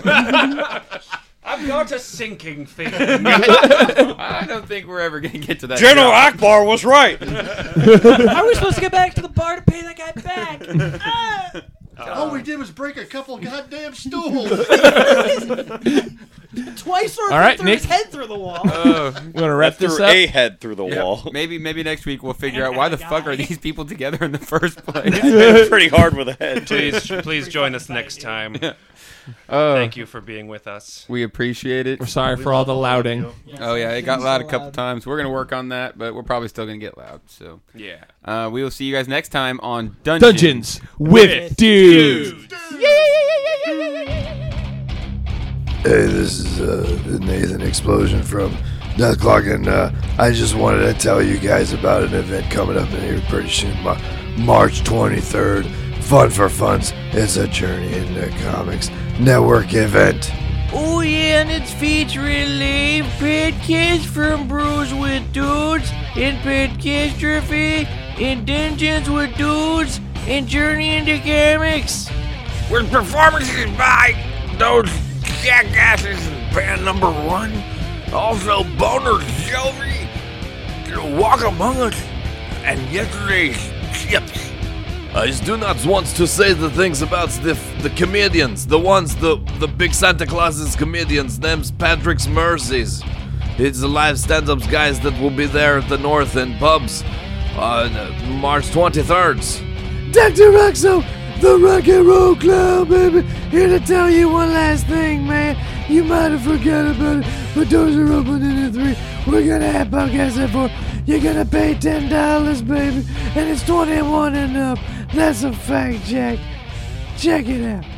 B: I've got a sinking feeling.
E: I don't think we're ever gonna get to that.
D: General
E: job.
D: Akbar was right.
H: How are we supposed to get back to the bar to pay that guy back? Ah!
M: All we did was break a couple goddamn stools.
H: Twice or
E: All right,
H: through his
E: Nick.
H: head through the wall.
E: Oh.
C: We're gonna wrap this
D: threw
C: up.
D: a head through the
E: Yep.
D: wall.
E: Maybe maybe next week we'll figure out why the fuck are these people together in the first
D: Hit
E: place.
D: Pretty hard with a head. too.
B: please, please join us next time. Thank you for being with us.
E: we appreciate it.
C: We're sorry for all the louding.
E: Oh yeah, it got loud a couple times. We're gonna work on that, but we're probably still gonna get loud. So
B: Yeah.
E: uh, we will see you guys next time on Dungeons.
C: Dungeons with dudes.
J: Hey, this is uh, Nathan Explosion from Deathclock, and uh, I just wanted to tell you guys about an event coming up in here pretty soon, Ma- March 23rd. Fun for Funds. It's a Journey into Comics Network event.
A: Oh yeah, and it's featuring Lame Pet Kids from Brews with Dudes and Pet Kids Trophy and Dungeons with Dudes and Journey into Comics.
N: With performances by those jackasses in band number one, also Boner Shelby, Walk Among Us, and yesterday's chips.
O: I do not want to say the things about the the comedians, the ones the the big Santa Claus's comedians, them's Patrick's Mercies. It's the live stand-ups guys that will be there at the North End pubs on uh, March 23rd.
A: Dr. Roxo, the Rock and Roll Club, baby. Here to tell you one last thing, man. You might have forgot about it, but doors are open in at 3. We're gonna have podcasts at 4. You're gonna pay $10, baby, and it's 21 and up. That's a fact, Jack. Check it out.